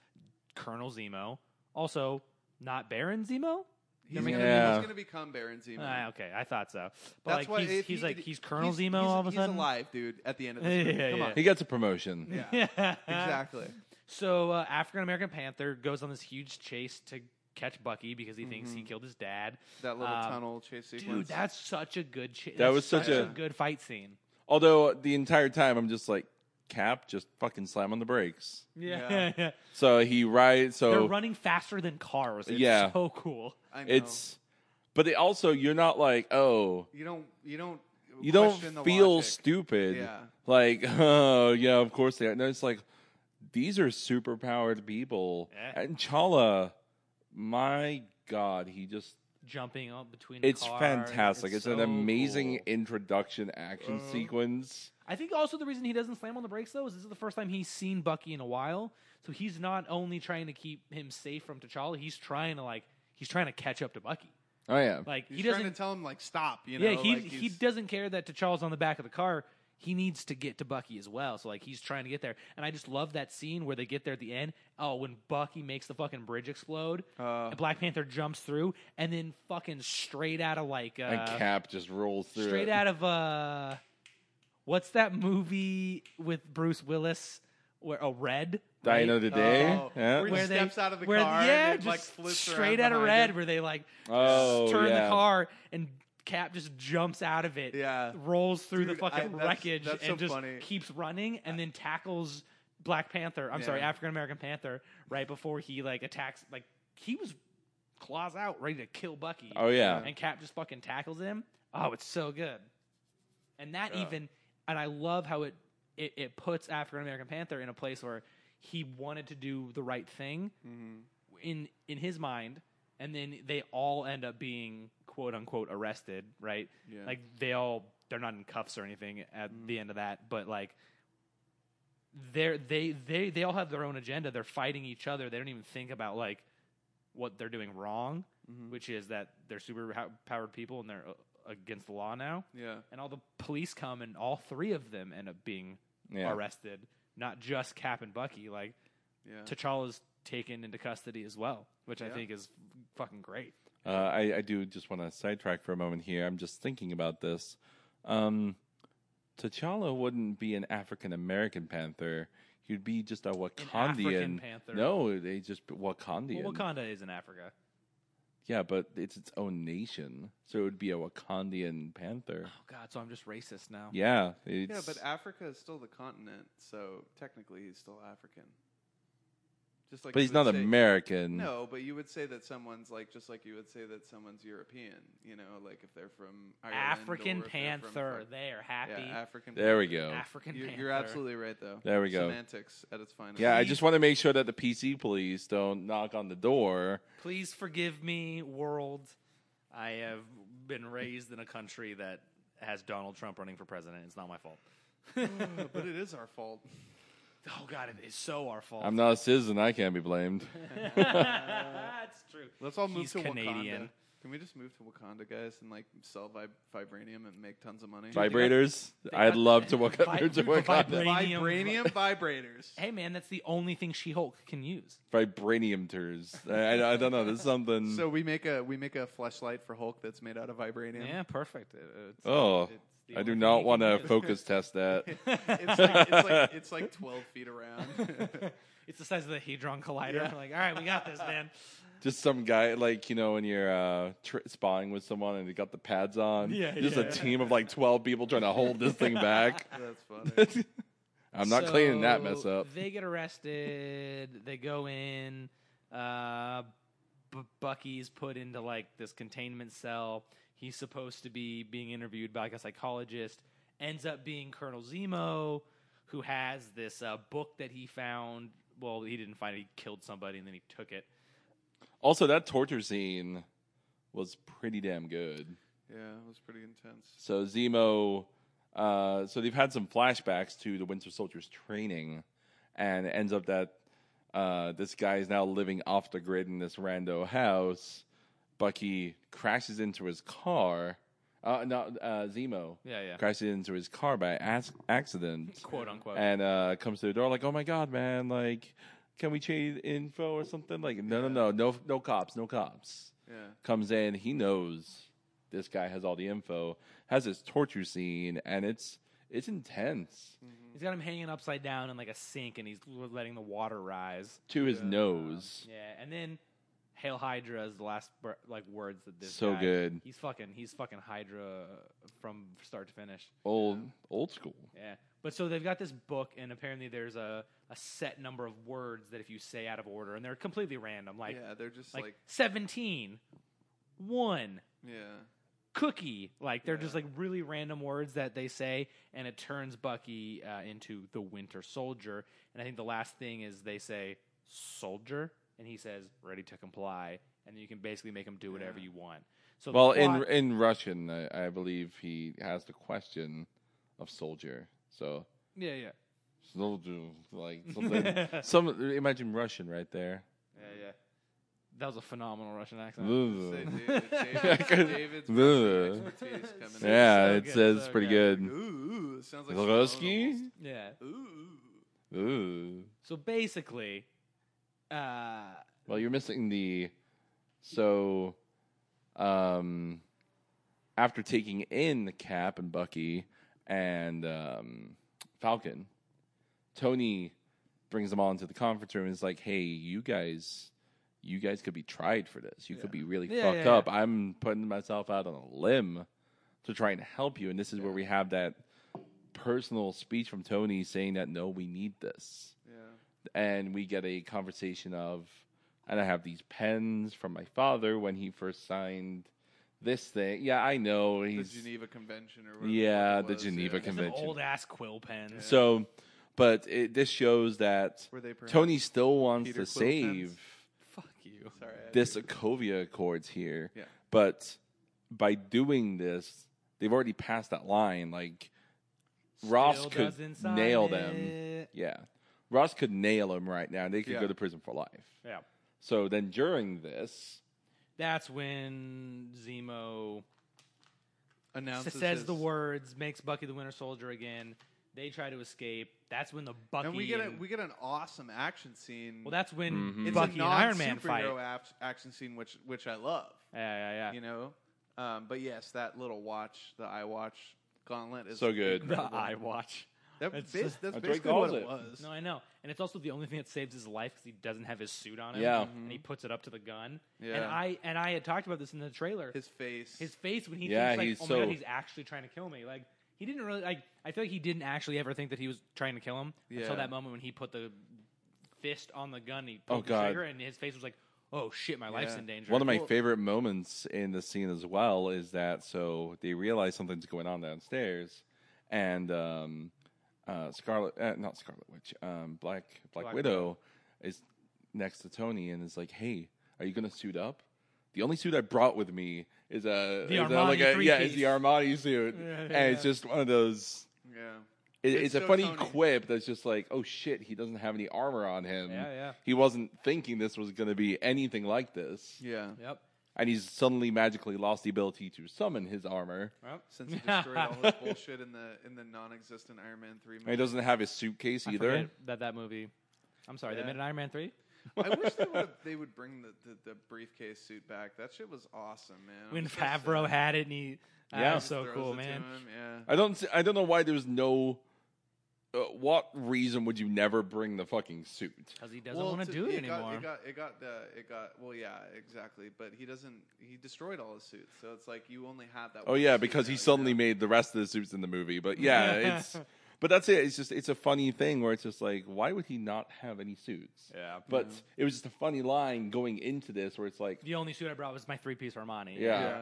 Colonel Zemo. Also, not Baron Zemo. He's, mean- gonna, Yeah. he's gonna become Baron Zemo. Ah, okay, I thought so. But like That's why he's, if he's he like could- he's Colonel he's- Zemo he's- all of a sudden. He's alive, dude. At the end of this movie, Yeah, come yeah. He on. gets a promotion. Yeah, exactly. So uh, African American Panther goes on this huge chase to catch Bucky because he thinks Mm-hmm. he killed his dad. That little Um, tunnel chase Dude, sequence. that's such a good. Cha- That that's was such a, a- good fight scene. Although the entire time I'm just like, Cap, just fucking slam on the brakes. Yeah. yeah. So he rides. They're So running faster than cars. It's Yeah. so cool. I know. it's, but they also you're not like, oh, you don't you don't you don't question the feel logic. stupid. Yeah. Like, oh yeah, of course they are. No, it's like these are super powered people. Yeah. And Chala, my god, he just Jumping up between. it's cars. fantastic. It's, an so amazing cool. introduction action sequence. I think also the reason he doesn't slam on the brakes though is this is the first time he's seen Bucky in a while. So he's not only trying to keep him safe from T'Challa, he's trying to like he's trying to catch up to Bucky. Oh yeah. Like He's he trying doesn't to tell him like stop. You know, Yeah, he like, he he's- doesn't care that T'Challa's on the back of the car. He needs to get to Bucky as well. So like he's trying to get there. And I just love that scene where they get there at the end. Oh, when Bucky makes the fucking bridge explode, Uh. and Black Panther jumps through and then fucking straight out of like uh, and Cap just rolls through straight it. out of uh what's that movie with Bruce Willis where a red right? Dino today. Oh. yeah. Where he steps out of the where, car and yeah, then, like, just flips around straight out of behind red, him. where they like Oh, turn yeah. the car and Cap just jumps out of it, Yeah. rolls through the Dude, I- fucking that's- wreckage that's so and just funny. keeps running and then tackles Black Panther. I'm sorry, Yeah. African American Panther right before he like attacks. Like he was claws out, ready to kill Bucky. Oh, yeah. and Cap just fucking tackles him. Oh, it's so good. And that Yeah. even, and I love how it it, it puts African American Panther in a place where he wanted to do the right thing mm-hmm, in in his mind, and then they all end up being quote unquote arrested, right? Yeah. Mm. Like they all they're not in cuffs or anything at the end of that, but like they're they they they all have their own agenda. They're fighting each other. They don't even think about like what they're doing wrong, Mm-hmm. which is that they're super ho- powered people and they're uh, against the law now. yeah. And all the police come, and all three of them end up being Yeah. arrested. Not just Cap and Bucky. Like Yeah. T'Challa's taken into custody as well, which I Yeah. think is fucking great. Uh, I, I do just want to sidetrack for a moment here. I'm just thinking about this. Um, T'Challa wouldn't be an African American panther. He'd be just a Wakandian African panther. No, they just be Wakandian. Well, Wakanda is in Africa. yeah, but it's its own nation, so it would be a Wakandian panther. Oh God, so I'm just racist now. Yeah, Yeah, it's- but Africa is still the continent, so technically he's still African. Just like but you he's would not say- American. No, but you would say that someone's like just like you would say that someone's European. You know, like if they're from Ireland African or if they're from panther. fuck- They are yeah, happy. African. There we go. African You're, panther. you're absolutely right, though. There we go. Semantics at its finest. yeah, I just want to make sure that the PC police don't knock on the door. Please forgive me, world. I have been raised in a country that has Donald Trump running for president. It's not my fault. but it is our fault. Oh God, it is so our fault. I'm not a citizen. I can't be blamed. That's true. Let's all move He's to Canadian. Wakanda. Can we just move to Wakanda, guys, and like sell vib- vibranium and make tons of money? Vibrators. I'd got- love to work Vi- under to work on vibrate- that. Vibranium- Vibranium vibrators. Hey man, that's the only thing She Hulk can use. Vibranium tours. I, I, I don't know. There's something. So we make a we make a fleshlight for Hulk that's made out of vibranium. Yeah, perfect. It- it's- oh, it's the I only do thing not he want to can focus test that. It's like, it's like it's like twelve feet around. It's the size of the Hadron Collider. Yeah. Like, all right, we got this, man. Just some guy, like you know, when you're uh, tr- spying with someone and they got the pads on. Yeah, Just a yeah. team of like twelve people trying to hold this thing back. that's funny. I'm not cleaning that So, mess up. They get arrested. they go in. Uh, B- Bucky's put into like this containment cell. He's supposed to be being interviewed by like a psychologist. Ends up being Colonel Zemo, who has this uh, book that he found. Well, he didn't find it. He killed somebody and then he took it. Also, that torture scene was pretty damn good. Yeah, it was pretty intense. So Zemo, uh, so they've had some flashbacks to the Winter Soldier's training, and it ends up that uh, this guy is now living off the grid in this rando house. Bucky crashes into his car. Uh, no, uh, Zemo Yeah, yeah. crashes into his car by ac- accident Quote unquote. and uh, comes to the door like, "Oh my god, man! Like, can we trade info or something? Like, no, no, no, no, no cops, no cops. Yeah. Comes in, he knows this guy has all the info, has his torture scene, and it's it's intense He's got him hanging upside down in like a sink, and he's letting the water rise. to his nose. Yeah, and then Hail Hydra is the last br- like words that this So guy- good. He's fucking he's fucking Hydra from start to finish. Old old school. Yeah. But so they've got this book, and apparently there's a, a set number of words that if you say out of order, and they're completely random, like yeah, they're just like, like, 17, 1, yeah, cookie. Like they're Yeah. just like really random words that they say, and it turns Bucky uh, into the Winter Soldier. And I think the last thing is they say soldier, and he says ready to comply, and then you can basically make him do whatever Yeah. you want. So the Well, plot- in in Russian, I, I believe he has the question of soldier. So yeah, yeah, soldier, like something. some imagine Russian right there. yeah, yeah. That was a phenomenal Russian accent. Say, yeah, dude, David's, David's Ugh. expertise coming in. it's, good, it's so pretty good. good. Ooh, sounds like Ruski? Ruski. Yeah. Ooh, Ooh. So basically, uh, Well, you're missing the. So, um, after taking in the Cap and Bucky and um, Falcon, Tony brings them all into the conference room and is like, "Hey, you guys, you guys could be tried for this. You could be really Yeah, fucked yeah, up. I'm putting myself out on a limb to try and help you." And this is where we have that personal speech from Tony saying that, "No, we need this." yeah, and we get a conversation of and I have these pens from my father when he first signed this thing. Yeah, I know the he's Geneva Convention or whatever. yeah it the was, Geneva yeah. some Convention. old ass quill pens. So, but it, this shows that Were they perhaps Tony still wants Peter to Quill pens? save Fuck you. Sorry, I had this to- Sokovia Accords here. Yeah. But by doing this, they've already passed that line. Like Ross Still could doesn't sign nail them. it. Yeah, Ross could nail them right now. They could Yeah. go to prison for life. Yeah. So then during this, That's when Zemo announces says the his- words, makes Bucky the Winter Soldier again. They try to escape. That's when the Bucky and we get a, and- we get an awesome action scene. well, that's when Mhm. it's Bucky and a Iron Man fight. non-superhero act- action scene, which which I love. Yeah, yeah, yeah. You know, um, but yes, that little watch, the eye watch gauntlet is So good. The incredible. Eye Watch. That, It's- bas- that's That's what he basically what calls it it. was. No, I know, and it's also the only thing that saves his life because he doesn't have his suit on him. Yeah. and he puts it up to the gun. And Yeah. I and I had talked about this in the trailer. his face. his face when he Yeah, thinks like, he's oh my god, so- he's actually trying to kill me. Like he didn't really like. I feel like he didn't actually ever think that he was trying to kill him Yeah. until that moment when he put the fist on the gun. And he pulled Oh, the God. trigger, and his face was like, "Oh shit, my life's Yeah. in danger." one of my Well- favorite moments in the scene as well is that so they realize something's going on downstairs, and um, uh, Scarlet, uh, not Scarlet Witch, um, Black Black, Black Widow, is next to Tony and is like, "Hey, are you gonna suit up? The only suit I brought with me is a The is a- like Armani a, yeah, it's three-piece. the Armani suit, and it's just one of those." yeah. It, It's it's a so funny Tony. quip that's just like, oh shit, he doesn't have any armor on him. Yeah, yeah. He wasn't thinking this was going to be anything like this. Yeah. yep. And he's suddenly magically lost the ability to summon his armor. Yep. Since he destroyed all his bullshit in the in the non-existent Iron Man three And he movie. doesn't have his suitcase I either. forget that that movie. I'm sorry, Yeah. they made an Iron Man three. I wish they would they would bring the, the, the briefcase suit back. That shit was awesome, man. I'm When so sad. Favreau had it, and he yeah, Yeah. that was Just so throws cool, it to man. him, Yeah. I don't. See, I don't know why there's no. Uh, what reason would you never bring the fucking suit? Because he doesn't Well, want to- to do it, Got, anymore. it got it got uh, it got well, yeah, exactly. But he doesn't. He destroyed all his suits, so it's like you only have that. Oh one yeah, suit because now, he you suddenly know? made the rest of the suits in the movie. But yeah, it's. But that's it. It's just it's a funny thing where it's just like, why would he not have any suits? yeah. But it was just a funny line going into this where it's like, The only suit I brought was my three piece Armani. Yeah. Yeah.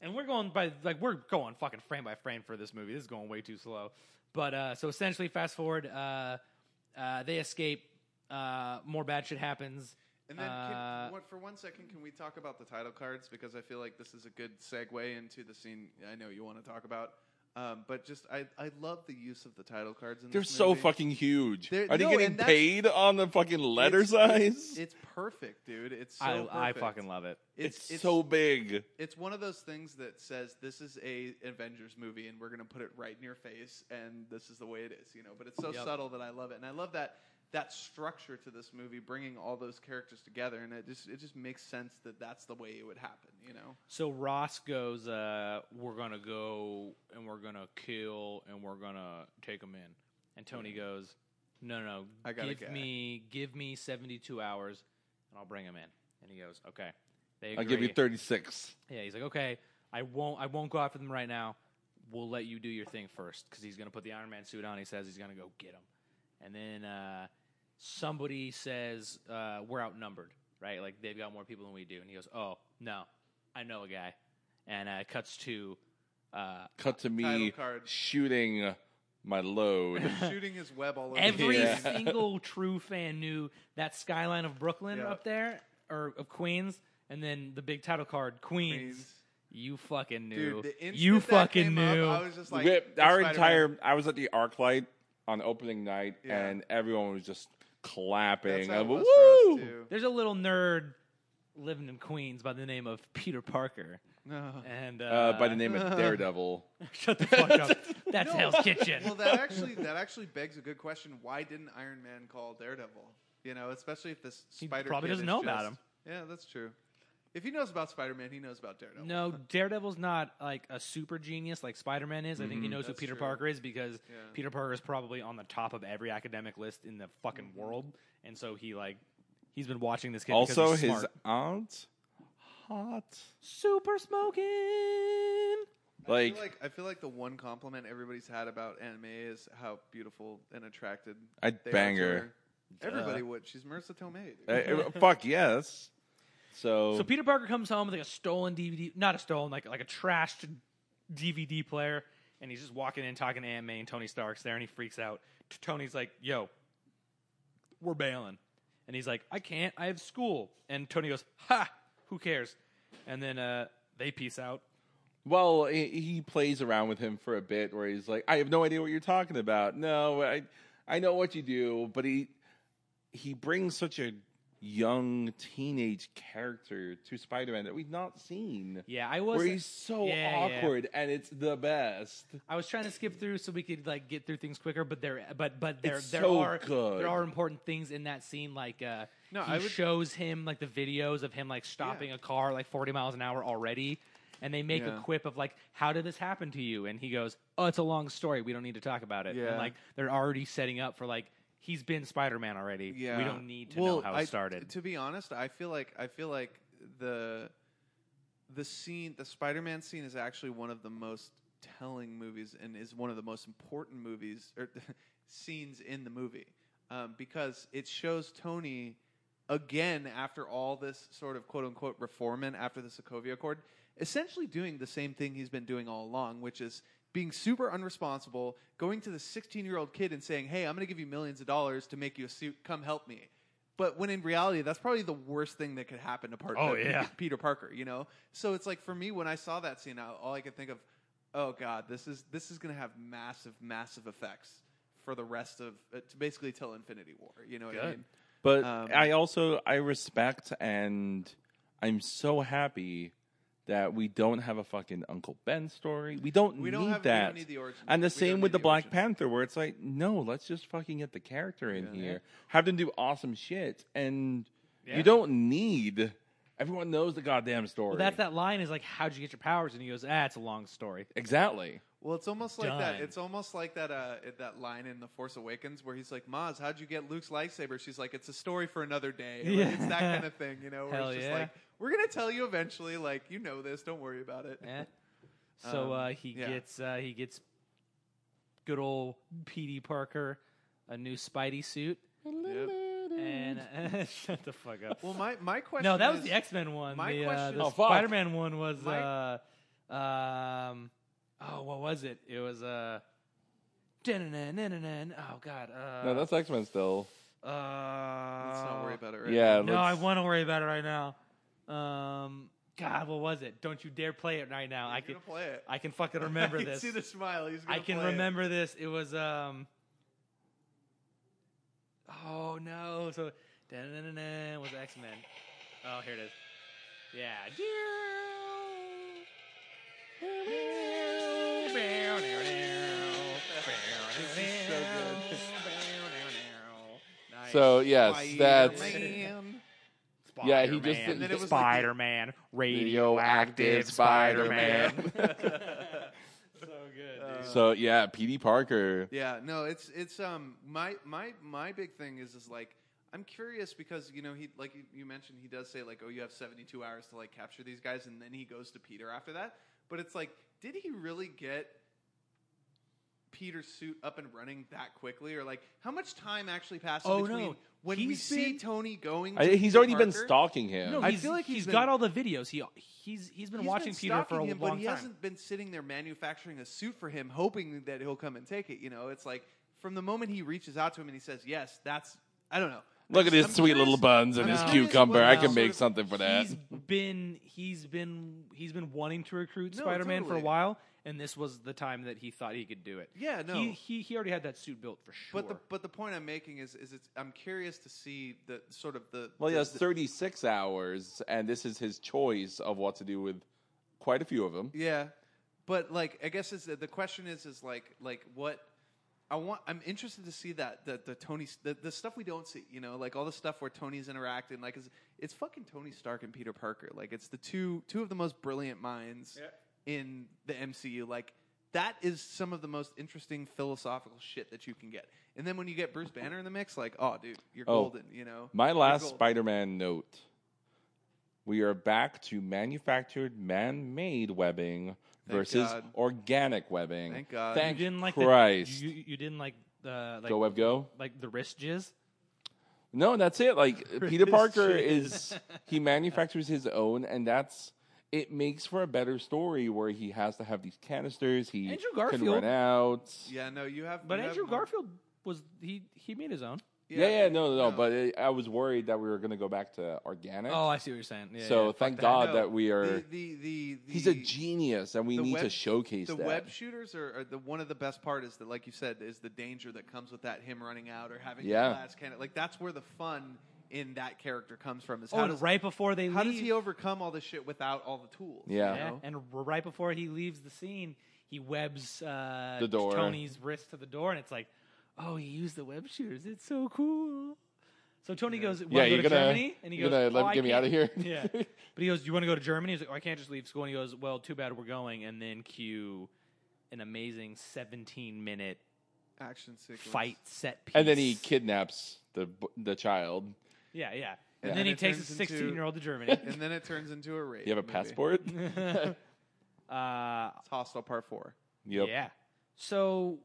and we're going by like we're going fucking frame by frame for this movie. This is going way too slow. But uh, so essentially, fast forward, uh, uh, they escape. Uh, more bad shit happens. And then, Uh, can, what, for one second, can we talk about the title cards? Because I feel like this is a good segue into the scene I know you want to talk about. Um, but just, I, I love the use of the title cards. In They're this so movie. fucking huge. They're- Are they no, getting and that's- paid on the fucking letter It's- size? It's, it's perfect, dude. It's so perfect. I, I fucking love it. It's It's, it's so big. It's one of those things that says this is a Avengers movie, and we're going to put it right in your face, and this is the way it is, you know. But it's so Yep. subtle that I love it, and I love that that structure to this movie, bringing all those characters together, and it just it just makes sense that that's the way it would happen. You know, So Ross goes, uh, "We're gonna go and we're gonna kill and we're gonna take them in." And Tony goes, "No, no, I got a give guy." me give me seventy two hours and I'll bring him in." And he goes, "Okay." They I'll give you agree. 36. Yeah, he's like, "Okay, I won't I won't go after them right now. We'll let you do your thing first because he's gonna put the Iron Man suit on. He says he's gonna go get him, and then uh, somebody says uh, we're outnumbered, right? Like they've got more people than we do, and he goes, "Oh no, I know a guy," and uh, it cuts to uh, Cut to me Title card. shooting my load. shooting his web all over every the Yeah. place. single true fan knew that skyline of Brooklyn Yeah. up there or of Queens, and then the big title card Queens. Queens. You fucking knew. Dude, the instant you that fucking came knew. Up, I was just like, Whip- it's our Spider-Man. entire. I was at the arc light on opening night, Yeah. and everyone was just That's clapping. how I it went, was for us, "Woo!" too. There's a little nerd living in Queens by the name of Peter Parker, No. and uh, Uh, by the name of Daredevil. shut the fuck up. That's Hell's Kitchen. well, that actually that actually begs a good question. Why didn't Iron Man call Daredevil? You know, especially if this He Spider probably kid doesn't is know just, about him. Yeah, that's true. If he knows about Spider Man, he knows about Daredevil. no, Daredevil's not like a super genius like Spider-Man is. I think he Mm-hmm. knows who That's Peter true. Parker is because Yeah. Peter Parker is probably on the top of every academic list in the fucking Mm-hmm. world, and so he like he's been watching this kid. because Also, he's his smart. aunt, hot. super smoking. I Like, feel like I feel like the one compliment everybody's had about anime is how beautiful and attracted I'd they bang are to her. Everybody would. She's Marissa Tomei. dude. uh, uh, fuck yes. So, So Peter Parker comes home with like a stolen DVD, not a stolen, like like a trashed DVD player, and he's just walking in talking to Aunt May and Tony Stark's there, and he freaks out. T- Tony's like, "Yo, we're bailing," and he's like, "I can't, I have school." And Tony goes, "Ha, who cares?" And then uh, they peace out. well, he, he plays around with him for a bit, where he's like, "I have no idea what you're talking about." No, I, I know what you do, but he, he brings such a young teenage character to Spider-Man that we've not seen. Yeah, I was. Where he's so Yeah, yeah. awkward, and it's the best. I was trying to skip through so we could like get through things quicker, but there, but but there, It's there so are good. there are important things in that scene. Like, uh, No, he I would- shows him like the videos of him like stopping a car like forty miles an hour already, and they make a Yeah. quip of like, "How did this happen to you?" And he goes, "Oh, it's a long story. We don't need to talk about it." Yeah. And like they're already setting up for like he's been Spider Man already. Yeah. we don't need to Well, know how I- it started. To be honest, I feel like I feel like the the scene, the Spider-Man scene, is actually one of the most telling movies, and is one of the most important movies or scenes in the movie um, because it shows Tony again after all this sort of quote unquote reformment after the Sokovia Accord, essentially doing the same thing he's been doing all along, which is being super unresponsible, going to the 16 year old kid and saying, Hey, I'm going to give you millions of dollars to make you a suit. Come help me. But when in reality, that's probably the worst thing that could happen to part- Oh, uh, yeah. Peter Parker, you know? So it's like for me, when I saw that scene, I- all I could think of, oh God, this is, this is going to have massive, massive effects for the rest of, uh, to basically till Infinity War. You know what I Good. mean? But Um, I also I respect and I'm so happy that we don't have a fucking Uncle Ben story. We don't We need don't have- we that. don't need the origin. And the We don't same with need the the Black origin. Panther, where it's like, no, let's just fucking get the character in Yeah. here, have them do awesome shit, and Yeah. you don't need. Everyone knows the goddamn story. well, that's that line is like, "How'd you get your powers?" And he goes, "Ah, it's a long story." exactly. Well, it's almost like Done. that. It's almost like that. Uh, that line in The Force Awakens where he's like, "Maz, how'd you get Luke's lightsaber?" She's like, "It's a story for another day." Like, Yeah. it's that kind of thing, you know. Where Hell it's just yeah. like, "We're gonna tell you eventually. Like, you know this. Don't worry about it." Eh. So Um, uh, he yeah. gets uh, he gets good old PD Parker a new Spidey suit and shut the fuck up. Well, my my question. no, that was is- the X Men one. my the uh, question- the Oh, fuck. Spider Man one was My- uh, um oh what was it? It was uh. da-na-na-na-na-na. Oh God! Uh, No, that's X Men still. uh, Let's not worry about it. Right Yeah. no, I let's- want to worry about it right now. Um, God, what was it? Don't you dare play it right now. now. I He's can, gonna play it. I can fucking remember You this. See the smile. He's I gonna can play it. remember this. It was um. Oh no! So da-na-na-na-na was X Men. Oh, here it is. Yeah. This is so good. Nice. So yes, that's Man. Yeah, he just- Spider-Man, And then it was like the- Spider-Man, radioactive radioactive Spider-Man. Spider-Man. so good, dude. so yeah, P.D. Parker. Yeah, no, it's it's um my my my big thing is is like I'm curious because you know he like you- you mentioned he does say like oh you have 72 hours to like capture these guys and then he goes to Peter after that, but it's like did he really get Peter's suit up and running that quickly or like how much time actually passed in Oh, between no. when we He's see been- Tony going? I, to he's Peter already been Parker? stalking him. No, I he's- feel like he's he's got been- all the videos. He he's he's been He's watching Peter for a stalking him, long but he time. hasn't been sitting there manufacturing a suit for him, hoping that he'll come and take it. You know, it's like from the moment he reaches out to him and he says yes, that's I don't know. Look at his I'm sweet curious- little buns and I'm his curious cucumber. what I the can sort make of- something for that. He's been he's been he's been wanting to recruit No, Spider-Man for a totally. while, and this was the time that he thought he could do it. Yeah, no. he he, he already had that suit built for sure. But the but the point I'm making is is it's I'm curious to see the sort of the Well, he the- has the- 36 hours, and this is his choice of what to do with quite a few of them. Yeah, but like I guess is that the question is is like like what I want. I'm interested to see that the the Tony the, the stuff we don't see. You know, like all the stuff where Tony's interacting. Like is it's fucking Tony Stark and Peter Parker. Like it's the two two of the most brilliant minds in the MCU. Like. That is some of the most interesting philosophical shit that you can get. And then when you get Bruce Banner in the mix, like, oh, dude, you're Oh. golden, you know? My You're last golden. Spider Man note We are back to manufactured, man made webbing versus God. organic webbing. Thank God. Thank you didn't like Christ. The, you, you didn't like the like go, Web, go. like the wrist jizz. No, that's it. Like Peter Chris Parker Chan. is he manufactures his own, and that's it makes for a better story where he has to have these canisters. He Andrew can run Garfield. out. Yeah, no, you have. But you have Andrew more- Garfield was he he made his own. Yeah, yeah, no, no, no. But it, I was worried that we were going to go back to organic. Oh, I see what you're saying. Yeah, yeah, so fuck thank that. God No, that we are. The, the, the, the, he's a genius, and we the need to web- showcase the that. web shooters are, are the one of the best part is that like you said is the danger that comes with that him running out or having Yeah. the last cannon like that's where the fun in that character comes from is Oh, how and does right before they how leave, does he overcome all this shit without all the tools Yeah. you Yeah, know? and r- right before he leaves the scene, he webs uh, The door. Tony's wrist to the door, and it's like, oh, he used the web shooters. It's so cool. So Tony goes, yeah, "Wanna you're go to gonna Germany?" And he you're goes, gonna let "Oh, I get me out of here. can't." yeah, but he goes, "You want to go to Germany?" He's like, oh, "I can't just leave school." And he goes, "Well, too bad we're going." And then cue an amazing 17 minute action sequence fight set piece, and then he kidnaps the b- the child. yeah, yeah, Yeah. and And then he it takes a turns 16 into- year old to Germany. and then it turns into a raid You have a movie. passport? uh, yep. it's hostile part four yep. Yeah. So,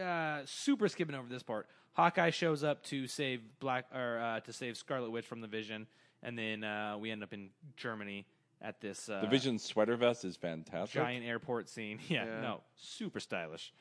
uh, super skipping over this part. Hawkeye shows up to save Black or uh, to save Scarlet Witch from the Vision, and then uh, we end up in Germany at this uh, The Vision sweater vest is fantastic. giant airport scene. Yeah, Yeah. no, super stylish.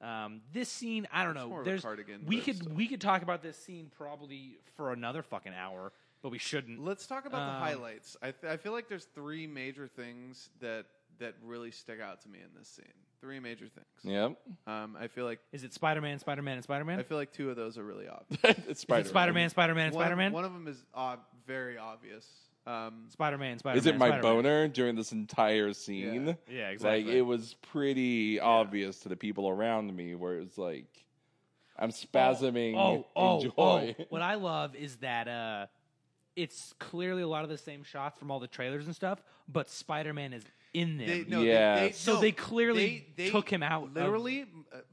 Um, this scene, I don't It's know. more of a There's cardigan, we but could still. we could talk about this scene probably for another fucking hour, but we shouldn't. Let's talk about Um, the highlights. I, th- I feel like there's three major things that that really stick out to me in this scene. Three major things. Yep. Um, I feel like Is it Spider Man, Spider Man, and Spider Man? I feel like two of those are really obvious. it's Spider-Man. Spider Man, Spider Man, and One of- Spider Man. One of them is ob- very obvious. Um, Spider Man, Spider Man. Is it my boner during this entire scene? Yeah, exactly. Like it was pretty obvious to the people around me where it was like I'm spasming Oh, oh, in oh. joy. What I love is that uh, it's clearly a lot of the same shots from all the trailers and stuff, but Spider Man is in them. they, no, Yeah. they, they, So no, they clearly they- they took him out of- Literally,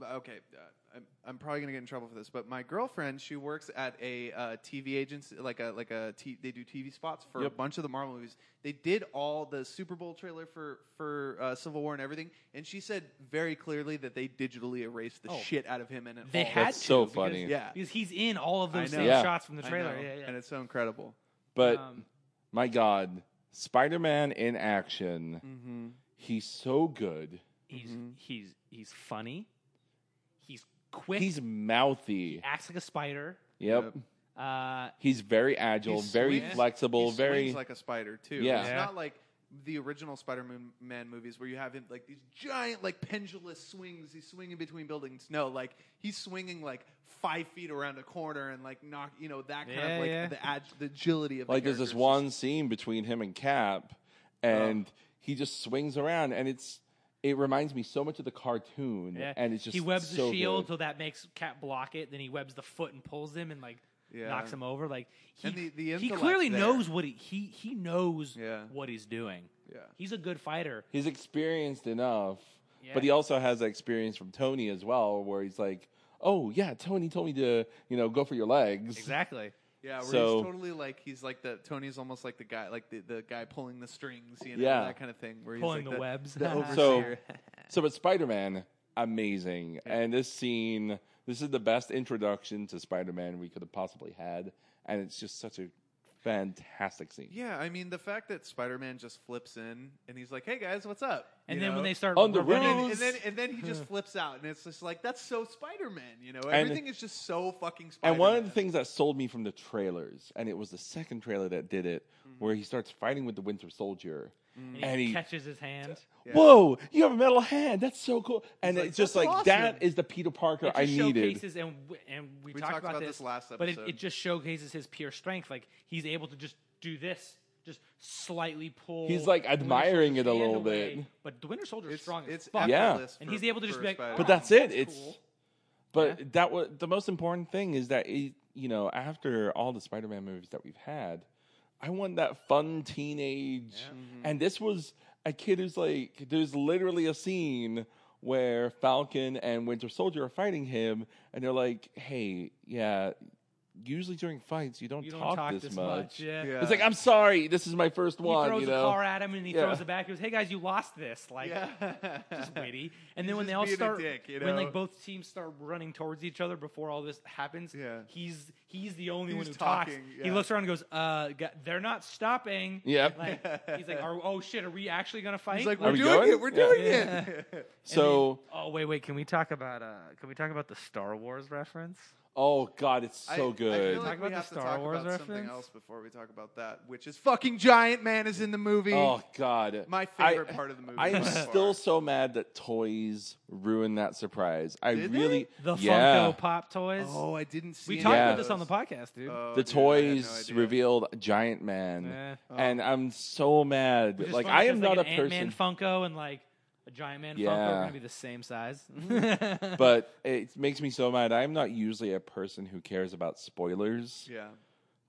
uh, okay. Uh, I'm, I'm probably gonna get in trouble for this, but my girlfriend, she works at a uh, TV agency, like a like a t- they do TV spots for a bunch of the Marvel movies. They did all the Super Bowl trailer for for uh, Civil War and everything, and she said very clearly that they digitally erased the Oh. shit out of him. And they all had Oh, That's to. so because- funny. Yeah. because he's in all of I those know. same Yeah. shows from the I trailer. know, Yeah, yeah. and it's so incredible. But Um, my god, Spider-Man in action. He's so good. he's Mm-hmm. he's he's funny. He's quick. He's mouthy. acts like a spider. Yep. Yep. Uh, He's very agile, He very swings- flexible, he very swings like a spider too. Yeah. it's Yeah. not like the original Spider-Man movies where you have him like these giant like pendulous swings. He's swinging between buildings. No, like he's swinging like five feet around a corner and like knock. You know that kind Yeah, of like yeah. the, ag- the agility of the like there's this character. Uh. one scene between him and Cap, and he just swings around, and it's It reminds me so much of the cartoon, Yeah. and it's just he webs so the shield good. so that makes Cat block it. Then he webs the foot and pulls him and like Yeah. knocks him over. Like he, And the- the he intellect clearly there. knows what he he, he knows Yeah. what he's doing. Yeah. He's a good fighter. He's experienced enough, Yeah. but he also has that experience from Tony as well, where he's like, "Oh yeah, Tony told me to you know go for your legs." Exactly. Yeah, where So- he's totally like he's like the Tony's almost like the guy like the, the guy pulling the strings, you know, Yeah. that kind of thing. Where he's Pulling like the webs. the So- overseer. So, but Spider Man, amazing. And this scene, this is the best introduction to Spider Man we could have possibly had. And it's just such a fantastic scene. yeah, I mean the fact that Spider Man just flips in and he's like, "Hey guys, what's up?" And you then know? when they start On the running, road. and then and then he just flips out, and it's just like that's so Spider Man, you know. And- Everything is just so fucking Spider Man. And one of the things that sold me from the trailers, and it was the second trailer that did it, where he starts fighting with the Winter Soldier. and he And he, catches his hand. whoa, you have a metal hand. That's so cool. And like, it's just "That's like, that awesome." is the Peter Parker It I just needed. showcases and w- and we, We talked, talked about this this last But episode. it, it just showcases his pure strength. Like he's able to just do this, just slightly pull. He's, like, the Winter admiring it a Soldier's hand little away, bit. But the Winter Soldier is it's, strong it's as fuck. Yeah. effortless And for- he's able to just for be a like, Spider-Man. But "Wow, that's it. that's it's cool." but that was the most important thing is that it, you know after all the Spider-Man movies that we've had, I want that fun teenage, Mm-hmm. and this was a kid who's like there's literally a scene where Falcon and Winter Soldier are fighting him, and they're like, hey, yeah. Usually during fights, you don't, You don't talk, this, much. Yeah. Yeah. It's like I'm sorry, this is my first He one. throws you a know, car at him and he Yeah. throws it back. He goes, "Hey guys, you lost this." Like. yeah. Just witty, and then when just they all being a start, dick, you when know? like both teams start running towards each other before all this happens, Yeah. he's he's the only one who He's talks. talking, He yeah. looks around and goes, "Uh, g- they're not stopping." Yep. like he's like, are, "Oh shit, are we actually gonna fight?" He's like, Are we're we doing going? it. We're Yeah. doing Yeah. it. so oh wait, wait. Can we talk about uh? Can we talk about the Star Wars reference? oh god, it's so I- I good. feel like Talk about we the have to Star talk Wars about something reference? else before we talk about that, which is fucking Giant Man is in the movie. oh god, My I- favorite part of the movie. I am by far. still so mad that toys ruined that surprise. I Did they? really The yeah. Funko Pop toys. Oh, I didn't see. we any talked yeah. about this on the podcast, dude. those. Oh, The dude, I had no toys idea. Oh. revealed Giant Man, Yeah. and I'm so mad. Which is Like funny I am 'cause, not like, a an person, Ant-Man Funko and like a Giant Man Funko Yeah. are gonna be the same size. but but it makes me so mad. I'm not usually a person who cares about spoilers, Yeah.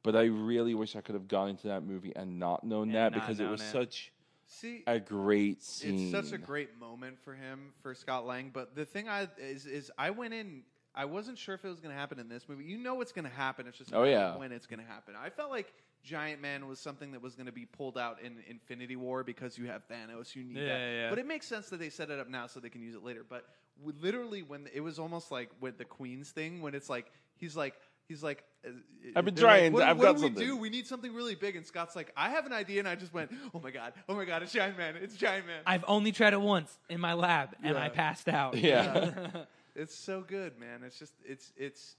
but I really wish I could have gone into that movie and not known And that not because it known was it. such See, a great scene. it's such a great moment for him for Scott Lang. But the thing I is is I went in. I wasn't sure if it was going to happen in this movie. You know it's going to happen. It's just Oh, yeah. when it's going to happen. I felt like Giant Man was something that was going to be pulled out in Infinity War because you have Thanos. You need Yeah, that. yeah, yeah. But it makes sense that they set it up now so they can use it later. But w- literally, when it was almost like with the Queen's thing, when it's like he's like. He's like, uh, I've been they're like, trying. What, I've what got do something." we do? We need something really big. And Scott's like, I have an idea. And I just went, oh my god, oh my god, it's Giant Man, it's Giant Man. I've only tried it once in my lab, and Yeah. I passed out. yeah. It's so good, man. It's just it's it's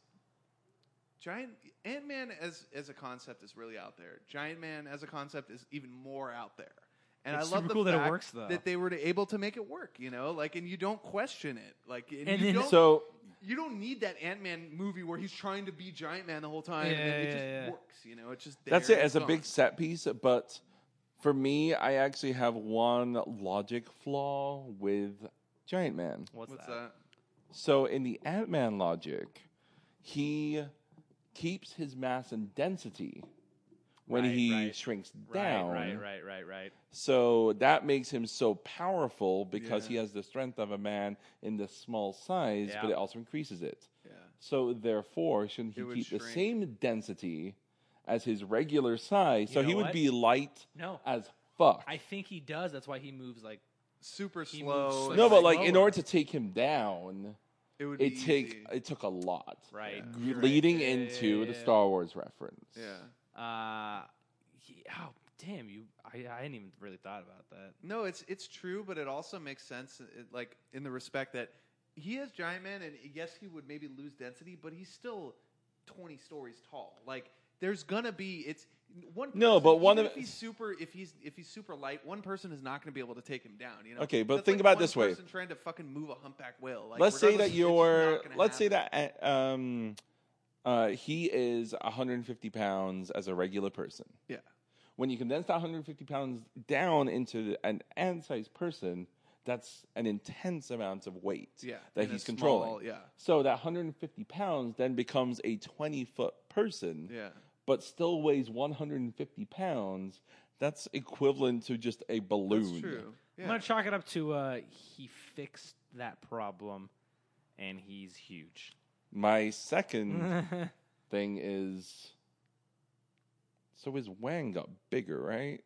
Giant Ant Man as as a concept is really out there. Giant Man as a concept is even more out there. And It's I love super the cool that it fact works, though. that they were able to make it work. You know, like and you don't question it. Like and, And you then- don't So you don't need that Ant Man movie where he's trying to be Giant Man the whole time. Yeah, and then it yeah, just yeah. works. You know, it's just That's there, it it's as a big gone. set piece, but for me, I actually have one logic flaw with Giant Man. What's, What's that? that? So in the Ant Man logic, he keeps his mass and density when Right, he right. shrinks Right, down. right, right, right, right. So that makes him so powerful because Yeah. he has the strength of a man in the small size, but Yeah. it also increases it. Yeah. So therefore, shouldn't he It would keep the shrink. same density as his regular size? so You he know would what? be light No. as fuck. I think he does. That's why he moves like Super He slow. moves and no, but like like in lower. order to take him down, it would be it take easy. it took a lot. right. G- You're right. Leading Yeah, yeah, into yeah, the yeah. Star Wars reference. yeah. Uh, he, oh damn you! I, I hadn't even really thought about that. No, it's it's true, but it also makes sense, it, like in the respect that he is giant man, and yes, he would maybe lose density, but he's still twenty stories tall. Like there's gonna be it's one. Person, No, but one even of- if he's super if he's if he's super light, one person is not gonna be able to take him down. You know. Okay, but That's think like about one this way. person Trying to fucking move a humpback whale. Like, let's say regardless, that it's just not you're. gonna Let's say happen. that uh, um, uh, he is 150 pounds as a regular person. Yeah. When you condense that 150 pounds down into an ant-sized person, that's an intense amount of weight Yeah, that and he's a small- controlling. yeah. So that 150 pounds then becomes a 20 foot person, Yeah. but still weighs 150 pounds. That's equivalent to just a balloon. That's true. I'm Yeah. gonna chalk it up to uh, he fixed that problem, and he's huge. Oh, My second thing is so his wang got bigger, right?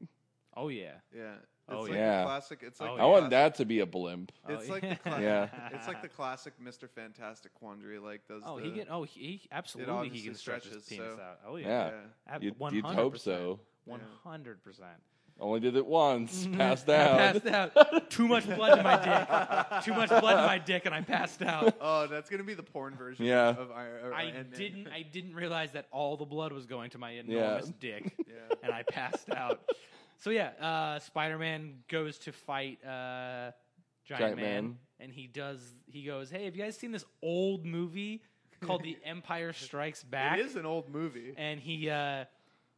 oh yeah. Yeah. It's Oh, like yeah. The classic. It's like Oh, the I want classic- that to be a blimp. Oh, It's like the classic, Yeah. It's like the classic Mr. Fantastic quandary. Like does Oh, the, he can. Oh, he absolutely he obviously can stretch his stretches, penis so- out. Oh Yeah. yeah. Ab- You'd, you'd 100%. hope so. One hundred percent. Only did it once. Passed out. Passed out. Too much blood in my dick. Too much blood in my dick, and I passed out. Oh, that's gonna be the porn version. Yeah. Of Iron. or I Ant-Man. didn't. I didn't realize that all the blood was going to my enormous dick, Yeah. and I passed out. So yeah, uh, Spider-Man goes to fight uh, Giant, Giant Man, Man. and he does. He goes, "Hey, have you guys seen this old movie called The Empire Strikes Back?" It is an old movie. And he uh,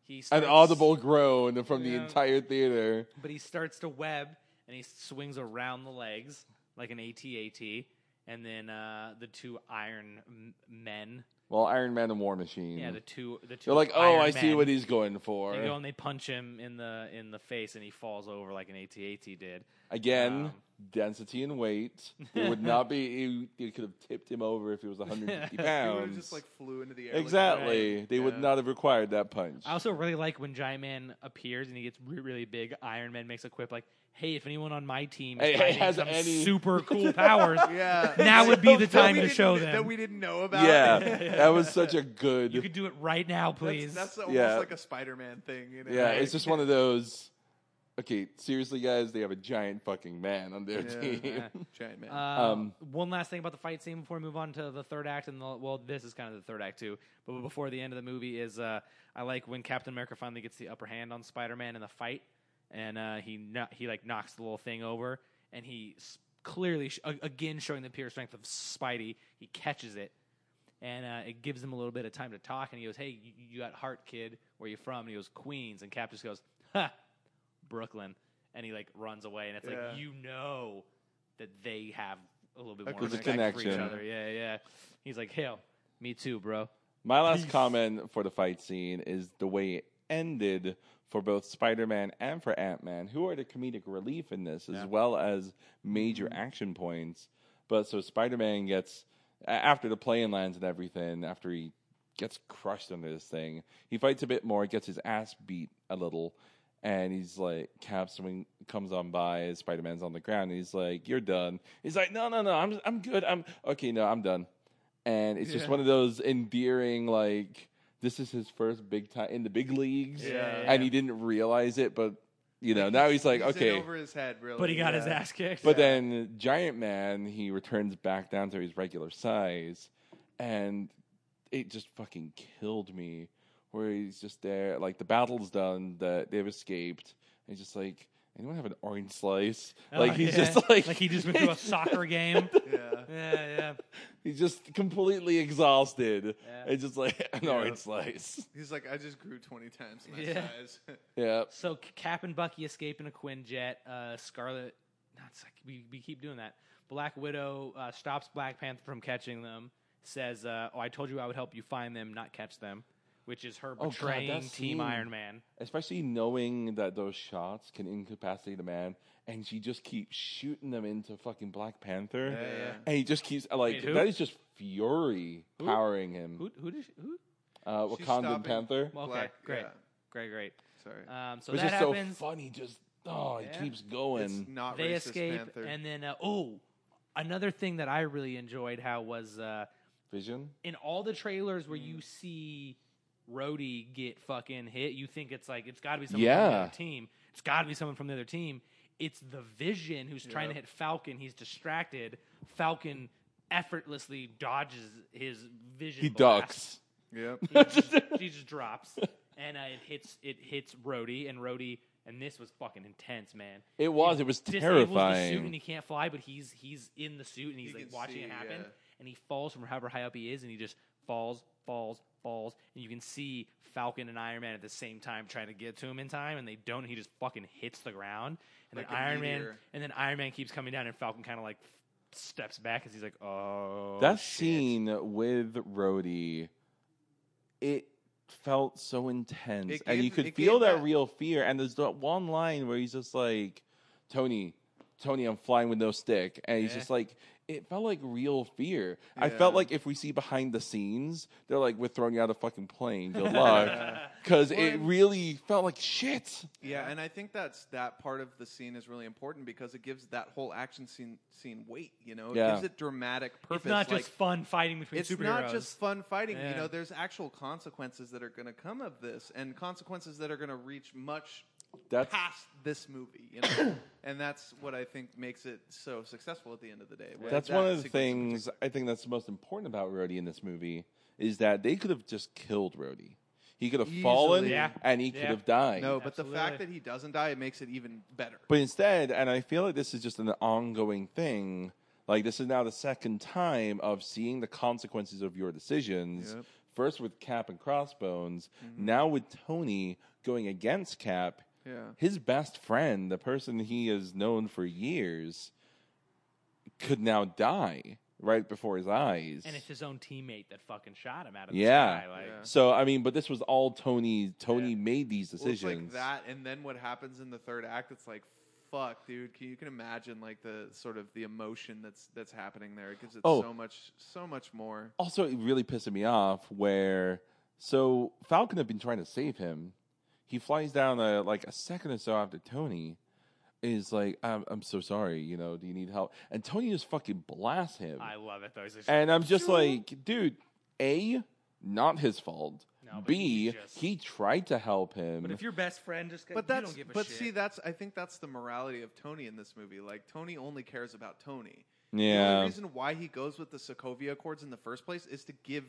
he An starts, audible groan from the Yeah. entire theater. but he starts to web and he swings around the legs like an ATAT, and then uh, the two Iron m- Men, Well, Iron Man and War Machine. yeah, the two the 2 Mm-hmm. They're like, oh, Iron I see Men." what he's going for. They go and they punch him in the in the face, and he falls over like an AT-AT did. Again, Um, density and weight. It would not be. It, it could have tipped him over if he was 150 He pounds. would have just like flew into the air. like, exactly. They would Yeah. not have required that punch. I also really like when Giant Man appears and he gets re- really big. Iron Man makes a quip like, "Hey, if anyone on my team is Hey, hey, fighting has some any- super cool powers, Yeah. now would be the That time we to didn't- show that them. we didn't know about. yeah, That's- that was such a good. you could do it right now, please." That's, almost Yeah. like a Spider-Man thing. You know? yeah, it's just one of those. Okay, seriously, guys, they have a giant fucking man on their Yeah. team. Uh, giant man. Um, one last thing about the fight scene before we move on to the third act, and the, well, this is kind of the third act too. But before the end of the movie is, uh, I like when Captain America finally gets the upper hand on Spider Man in the fight, and uh, he kno- he like knocks the little thing over, and he s- clearly sh- a- again showing the pure strength of Spidey, he catches it, and uh, it gives him a little bit of time to talk, and he goes, "Hey, you, you got heart, kid? Where you from?" And he goes, "Queens," and Cap just goes, "Ha, Brooklyn," and he like runs away, and it's Yeah. like you know that they have a little bit A more There's a respect for each connection. other. Yeah, yeah. He's like, "Hell, me too, bro." My last comment for the fight scene is the way it ended for both Spider-Man and for Ant-Man, who are the comedic relief in this, as well as major Mm-hmm. action points. But so Spider-Man gets a- after the plane lands and everything, after he gets crushed under this thing, he fights a bit more, gets his ass beat a little, and he's like, Cap swing comes on by, and Spider-Man's on the ground, and he's like, "You're done." He's like, "No, no, no, I'm I'm good. I'm okay. No, I'm done." And it's just Yeah. one of those endearing, like, this is his first big time in the big leagues, Yeah. and he didn't realize it, but you know, now he's like, He's in okay. over his head, really. But he got yeah. his ass kicked. But then Giant Man, he returns back down to his regular size, and it just fucking killed me. Where he's just there, like the battle's done, that they've escaped, and he's just like, anyone have an orange slice? Oh, like he's yeah. just like, like he just went to a soccer game. Yeah. Yeah, yeah. he's just completely exhausted. Yeah. It's just like an orange slice. He's like, I just grew twenty times my Yeah. size. Yeah. So C- Cap and Bucky escape in a Quinjet. Uh, Scarlet, not Sc- we, we keep doing that. Black Widow uh, stops Black Panther from catching them. Says, uh, "Oh, I told you I would help you find them, not catch them," which is her Oh, God, betraying that Team scene. Iron Man. especially knowing that those shots can incapacitate a man, and she just keeps shooting them into fucking Black Panther, yeah. and he just keeps like Wait, who? that is just fury powering him. Who? Who? Did she, who? Uh, She's Wakandan stopping- Panther Well, okay, Black- great, yeah. great, great. Sorry. Um, so was that just happens. so funny. Just oh, Yeah. he keeps it's going. not they racist escape, Panther. and then uh, oh, another thing that I really enjoyed how was uh, Vision. in all the trailers where Mm. you see Rhodey get fucking hit, you think it's like it's got to be someone from the Yeah. other team. It's got to be someone from the other team. It's the Vision who's trying to hit Falcon. He's distracted. Falcon effortlessly dodges his Vision. He blast. ducks. yep. He just, he just drops, and uh, it hits it hits Rhodey, and Rhodey. And this was fucking intense, man. It was. It was Disables The suit terrifying. and he can't fly, but he's he's in the suit and he's You like can watching it see, happen. yeah. And he falls from however high up he is, and he just falls, falls, balls, and you can see Falcon and Iron Man at the same time trying to get to him in time, and they don't. And he just fucking hits the ground, and Like then a Iron Man, meteor. and then Iron Man keeps coming down, and Falcon kind of like steps back because he's like, "Oh, that shit." scene with Rhodey, it felt so intense, It and gave- you could it feel gave that, that- real fear. And there's that one line where he's just like, "Tony, Tony, I'm flying with no stick," and he's Yeah. just like. It felt like real fear. I felt Yeah. like if we see behind the scenes, they're like, "We're throwing you out of fucking plane. Good luck," because it Well, really felt like shit. Yeah, and I think that's that part of the scene is really important because it gives that whole action scene scene weight. You know, it Yeah. gives it dramatic purpose. It's not like, just fun fighting between it's superheroes. not just fun fighting. Yeah. You know, there's actual consequences that are going to come of this, and consequences that are going to reach much That's past this movie. You know, and that's what I think makes it so successful at the end of the day. was That's that one of the sequence in things particular. I think that's the most important about Rhodey in this movie is that they could have just killed Rhodey. He could have fallen Easily. Yeah. and he could Yeah. have died. No, but the fact Absolutely. that he doesn't die it makes it even better. But instead, and I feel like this is just an ongoing thing. Like this is now the second time of seeing the consequences of your decisions. Yep. Mm-hmm. First with Cap and Crossbones, now with Tony going against Cap. Yeah. Oh. His best friend, the person he has known for years, could now die right before his eyes. and it's uh, his own teammate that fucking shot him out of the Yeah. sky. Like, Yeah. So I mean, but this was all Tony. Tony made these Well, it's decisions. like that, and then what happens in the third act? It's like, fuck, dude. Can, you can imagine like the sort of the emotion that's that's happening there. It gives it Oh. so much, so much more. Also, it really pissed me off where so Falcon had been trying to save him. He flies down uh like a second or so after Tony is like, I'm, "I'm so sorry, you know, do you need help?" And Tony just fucking blasts him, I love it though. He's just- and I'm just like, dude, a not his fault. No, but B he just- he tried to help him. but if your best friend just, But you that's, don't give a but shit. see, that's I think that's the morality of Tony in this movie. Like Tony only cares about Tony. The yeah, only reason why he goes with the Sokovia Accords in the first place is to give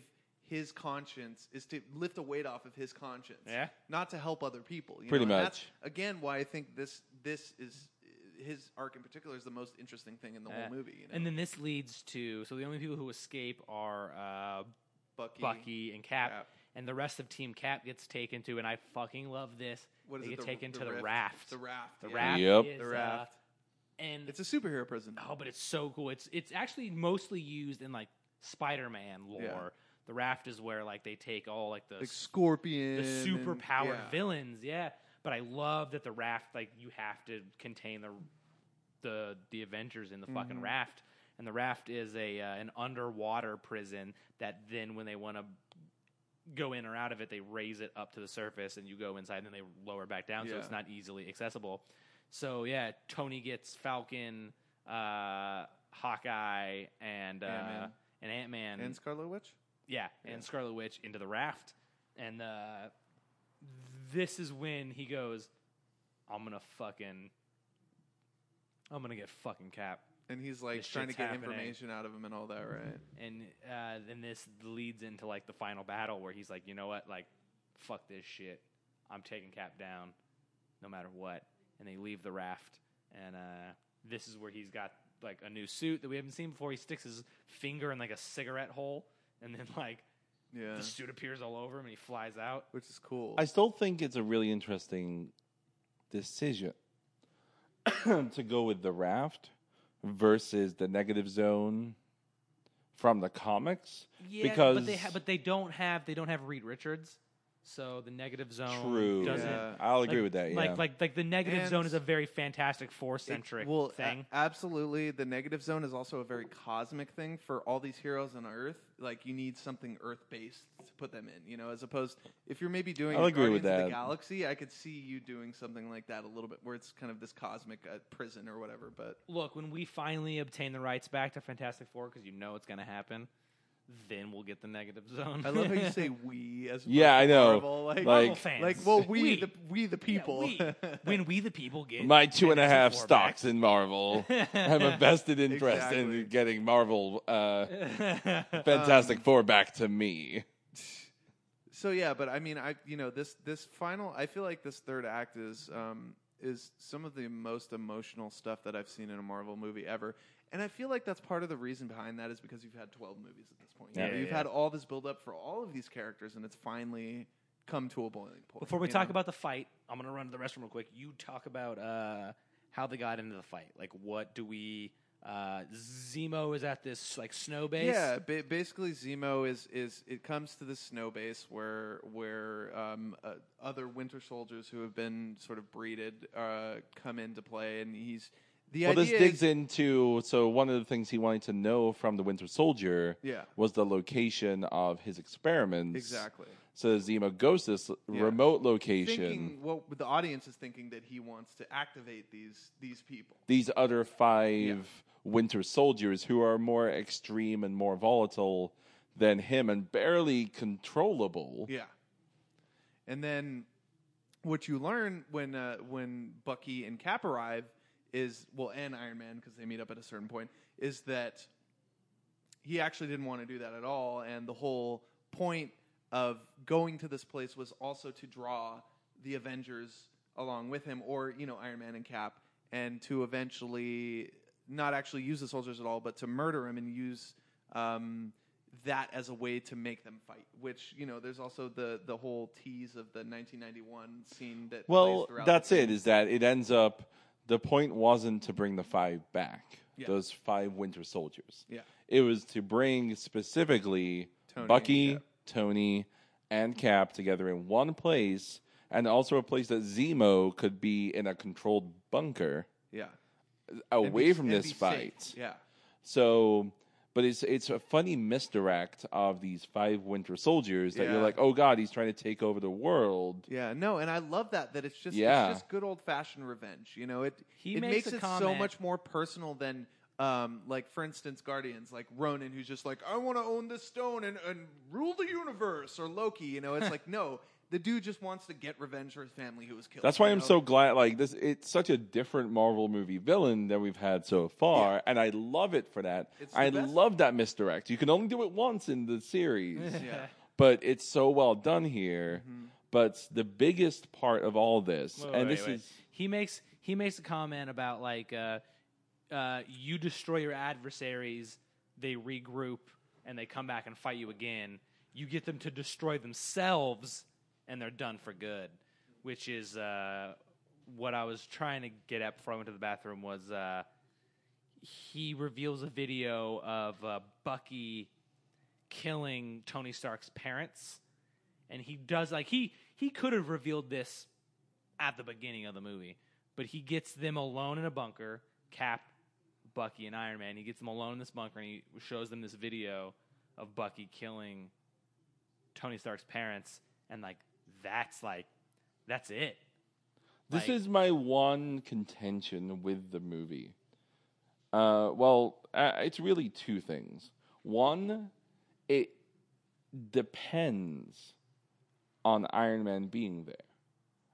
his conscience is to lift a weight off of his conscience. Yeah. Not to help other people. you Pretty know? And that's, much. again, why I think this this is his arc in particular is the most interesting thing in the Yeah. whole movie. You know? And then this leads to so the only people who escape are uh, Bucky. Bucky and Cap, Cap. and the rest of Team Cap gets taken to. And I fucking love this. What is they it? get taken to the rift. raft. The raft. The yeah. raft. Yep. is, The raft. uh, and It's a superhero prison. Oh, but it's so cool. It's it's actually mostly used in like Spider-Man lore. Yeah. The raft is where like they take all like the Like s- Scorpion. the super and- powered yeah. villains, yeah. But I love that the raft like you have to contain the the the Avengers in the fucking Mm-hmm. raft. And the raft is a uh, an underwater prison that then when they want to go in or out of it, they raise it up to the surface and you go inside and then they lower back down so it's Yeah. not easily accessible. So yeah, Tony gets Falcon, uh, Hawkeye, and uh, Ant-Man. and Ant Man, And Scarlet Witch? yeah, and Scarlet Witch into the raft, and uh, this is when he goes, "I'm gonna fucking, I'm gonna get fucking Cap," And he's like This trying to shit's get happening. information out of him and all that, right? and uh, then this leads into like the final battle where he's like, "You know what? Like, fuck this shit. I'm taking Cap down, no matter what." And they leave the raft, and uh, this is where he's got like a new suit that we haven't seen before. He sticks his finger in like a cigarette hole, and then like. Yeah. The suit appears all over him and he flies out. Which is cool. I still think it's a really interesting decision to go with the raft versus the negative zone from the comics. because but they ha- but they don't have they don't have Reed Richards, so the negative zone true, doesn't. Yeah. I'll like- agree with that. Yeah, Like like like the negative And- zone is a very Fantastic Four It- centric well, a- thing. absolutely. The negative zone is also a very cosmic thing for all these heroes on Earth. Like you need something Earth based to put them in, you know, as opposed if you're maybe doing I'll a agree Guardians with of that. the Galaxy, I could see you doing something like that a little bit where it's kind of this cosmic uh, prison or whatever, but Look, when we finally obtain the rights back to Fantastic Four, because you know it's going to happen, then we'll get the negative zone. I love how you say we as opposed Yeah, to I know. Marvel, Like, Like- Marvel fans. like, well, we, We. the we the Yeah, people. we. when we the people get my two and a half Fantastic Four back. stocks in Marvel have a vested interest Exactly. in getting Marvel uh, Fantastic Um, Four back to me. so yeah but i mean i you know this this final i feel like this third act is um is some of the most emotional stuff that i've seen in a marvel movie ever And I feel like that's part of the reason behind that is because you've had 12 movies at this point. You Yeah, know, yeah, you've yeah. had all this build up for all of these characters, and it's finally come to a boiling point. Before we you talk know? about the fight, I'm gonna run to the restroom real quick. You talk about uh, how they got into the fight. Like, what do we? Uh, Zemo is at this like snow base. Yeah, ba- basically Zemo is is it comes to the snow base where where um, uh, other Winter Soldiers who have been sort of breeded uh, come into play, and he's the Well, this idea digs is, into so one of the things he wanted to know from the Winter Soldier Yeah. was the location of his experiments. exactly So Zemo goes to this remote location. thinking what the audience is thinking that he wants to activate these these people. These other five Winter Soldiers who are more extreme and more volatile than him and barely controllable. Yeah. And then what you learn when uh, when Bucky and Cap arrive is well, and Iron Man because they meet up at a certain point is that he actually didn't want to do that at all, and the whole point of going to this place was also to draw the Avengers along with him, or you know Iron Man and Cap, and to eventually not actually use the soldiers at all, but to murder him and use um, that as a way to make them fight. Which you know, there's also the the whole tease of the 1991 scene that plays Well, throughout that's the it. Is that it ends up? The point wasn't to bring the five back. Yeah. Those five Winter Soldiers. Yeah. It was to bring specifically Tony Bucky, and Cap. Tony, and Cap together in one place, and also a place that Zemo could be in a controlled bunker Yeah. And be- away from and this be safe. fight. Yeah. So, but it's it's a funny misdirect of these five Winter Soldiers that Yeah. you're like, oh god, he's trying to take over the world. Yeah, no, and I love that that it's just Yeah. it's just good old fashioned revenge. You know, it He it makes makes, a it so comment- much more personal than um like for instance Guardians, like Ronan who's just like, I wanna own this stone and, and rule the universe or Loki, you know, it's like no, the dude just wants to get revenge for his family who was killed. That's why you I'm know? so glad. Like this, it's such a different Marvel movie villain than we've had so far, and I love it for that. It's the I best. love that misdirect. You can only do it once in the series, Yeah. Mm-hmm. but it's so well done here. But the biggest part of all this, Wait, wait, and wait, this wait. is he makes he makes a comment about like uh, uh, you destroy your adversaries, they regroup and they come back and fight you again. You get them to destroy themselves, and they're done for good. Which is uh, what I was trying to get at before I went to the bathroom was uh, he reveals a video of uh, Bucky killing Tony Stark's parents, and he does like he he could have revealed this at the beginning of the movie, but he gets them alone in a bunker, Cap, Bucky, and Iron Man. He gets them alone in this bunker, and he shows them this video of Bucky killing Tony Stark's parents, and like that's like that's it. this Like- is my one contention with the movie. Uh, well, uh, it's really two things. One, it depends on Iron Man being there.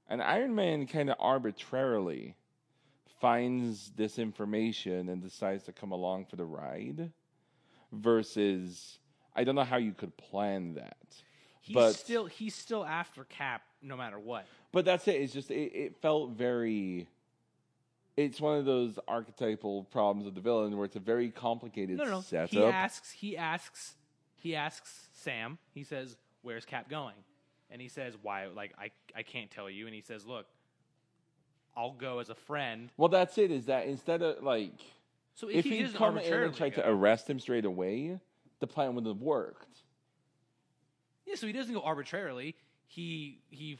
And Iron Man kind of arbitrarily finds this information and decides to come along for the ride versus I don't know how you could plan that. He's But- still he's still after Cap no matter what. But that's it. It's just it, it felt very. It's one of those archetypal problems of the villain where it's a very complicated No, no, no. setup. He asks. He asks. He asks Sam. He says, "Where's Cap going?" And he says, "Why? Like I, I can't tell you." And he says, "Look, I'll go as a friend." well, that's it. Is that instead of like So if, he he'd doesn't come in arbitrarily and tried go- to arrest him straight away, the plan would have worked. yeah, so he doesn't go arbitrarily. He he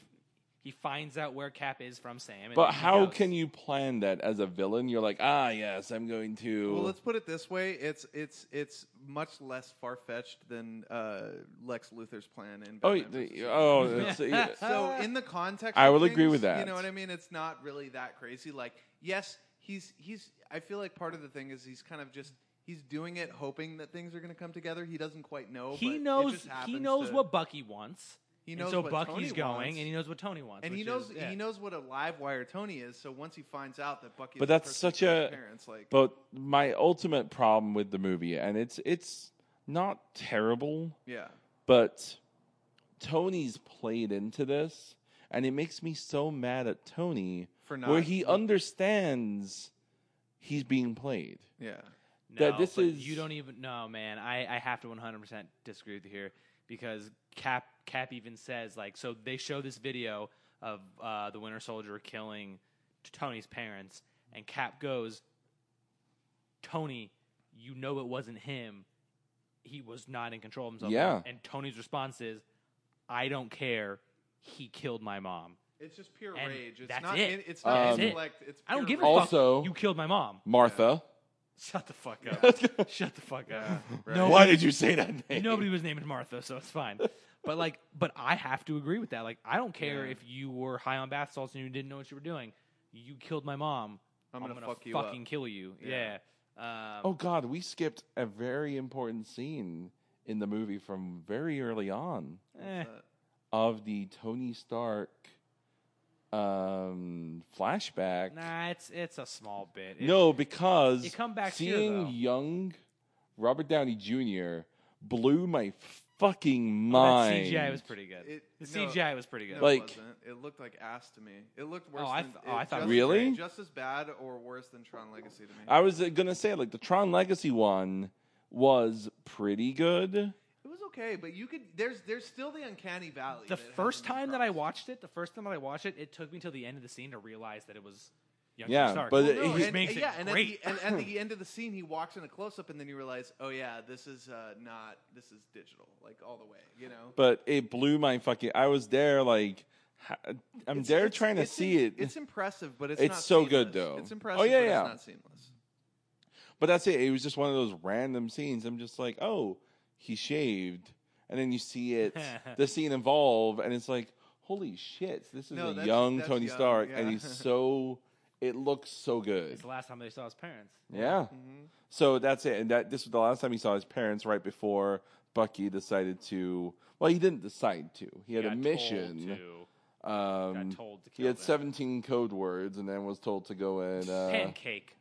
he finds out where Cap is from Sam. And But then he how goes. can you plan that as a villain? You're like, ah, yes, I'm going to. Well, let's put it this way: it's it's it's much less far fetched than uh, Lex Luthor's plan. In oh, Batman the- versus oh, it's, yeah. So Ah. in the context, I of will agree things, with that. You know what I mean? It's not really that crazy. Like, yes, he's he's. I feel like part of the thing is he's kind of just he's doing it, hoping that things are going to come together. He doesn't quite know. but He it knows. just happens He knows to- what Bucky wants. He and knows so what Bucky's Tony going, wants. and he knows what Tony wants. and he which knows is- yeah. he knows what a live wire Tony is. So once he finds out that Bucky, But is the that's person such who killed his a- parents, like But my ultimate problem with the movie, and it's it's not terrible. yeah. But Tony's played into this, and it makes me so mad at Tony For where not- he understands he's being played. Yeah, that No, this but is you don't even no man. I, I have to 100% disagree with you here because Cap Cap even says like so they show this video of uh, the Winter Soldier killing t- Tony's parents and Cap goes, Tony, you know it wasn't him. He was not in control of himself. Yeah. And Tony's response is, I don't care. He killed my mom. It's just pure And rage. It's that's not. it. in- it's not That's it. intellect. It's I don't pure give a rage. Um, Also- fuck. You killed my mom. Martha. Shut the fuck up. Shut the fuck up. No Why did you say that name? Nobody was named Martha, so it's fine. But like, but I have to agree with that. Like, I don't care if you were high on bath salts and you didn't know what you were doing. You killed my mom. I'm gonna fuck you up. fucking kill you. Yeah. Um, Oh God, we skipped a very important scene in the movie from very early on eh, of the Tony Stark um, flashback. nah, it's it's a small bit. It- no, because it come back here, seeing though. young Robert Downey Jr. blew my fucking Oh, that mind. CGI was pretty good. It- the no, CGI was pretty No, good. Like- it, wasn't. it looked like ass to me. It looked worse. Oh, I than, th- oh, I it thought it just- was Really? Just as bad or worse than Tron Legacy to me. I was uh, gonna say like the Tron Legacy one was pretty good. it was okay, but you could. There's there's still the uncanny valley. the that hasn't first been time that I crossed. watched it, the first time that I watched it, it took me till the end of the scene to realize that it was young Yeah, Stark. but Well, it- no, he- it makes yeah, it and great. At the, and at the end of the scene, he walks in a close up, and then you realize, oh yeah, this is uh, not this is digital, like all the way, you know. But it blew my fucking. I was there like. ha- I'm It's- there it's- trying to it's see im- it. It's impressive, but it's It's not so good, seamless. though. It's Oh, impressive, yeah, but yeah. it's not seamless. But that's it. It was just one of those random scenes. I'm just like, oh, he shaved, and then you see it, the scene evolve, and it's like, holy shit, this is No, a that's- young that's Tony young, Stark, and yeah. he's so. It looks so good. it's the last time they saw his parents. Yeah. So that's it, and that this was the last time he saw his parents right before Bucky decided to. Well, he didn't decide to. He had a Got told mission. to- um, got told to he kill had them. 17 code words, and then was told to go and uh, pancake,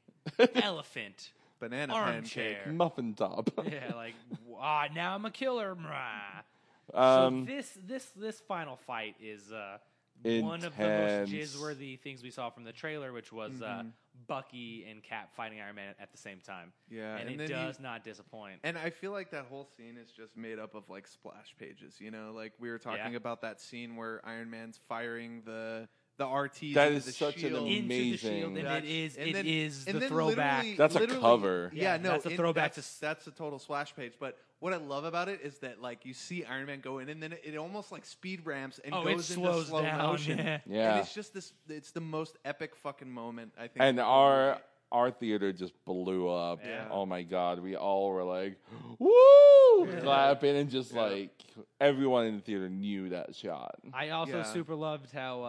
elephant, Banana pancake. armchair. muffin top. yeah, like ah, now I'm a killer. Mrah. Um, so this this this final fight is uh, one of the most Intense. jizz-worthy things we saw from the trailer, which was uh, Mm-hmm. Bucky and Cap fighting Iron Man at the same time. Yeah, and, and it then he- does not disappoint. And I feel like that whole scene is just made up of like splash pages, you know. Like we were talking Yeah. about that scene where Iron Man's firing the the RT. That into is the such an shield. amazing- Into the shield, and That's- it is and it then- is and the then throwback. literally- That's a literally- cover. Yeah, Yeah, no, that's a in- throwback That's, to- that's a total splash page. But what I love about it is that like you see Iron Man go in, and then it, it almost like speed ramps and Oh, it goes into slows slow down, motion. yeah. Yeah. and it's just this. It's the most epic fucking moment I think. and in the our movie. our theater just blew up. Yeah. Oh my god, we all were like, "Woo!" clapping and just like everyone in the theater knew that shot. I also Yeah. super loved how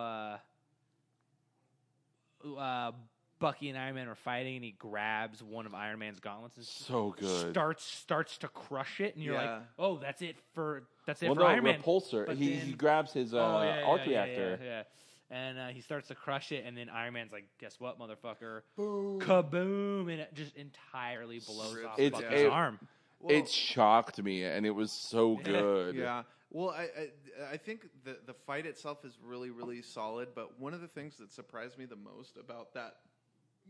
uh, uh, Bucky and Iron Man are fighting, and he grabs one of Iron Man's gauntlets and So good. starts starts to crush it, and you're like, Yeah. oh, that's it for that's it well, for no, Iron Man. repulsor. But he, then- he grabs his uh, oh, yeah, yeah, arc yeah, reactor. yeah, yeah. And uh, he starts to crush it, and then Iron Man's like, "Guess what, motherfucker? Kaboom!" And it just entirely blows off It's- Bucky's it- arm. Well- It shocked me, and it was so good. Yeah. Well, I, I I think the the fight itself is really really solid, but one of the things that surprised me the most about that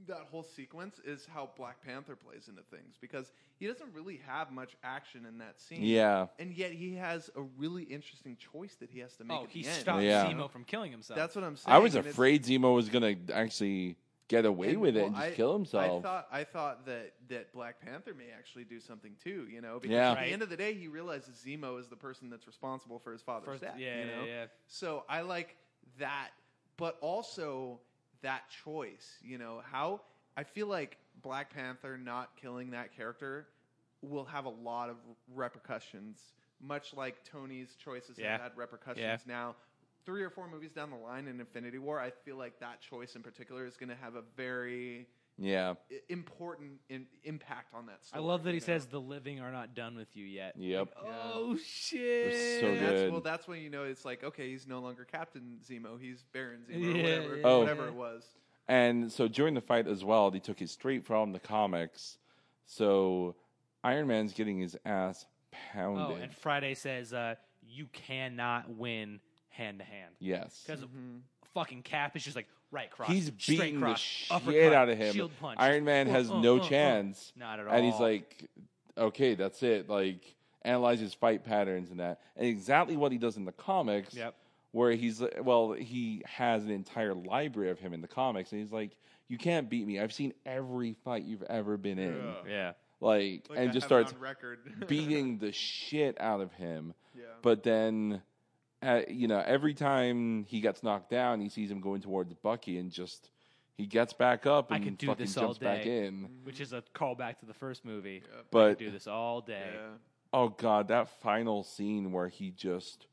that whole sequence is how Black Panther plays into things because he doesn't really have much action in that scene. Yeah. And yet he has a really interesting choice that he has to make. Oh, at he the end. stops Yeah. Zemo from killing himself. That's what I'm saying. I was and it's- afraid Zemo was gonna actually get away and, with it well, and just I- kill himself. I thought I thought that that Black Panther may actually do something too. You know, because Yeah. at Right. the end of the day, he realizes Zemo is the person that's responsible for his father's First- death. yeah, you yeah, know? yeah. So I like that, but also that choice. You know how I feel like Black Panther not killing that character will have a lot of repercussions, much like Tony's choices Yeah. have had repercussions Yeah. now three or four movies down the line in Infinity War, I feel like that choice in particular is going to have a very yeah. i- important in, impact on that I story. love that he you know? says, "The living are not done with you yet." Yep. Oh shit! was so And that's, good. well, that's when you know it's like, okay, he's no longer Captain Zemo. He's Baron Zemo, Yeah, or whatever, yeah, Oh. whatever yeah. it was. And so during the fight as well, they took it straight from the comics. So Iron Man's getting his ass Oh, pounded. and Friday says, uh, "You cannot win hand to hand. Yes. Because fucking Cap is just like right cross, Mm-hmm. He's straight beating the cross, shit uppercut, out of him. shield punch. Iron Man Uh, has uh, no uh, uh. chance. Not at all. And he's like, okay, that's it. Like, analyzes fight patterns and that. And exactly what he does in the comics. Yep. Where he's, uh, well, he has an entire library of him in the comics. And he's like, you can't beat me. I've seen every fight you've ever been in. Yeah. yeah, Like, Like, and I just have it starts on record beating the shit out of him. Yeah. But then, uh, you know, every time he gets knocked down, he sees him going towards Bucky and just he gets back up I and could do fucking this all jumps back day. in. which is a callback to the first movie. I But do this all day. yeah. oh god, that final scene where he just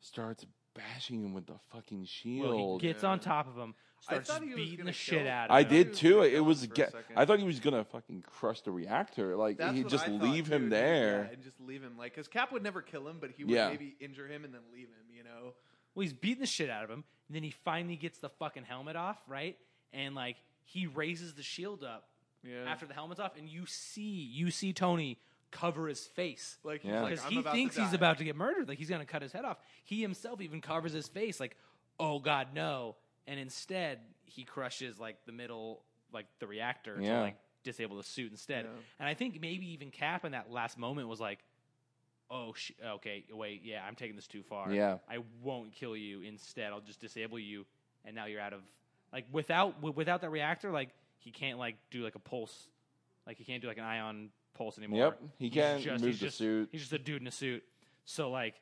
starts bashing him with the fucking Well, shield. he gets on top of him, I starts thought just he was beating gonna the shit kill out of I him. thought he did was too. gonna It kill was him for a get, second. I thought he was gonna fucking crush the reactor. Like That's he'd what just I thought, leave him dude. there. Yeah, and just leave him. Like, because Cap would never kill him, but he would Yeah. maybe injure him and then leave him, you know? Well, he's beating the shit out of him, and then he finally gets the fucking helmet off, right? And like he raises the shield up Yeah. after the helmet's off, and you see you see Tony cover his face. like, Yeah. he's because like, I'm he about thinks to he's die. about to get murdered. Like he's gonna cut his head off. He himself even covers his face, like, "Oh God, no!" And instead, he crushes like the middle, like the reactor Yeah. to like disable the suit instead. Yeah. And I think maybe even Cap in that last moment was like, "Oh, sh- okay, wait, yeah, I'm taking this too far. Yeah. I won't kill you. Instead, I'll just disable you, and now you're out of like without wi- without that reactor, like he can't like do like a pulse, like he can't do like an ion." Pulse anymore. Yep, he He's can't move he's the just- suit. He's just a dude in a suit. So like,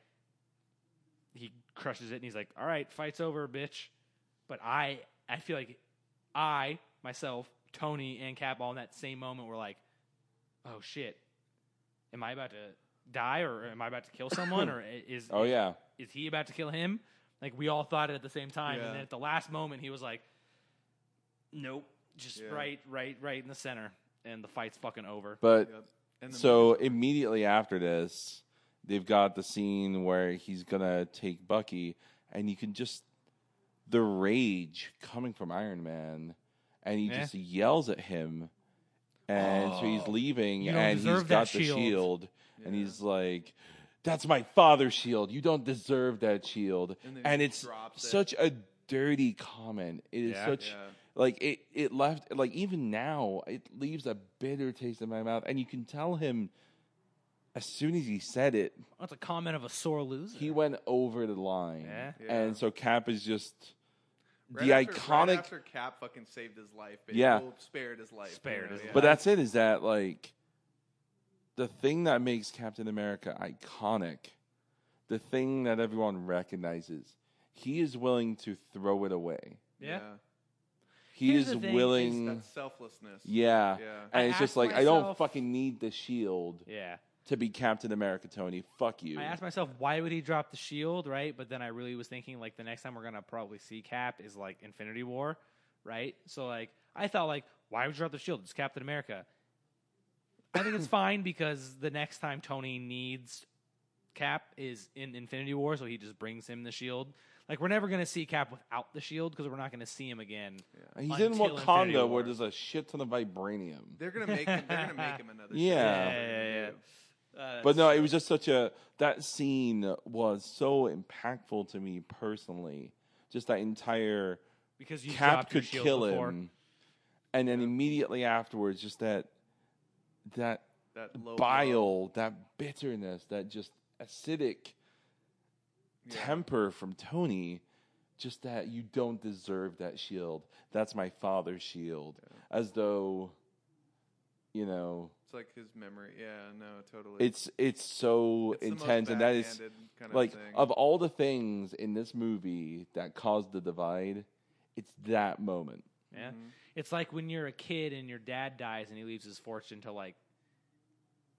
he crushes it, and he's like, "All right, fight's over, bitch." But I, I feel like I myself, Tony, and Cap all in that same moment were like, "Oh shit, am I about to die, or am I about to kill someone, or i- is Oh yeah. is he about to kill him?" Like we all thought it at the same time, Yeah. and then at the last moment, he was like, "Nope, just Yeah. right, right, right in the center." And the fight's fucking over. But Yep. And the so movie's over. immediately after this, they've got the scene where he's gonna take Bucky, and you can just the rage coming from Iron Man, and he Yeah. just yells at him, and so Oh. he's leaving, you don't and he's deserve got that the shield. shield, and Yeah. he's like. That's my father's shield. You don't deserve that shield. And And, then he it's drops it. such a dirty comment. It is Yeah. such Yeah. like it it left like even now it leaves a bitter taste in my mouth and you can tell him as soon as he said it That's a comment of a sore loser. he went over the line Yeah. and so cap is just Right the after- iconic Right after Cap fucking saved his life, basically. Yeah. Well, spared his life. Spared his yeah. life. but that's it is that like the thing that makes captain america iconic the thing that everyone recognizes he is willing to throw it away Yeah. he Here's is the thing, is willing That's selflessness. yeah. Yeah. and I it's just asked like i don't myself- fucking need the shield Yeah. to be Captain America, Tony. Fuck you. I asked myself why would he drop the shield, right? But then I really was thinking like the next time we're gonna probably see Cap is like Infinity War, right? So like I thought like why would you drop the shield? It's Captain America. I think it's fine because the next time Tony needs Cap is in Infinity War, so he just brings him the shield. Like we're never gonna see Cap without the shield because we're not gonna see him again. He's in Until Infinity Wakanda where War. there's a shit ton of vibranium. They're gonna make him. They're gonna make him another. Yeah. Superman. Yeah, yeah, yeah. Dude. Uh, But no, it was just such a that scene was so impactful to me personally. Just that entire because you Cap dropped your could shield kill before. him, and then immediately afterwards, just that that That low blow. bile, that bitterness, that just acidic Yeah. temper from Tony, just that you don't deserve that shield. That's my father's shield. As though, you know, It's like his memory. Yeah. No. Totally. it's it's so It's the most intense, and that is backhanded kind of like thing. of all the things in this movie that caused the divide, it's that moment. Yeah. It's like when you're a kid and your dad dies and he leaves his fortune to like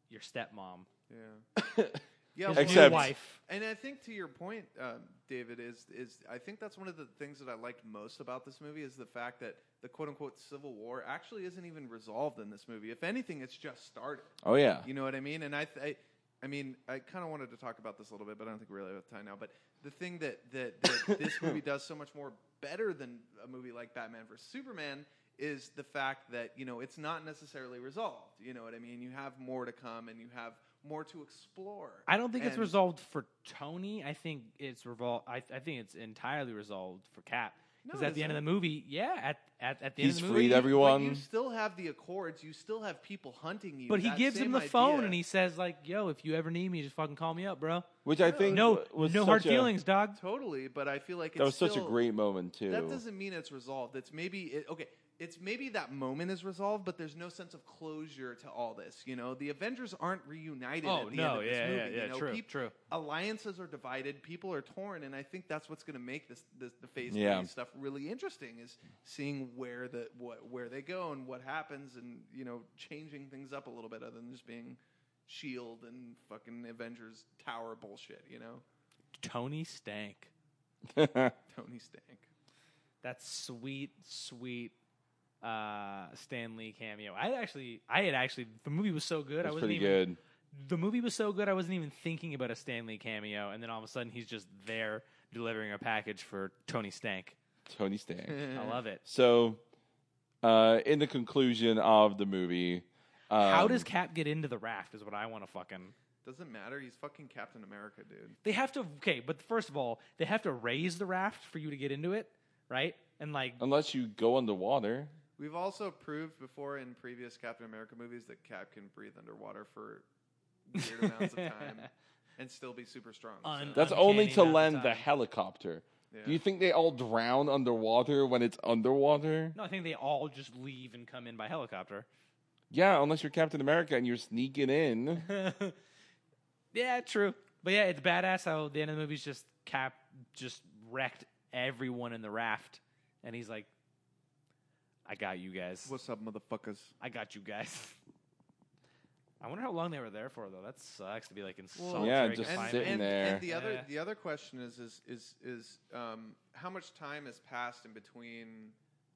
your stepmom. Yeah. yeah. His well, Except- new wife. And I think to your point, um, David, is is I think that's one of the things that I liked most about this movie is the fact that the quote unquote civil war actually isn't even resolved in this movie. If anything, it's just started. Oh yeah, You know what I mean? And I, th- I, I mean, I kind of wanted to talk about this a little bit, but I don't think we really have time now. But the thing that that, that this movie does so much more better than a movie like Batman vs Superman is the fact that you know it's not necessarily resolved. You know what I mean? You have more to come, and you have more to explore. I don't think it's And- resolved for Tony. I think it's revolved. I, I think it's entirely resolved for Cap. Because No, at the end of isn't. the movie, yeah, at at, at the He's end of the movie, freed But you everyone. still have the Accords. You still have people hunting you. But he that gives him same the phone idea. and he says like, "Yo, if you ever need me, just fucking call me up, bro." Which I think No, was no such hard a- feelings, dog. totally. But I feel like it's That was such a still- great moment too. That doesn't mean it's resolved. It's maybe it, okay. It's maybe that moment is resolved, but there's no sense of closure to all this. You know, the Avengers aren't reunited. Oh, at the no, end of this yeah, movie, yeah, yeah, You know? true, Peop- true. Alliances are divided, people are torn, and I think that's what's going to make this, this the phase Yeah. three stuff really interesting is seeing where the what where they go and what happens, and you know, changing things up a little bit other than just being Shield E and fucking Avengers Tower bullshit. You know, Tony stank. Tony Stank. That sweet, sweet uh, Stan Lee cameo. I actually, I had actually, the movie was so good. I That's wasn't pretty even, good. The movie was so good, I wasn't even thinking about a Stan Lee cameo, and then all of a sudden, he's just there delivering a package for Tony Stank. Tony Stank. I love it. So, uh, in the conclusion of the movie, um, How does Cap get into the raft? Is what I want to fucking. Doesn't matter. He's fucking Captain America, dude. They have to okay, but first of all, they have to raise the raft for you to get into it, right? And like, unless you go underwater? We've also proved before in previous Captain America movies that Cap can breathe underwater for weird amounts of time and still be super strong. so- Un- That's Uncanny only to amount of land the time. helicopter. Do Yeah. you think they all drown underwater when it's underwater? no, I think they all just leave and come in by helicopter. Yeah, unless you're Captain America and you're sneaking in. Yeah, true. But yeah, it's badass how the end of the movie's just Cap just wrecked everyone in the raft, and he's like, "I got you guys. What's up, motherfuckers? I got you guys." I wonder how long they were there for though. That sucks to be like in Well, solitary Yeah, just confinement. sitting and, there. And the other Yeah. the other question is is is is um, how much time has passed in between?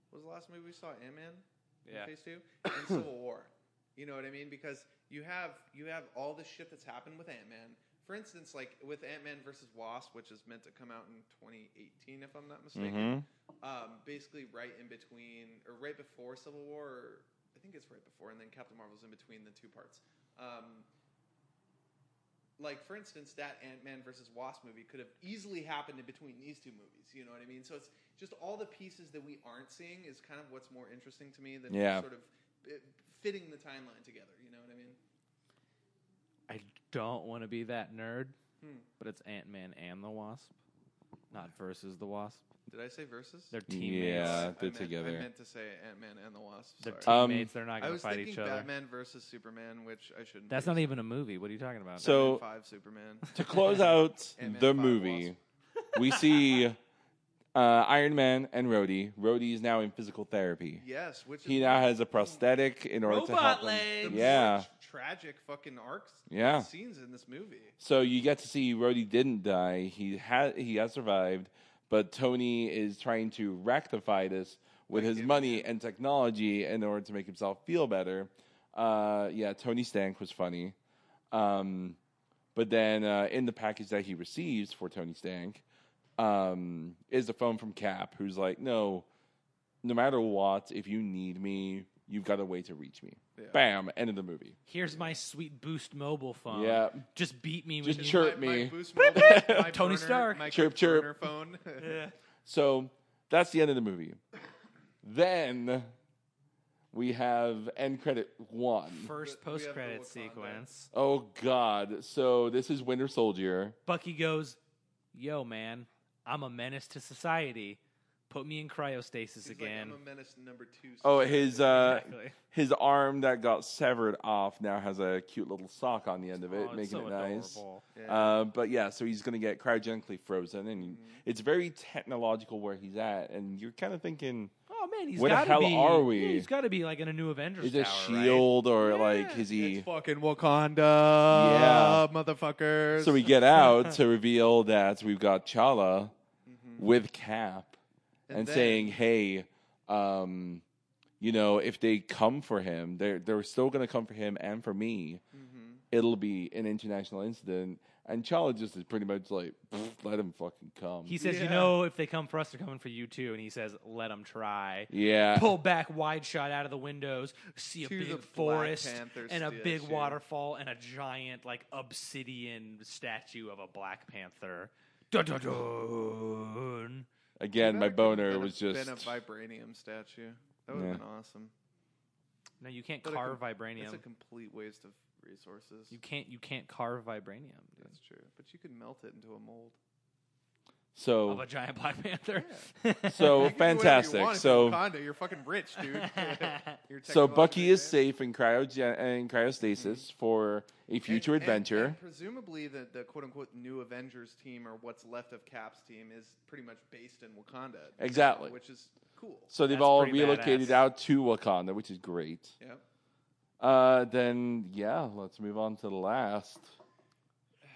What was the last movie we saw? Ant Man. Yeah. Phase two and Civil War. You know what I mean? Because you have you have all this shit that's happened with Ant Man. For instance, like with Ant Man versus Wasp, which is meant to come out in 2018, if I'm not mistaken. Mm-hmm. um, basically right in between or right before Civil War. Or I think it's right before, and then Captain Marvel's in between the two parts. Um, like for instance, that Ant Man versus Wasp movie could have easily happened in between these two movies. You know what I mean? So it's just all the pieces that we aren't seeing is kind of what's more interesting to me than Yeah. sort of uh, fitting the timeline together. You know what I mean? I don't want to be that nerd, Hmm. but it's Ant Man and the Wasp, not versus the Wasp. Did I say versus? They're teammates. Yeah. Uh, I they're meant, together. I meant to say Ant Man and the Wasp. They're Sorry. Um, teammates. They're not I going to was fight thinking each other. Batman versus Superman, which I shouldn't. That's be. not even a movie. What are you talking about? So- Batman five Superman. To close out Ant-Man the five movie, we see uh, Iron Man and Rhodey. Rhodey is now in physical therapy. yes, which He is now has a prosthetic in order to help Robot him. the legs. more Yeah. tr- tragic fucking arcs. Yeah. scenes in this movie. So you get to see Rhodey didn't die. He had he has survived, but Tony is trying to rectify this with his money and technology in order to make himself feel better. Uh, yeah, Tony Stank was funny. Um, but then uh, in the package that he receives for Tony Stank um, is a phone from Cap, who's like, "No, no matter what, if you need me, you've got a way to reach me." Bam! End of the movie. Here's my sweet Boost mobile phone. Yeah. Just beat me Just with your chirp. My- my me. Boost Mobile, my Tony burner- Stark. my Chirp, chirp. burner Phone. So that's the end of the movie. Then we have end credit one. first We have the post credit Wakanda. sequence. Oh God! So this is Winter Soldier. Bucky goes, Yo, man, I'm a menace to society. Put me in cryostasis He's like, again. I'm a menace number two. Oh, his uh, Exactly. his arm that got severed off now has a cute little sock on the end of it, Oh, it's so making it nice. adorable. Uh, but yeah, so he's gonna get cryogenically frozen, and it's very technological where he's at, and you're kind of thinking, Oh man, he's Where the gotta hell be, are yeah, we? he's got to be like in a new Avengers. is it tower, right? Shield E or like is he? fucking Wakanda, Yeah. motherfuckers. So we get out to reveal that we've got Chala with Cap and, Mm-hmm. then- saying, "Hey, um, you know, if they come for Mm-hmm. him, they're they're still going to come for him and for me. It'll be an international incident." And Chala just is pretty much like, "Pfft, let him fucking come. He says, "You Yeah. know, if they come for us, they're coming for you too." And he says, "Let them try." yeah. Pull back, wide shot out of the windows. See a To the big Black forest Panther and a big statue. waterfall and a giant like obsidian statue of a black panther. Dun, dun, dun. Again, my That could've boner been a- was just. been a vibranium statue. That would have Yeah. been awesome. No, you can't But a carve com- It's vibranium. a complete waste of resources. you can't. You can't carve vibranium dude, That's true, but you could melt it into a mold. So of a giant black panther. so You can do whatever you fantastic. want if So you're Wakanda, you're fucking rich, dude. You're so technologically Bucky is advanced. safe in cryogen and cryostasis for a And- future Mm-hmm. and- adventure. and presumably, the, the quote unquote new Avengers team or what's left of Cap's team is pretty much based in Wakanda. now, Exactly. which is cool. so they've That's all pretty relocated badass. out to Wakanda, which is great. Yep. Uh, then yeah, let's move on to the last.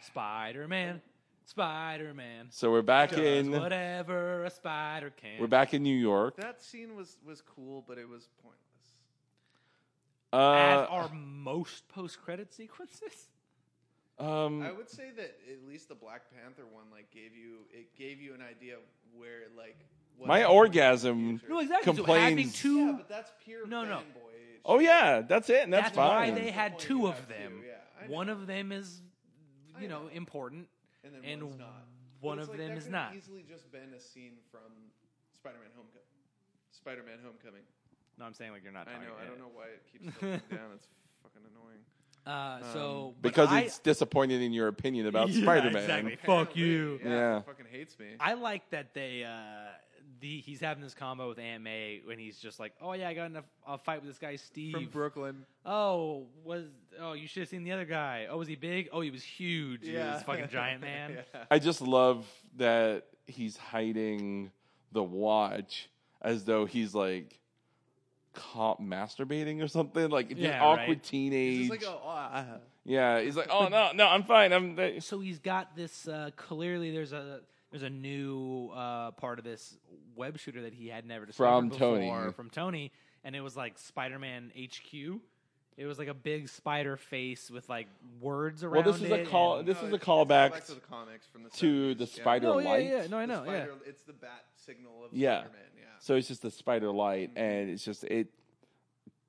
Spider Man, Spider Man. So we're back in Whatever a spider can. we're back in New York. That scene was was cool, but it was pointless. Uh, As are most post credit sequences. um, I would say that at least the Black Panther one like gave you it gave you an idea of where like what my orgasm. No, exactly. having Complains. two. yeah, but that's pure No, no. fanboy-ish. Oh yeah, that's it. And that's, that's why fine. they had Well, you two could of have two, them. yeah, I one know. of them is, I you know, know. important. and then and one's not. But one it's of like, them that is could've not. Easily just been a scene from Spider-Man: Homecoming. Spider-Man: Homecoming. No, I'm saying like you're not. I know. talking I about don't know why it keeps going down. It's fucking annoying. it. Uh, so but because I, it's disappointed in your opinion about Yeah, Spider Man. exactly. Fuck Apparently, you. Yeah. Yeah. he Fucking hates me. I like that they uh the he's having this combo with Aunt May when he's just like, oh yeah, I got in a, a fight with this guy Steve From Brooklyn. Oh, was oh you should have seen the other guy. Oh, was he big? Oh, he was huge. He was this fucking giant man. yeah. I just love that he's hiding the watch as though he's like caught masturbating or something. Like just Yeah, awkward right. teenage. He's just like, oh, ah. yeah, he's like, oh no, no, I'm fine. I'm. They, So he's got this. Uh, clearly, there's a there's a new uh, part of this web shooter that he had never discovered From before, Tony. From Tony, and it was like Spider-Man HQ. It was like a big spider face with like words around well, this is a it call. and- This No, is a it's- it's callback callback to the comics from the to the 70s, yeah. spider oh yeah, light. yeah. No, I The know. Yeah. spider- It's the bat signal of Yeah. Spider-Man. Yeah. So it's just the spider light, and it's just it.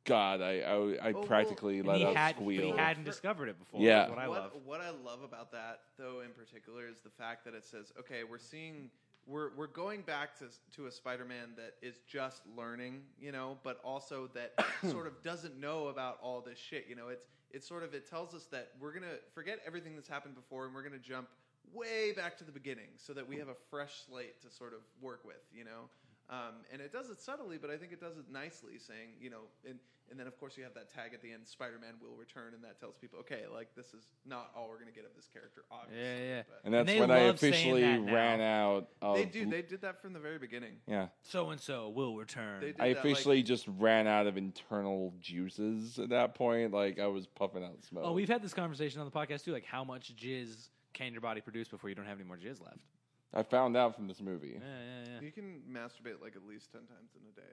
God, I I, I Oh, well, practically and let he out had, but squeal. he hadn't discovered it before. Yeah. is what I what, love. what I love about that, though, in particular, is the fact that it says, okay, we're seeing, we're, we're going back to, to a Spider Man that is just learning, you know, but also that sort of doesn't know about all this shit. You know, it's, it's sort of, it tells us that we're going to forget everything that's happened before and we're going to jump way back to the beginning so that we have a fresh slate to sort of work with, you know? Um, and it does it subtly, but I think it does it nicely, saying, you know, and, and then of course you have that tag at the end, Spider Man will return, and that tells people, okay, like this is not all we're going to get of this character, obviously. Yeah, yeah. But and uh, that's And they when I love saying officially that now. ran out of. they do, they did that from the very beginning. yeah. So and so will return. They did I that, officially Like, just ran out of internal juices at that point. Like I was puffing out smoke. Oh, we've had this conversation on the podcast too. Like, how much jizz can your body produce before you don't have any more jizz left? I found out from this movie. Yeah, yeah, yeah. you can masturbate like at least 10 times in a day.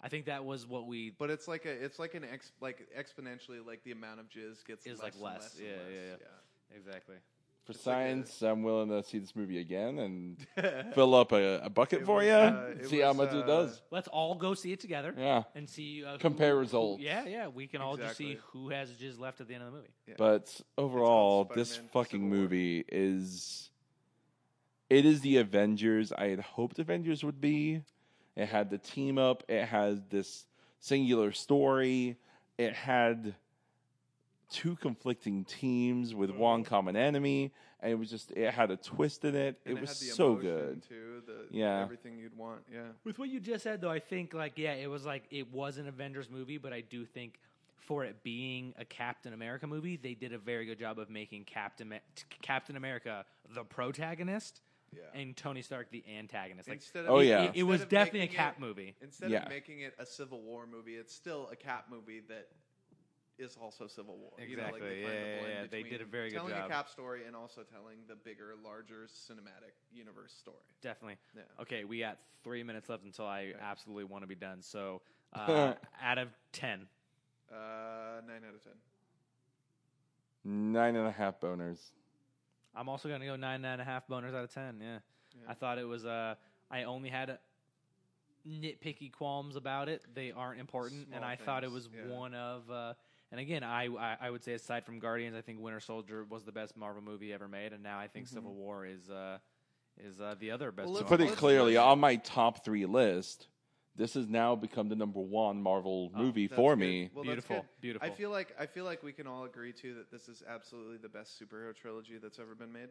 I think that was what we But it's like a, it's like an ex, like exponentially, like the amount of jizz gets Is, less like, and less. and Yeah, less. yeah, yeah. exactly. For like a- science, i I'm willing to see this movie again and fill up a, a bucket for was, you. uh, it see how was, much uh, it does. Let's all go see it together. Yeah. And see uh, who- Compare who- results. yeah, yeah. We can all just see Exactly. who has jizz left at the end of the movie. yeah. But overall, Spider-Man this Civil fucking War. movie is it is the Avengers I had hoped Avengers would be. It had the team up, it had this singular story, it had two conflicting teams with Mm-hmm. one common enemy, and it was just it had a twist in it. And it was had the so emotion, good. Too, the, Yeah. Everything you'd want. Yeah. With what you just said, though, I think like yeah, it was like it was an Avengers movie, but I do think for it being a Captain America movie, they did a very good job of making Captain Ma- t- Captain America the protagonist and Tony Stark the antagonist. Like Instead Oh, it- yeah. it, it instead was of definitely a making Cap it- movie. Instead Yeah. of making it a Civil War movie, it's still a Cap movie that is also Civil War. Exactly, find the yeah, blend yeah, yeah. They between did a very good telling job. a Cap story and also telling the bigger, larger cinematic universe story. Definitely. Yeah. Okay, we got three minutes left until I absolutely want to be done. So, uh, out of ten, Uh, nine out of ten. Nine and a half boners. I'm also gonna go nine nine and a half boners out of ten. Yeah, I thought it was. Uh, I only had uh nitpicky qualms about it. They aren't important, Small and I thought it things, was yeah. one of. Uh, and again, I, I I would say aside from Guardians, I think Winter Soldier was the best Marvel movie ever made, and now I think Civil War is uh, is uh, the other best. Mm-hmm. Well, let's- Marvel Pretty let's- clearly, on my top three list, this has now become the number one Marvel movie Oh, That's for good. me. Well, that's Beautiful, good. beautiful. I feel like I feel like we can all agree too that this is absolutely the best superhero trilogy that's ever been made.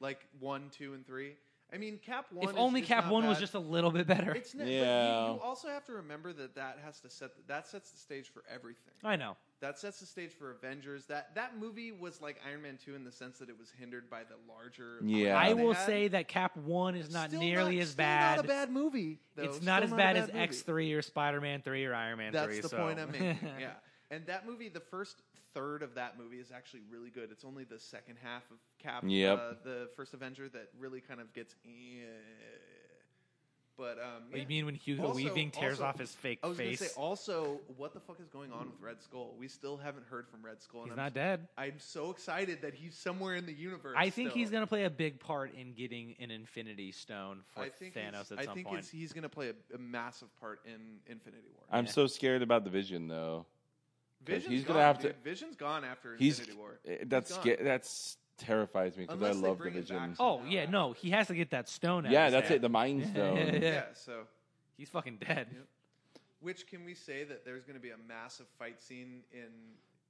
Like one, two, and three. I mean, Cap one. if only is, is Cap not One was bad. just a little bit better. It's not, but Yeah. you, you also have to remember that that has to set that sets the stage for everything. I know. That sets the stage for Avengers. That that movie was like Iron Man two in the sense that it was hindered by the larger. Yeah. I they will had. say that Cap One is not Still nearly not- as still bad. Not a bad movie. though. It's Still not as a bad as movie. X three or Spider Man three or Iron Man That's three. the so. point I'm making. yeah. And that movie, the first third of that movie is actually really good. It's only the second half of Cap, Yep. uh, the first Avenger, that really kind of gets. eh. But um, What do yeah. you mean when Hugo Also- Weaving tears also- off his fake I was face? gonna say also, what the fuck is going on with Red Skull? We still haven't heard from Red Skull. he's and I'm, not dead. I'm so excited that he's somewhere in the universe. I think he's still. going to play a big part in getting an Infinity Stone for I think Thanos he's- at I some think point. it's, he's going to play a, a massive part in Infinity War. I'm Yeah. so scared about the Vision though. 'Cause Vision's he's gone, gonna have to- dude. Vision's gone after He's Infinity War. eh, that's He's gone. sca- that's terrifies me because I Unless they love the bring it back Vision. somehow. Oh yeah, no, he has to get that stone. out of Yeah, his that's head. it. The Mind Yeah, Stone. Yeah. yeah. so He's fucking dead. Yep. which can we say that there's going to be a massive fight scene in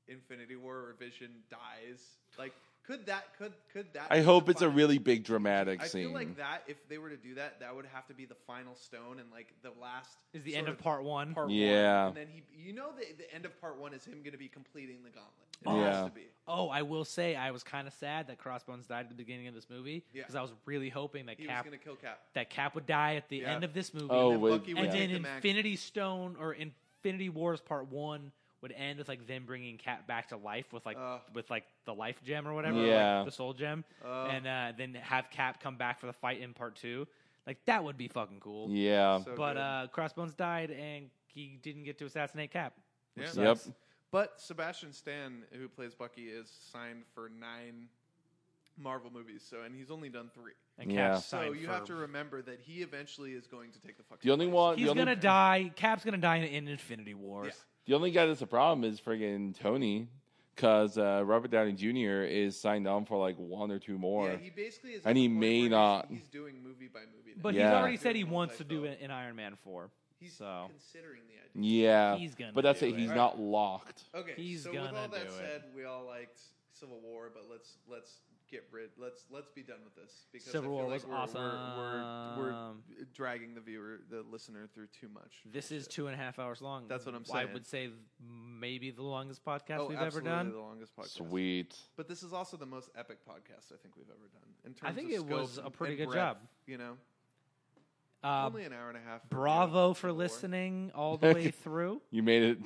Infinity War where Vision dies? Like, could that could could that? I be hope the it's a final- really big dramatic I scene. feel like that if they were to do that, that would have to be the final stone and like the last Is the sort end of part one? Part Yeah. one, and then he, you know, the, the end of part one is him going to be completing the gauntlet. It Yeah. has to be. Oh, I will say I was kind of sad that Crossbones died at the beginning of this movie Yeah. because I was really hoping that He Cap was going to kill Cap. that Cap would die at the Yeah. end of this movie. Oh, with- Bucky would and yeah. take then the mag- Infinity Stone or Infinity Wars Part One would end with like them bringing Cap back to life with like Ugh. with like the life gem or whatever, or, Yeah. like, the soul gem, Ugh. and uh, then have Cap come back for the fight in Part Two. Like that would be fucking cool. yeah. So but good. uh, Crossbones died and he didn't get to assassinate Cap. Yeah. yep. But Sebastian Stan, who plays Bucky, is signed for nine Marvel movies. So, and he's only done three. And Yeah. Cap's So signed you for- have to remember that he eventually is going to take the fucking. The only place. one. He's the only, gonna die. Cap's gonna die in, in Infinity Wars. Yeah. The only guy that's a problem is friggin' Tony, because uh, Robert Downey Jr. is signed on for like one or two more. Yeah, he basically is. at And the he point may where he's- not- He's doing movie by movie. now. But Yeah. he's already said he Doing wants to do multi-film. it in Iron Man four. He's so. considering the idea. yeah, He's gonna but that's do it. He's it. not locked. Okay, He's so with gonna all that do it. said, we all liked Civil War, but let's let's get rid. Let's let's be done with this because I Civil feel War like was we're, We're, we're, we're awesome. dragging the viewer, the listener, through too much. This is two and a half hours long. That's what I'm I saying. would say maybe the longest podcast oh, we've ever absolutely done. the longest podcast. Sweet. But this is also the most epic podcast I think we've ever done. In terms I think of it scope was a and- pretty and good breadth, job. You know, Uh, only an hour and a half. for bravo you, for Civil War. listening all the way through. You made it.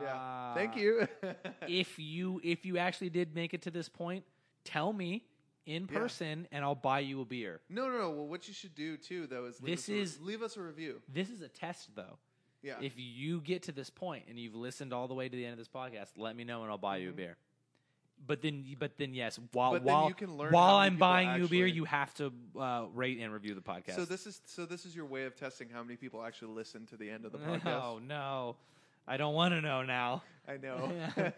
Yeah, Uh, thank you. If you if you actually did make it to this point, tell me in Yeah. person and I'll buy you a beer. no, no, no. Well, what you should do too, though, is leave This us a- is- leave us a review. This is a test though. Yeah, If you get to this point and you've listened all the way to the end of this podcast, let me know and I'll buy you a beer. But then, but then, yes. While Mm-hmm. But then while you can learn how while many I'm people buying you a beer, actually- you have to uh, rate and review the podcast. So this is so this is your way of testing how many people actually listen to the end of the podcast. Oh no, I don't want to know now. I know.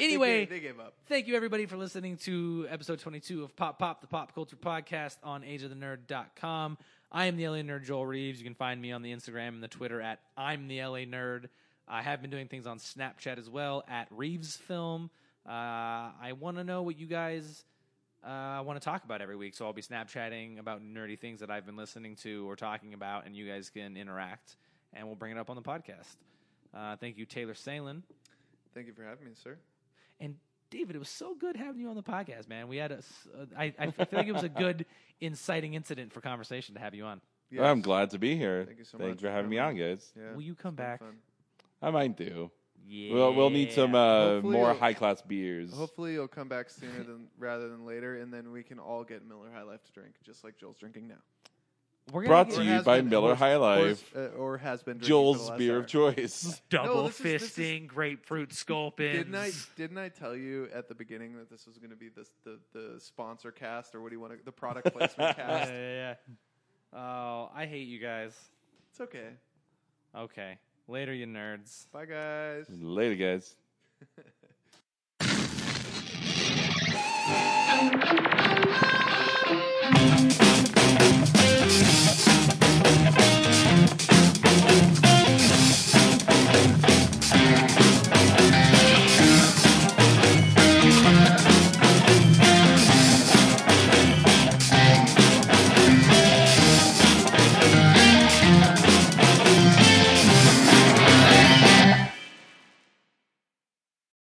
Anyway. they gave, they gave up. Thank you everybody for listening to episode 22 of Pop Pop, the Pop Culture Podcast on ageofthenerd.com. I am the LA Nerd Joel Reeves. You can find me on the Instagram and the Twitter at I'm the LA Nerd. I have been doing things on Snapchat as well at Reeves Film. Uh, I want to know what you guys uh, want to talk about every week, so I'll be Snapchatting about nerdy things that I've been listening to or talking about, and you guys can interact, and we'll bring it up on the podcast. Uh, thank you, Taylor Salen. Thank you for having me, sir. And David, it was so good having you on the podcast, man. We had a, s- uh, I, I feel like it was a good inciting incident for conversation to have you on. Yes. I'm glad to be here. Thank you so Thanks much. for having me on, guys. Yeah, Will you it's come been back? fun. I might do. Yeah, We'll, we'll need some uh, Hopefully more you'll- high class beers. Hopefully, you'll come back sooner than rather than later, and then we can all get Miller High Life to drink, just like Joel's drinking now. We're gonna Brought get- to Or you has by been- Miller or- High or- Life. uh, or has been drinking for the Joel's last beer hour. of choice. Double this is- this is- fisting grapefruit sculpins. Didn't I didn't I tell you at the beginning that this was going to be the, the the sponsor cast or what do you want to, the product placement yeah, cast? yeah, yeah. Oh, I hate you guys. It's okay. Okay, later, you nerds. Bye guys. Later, guys.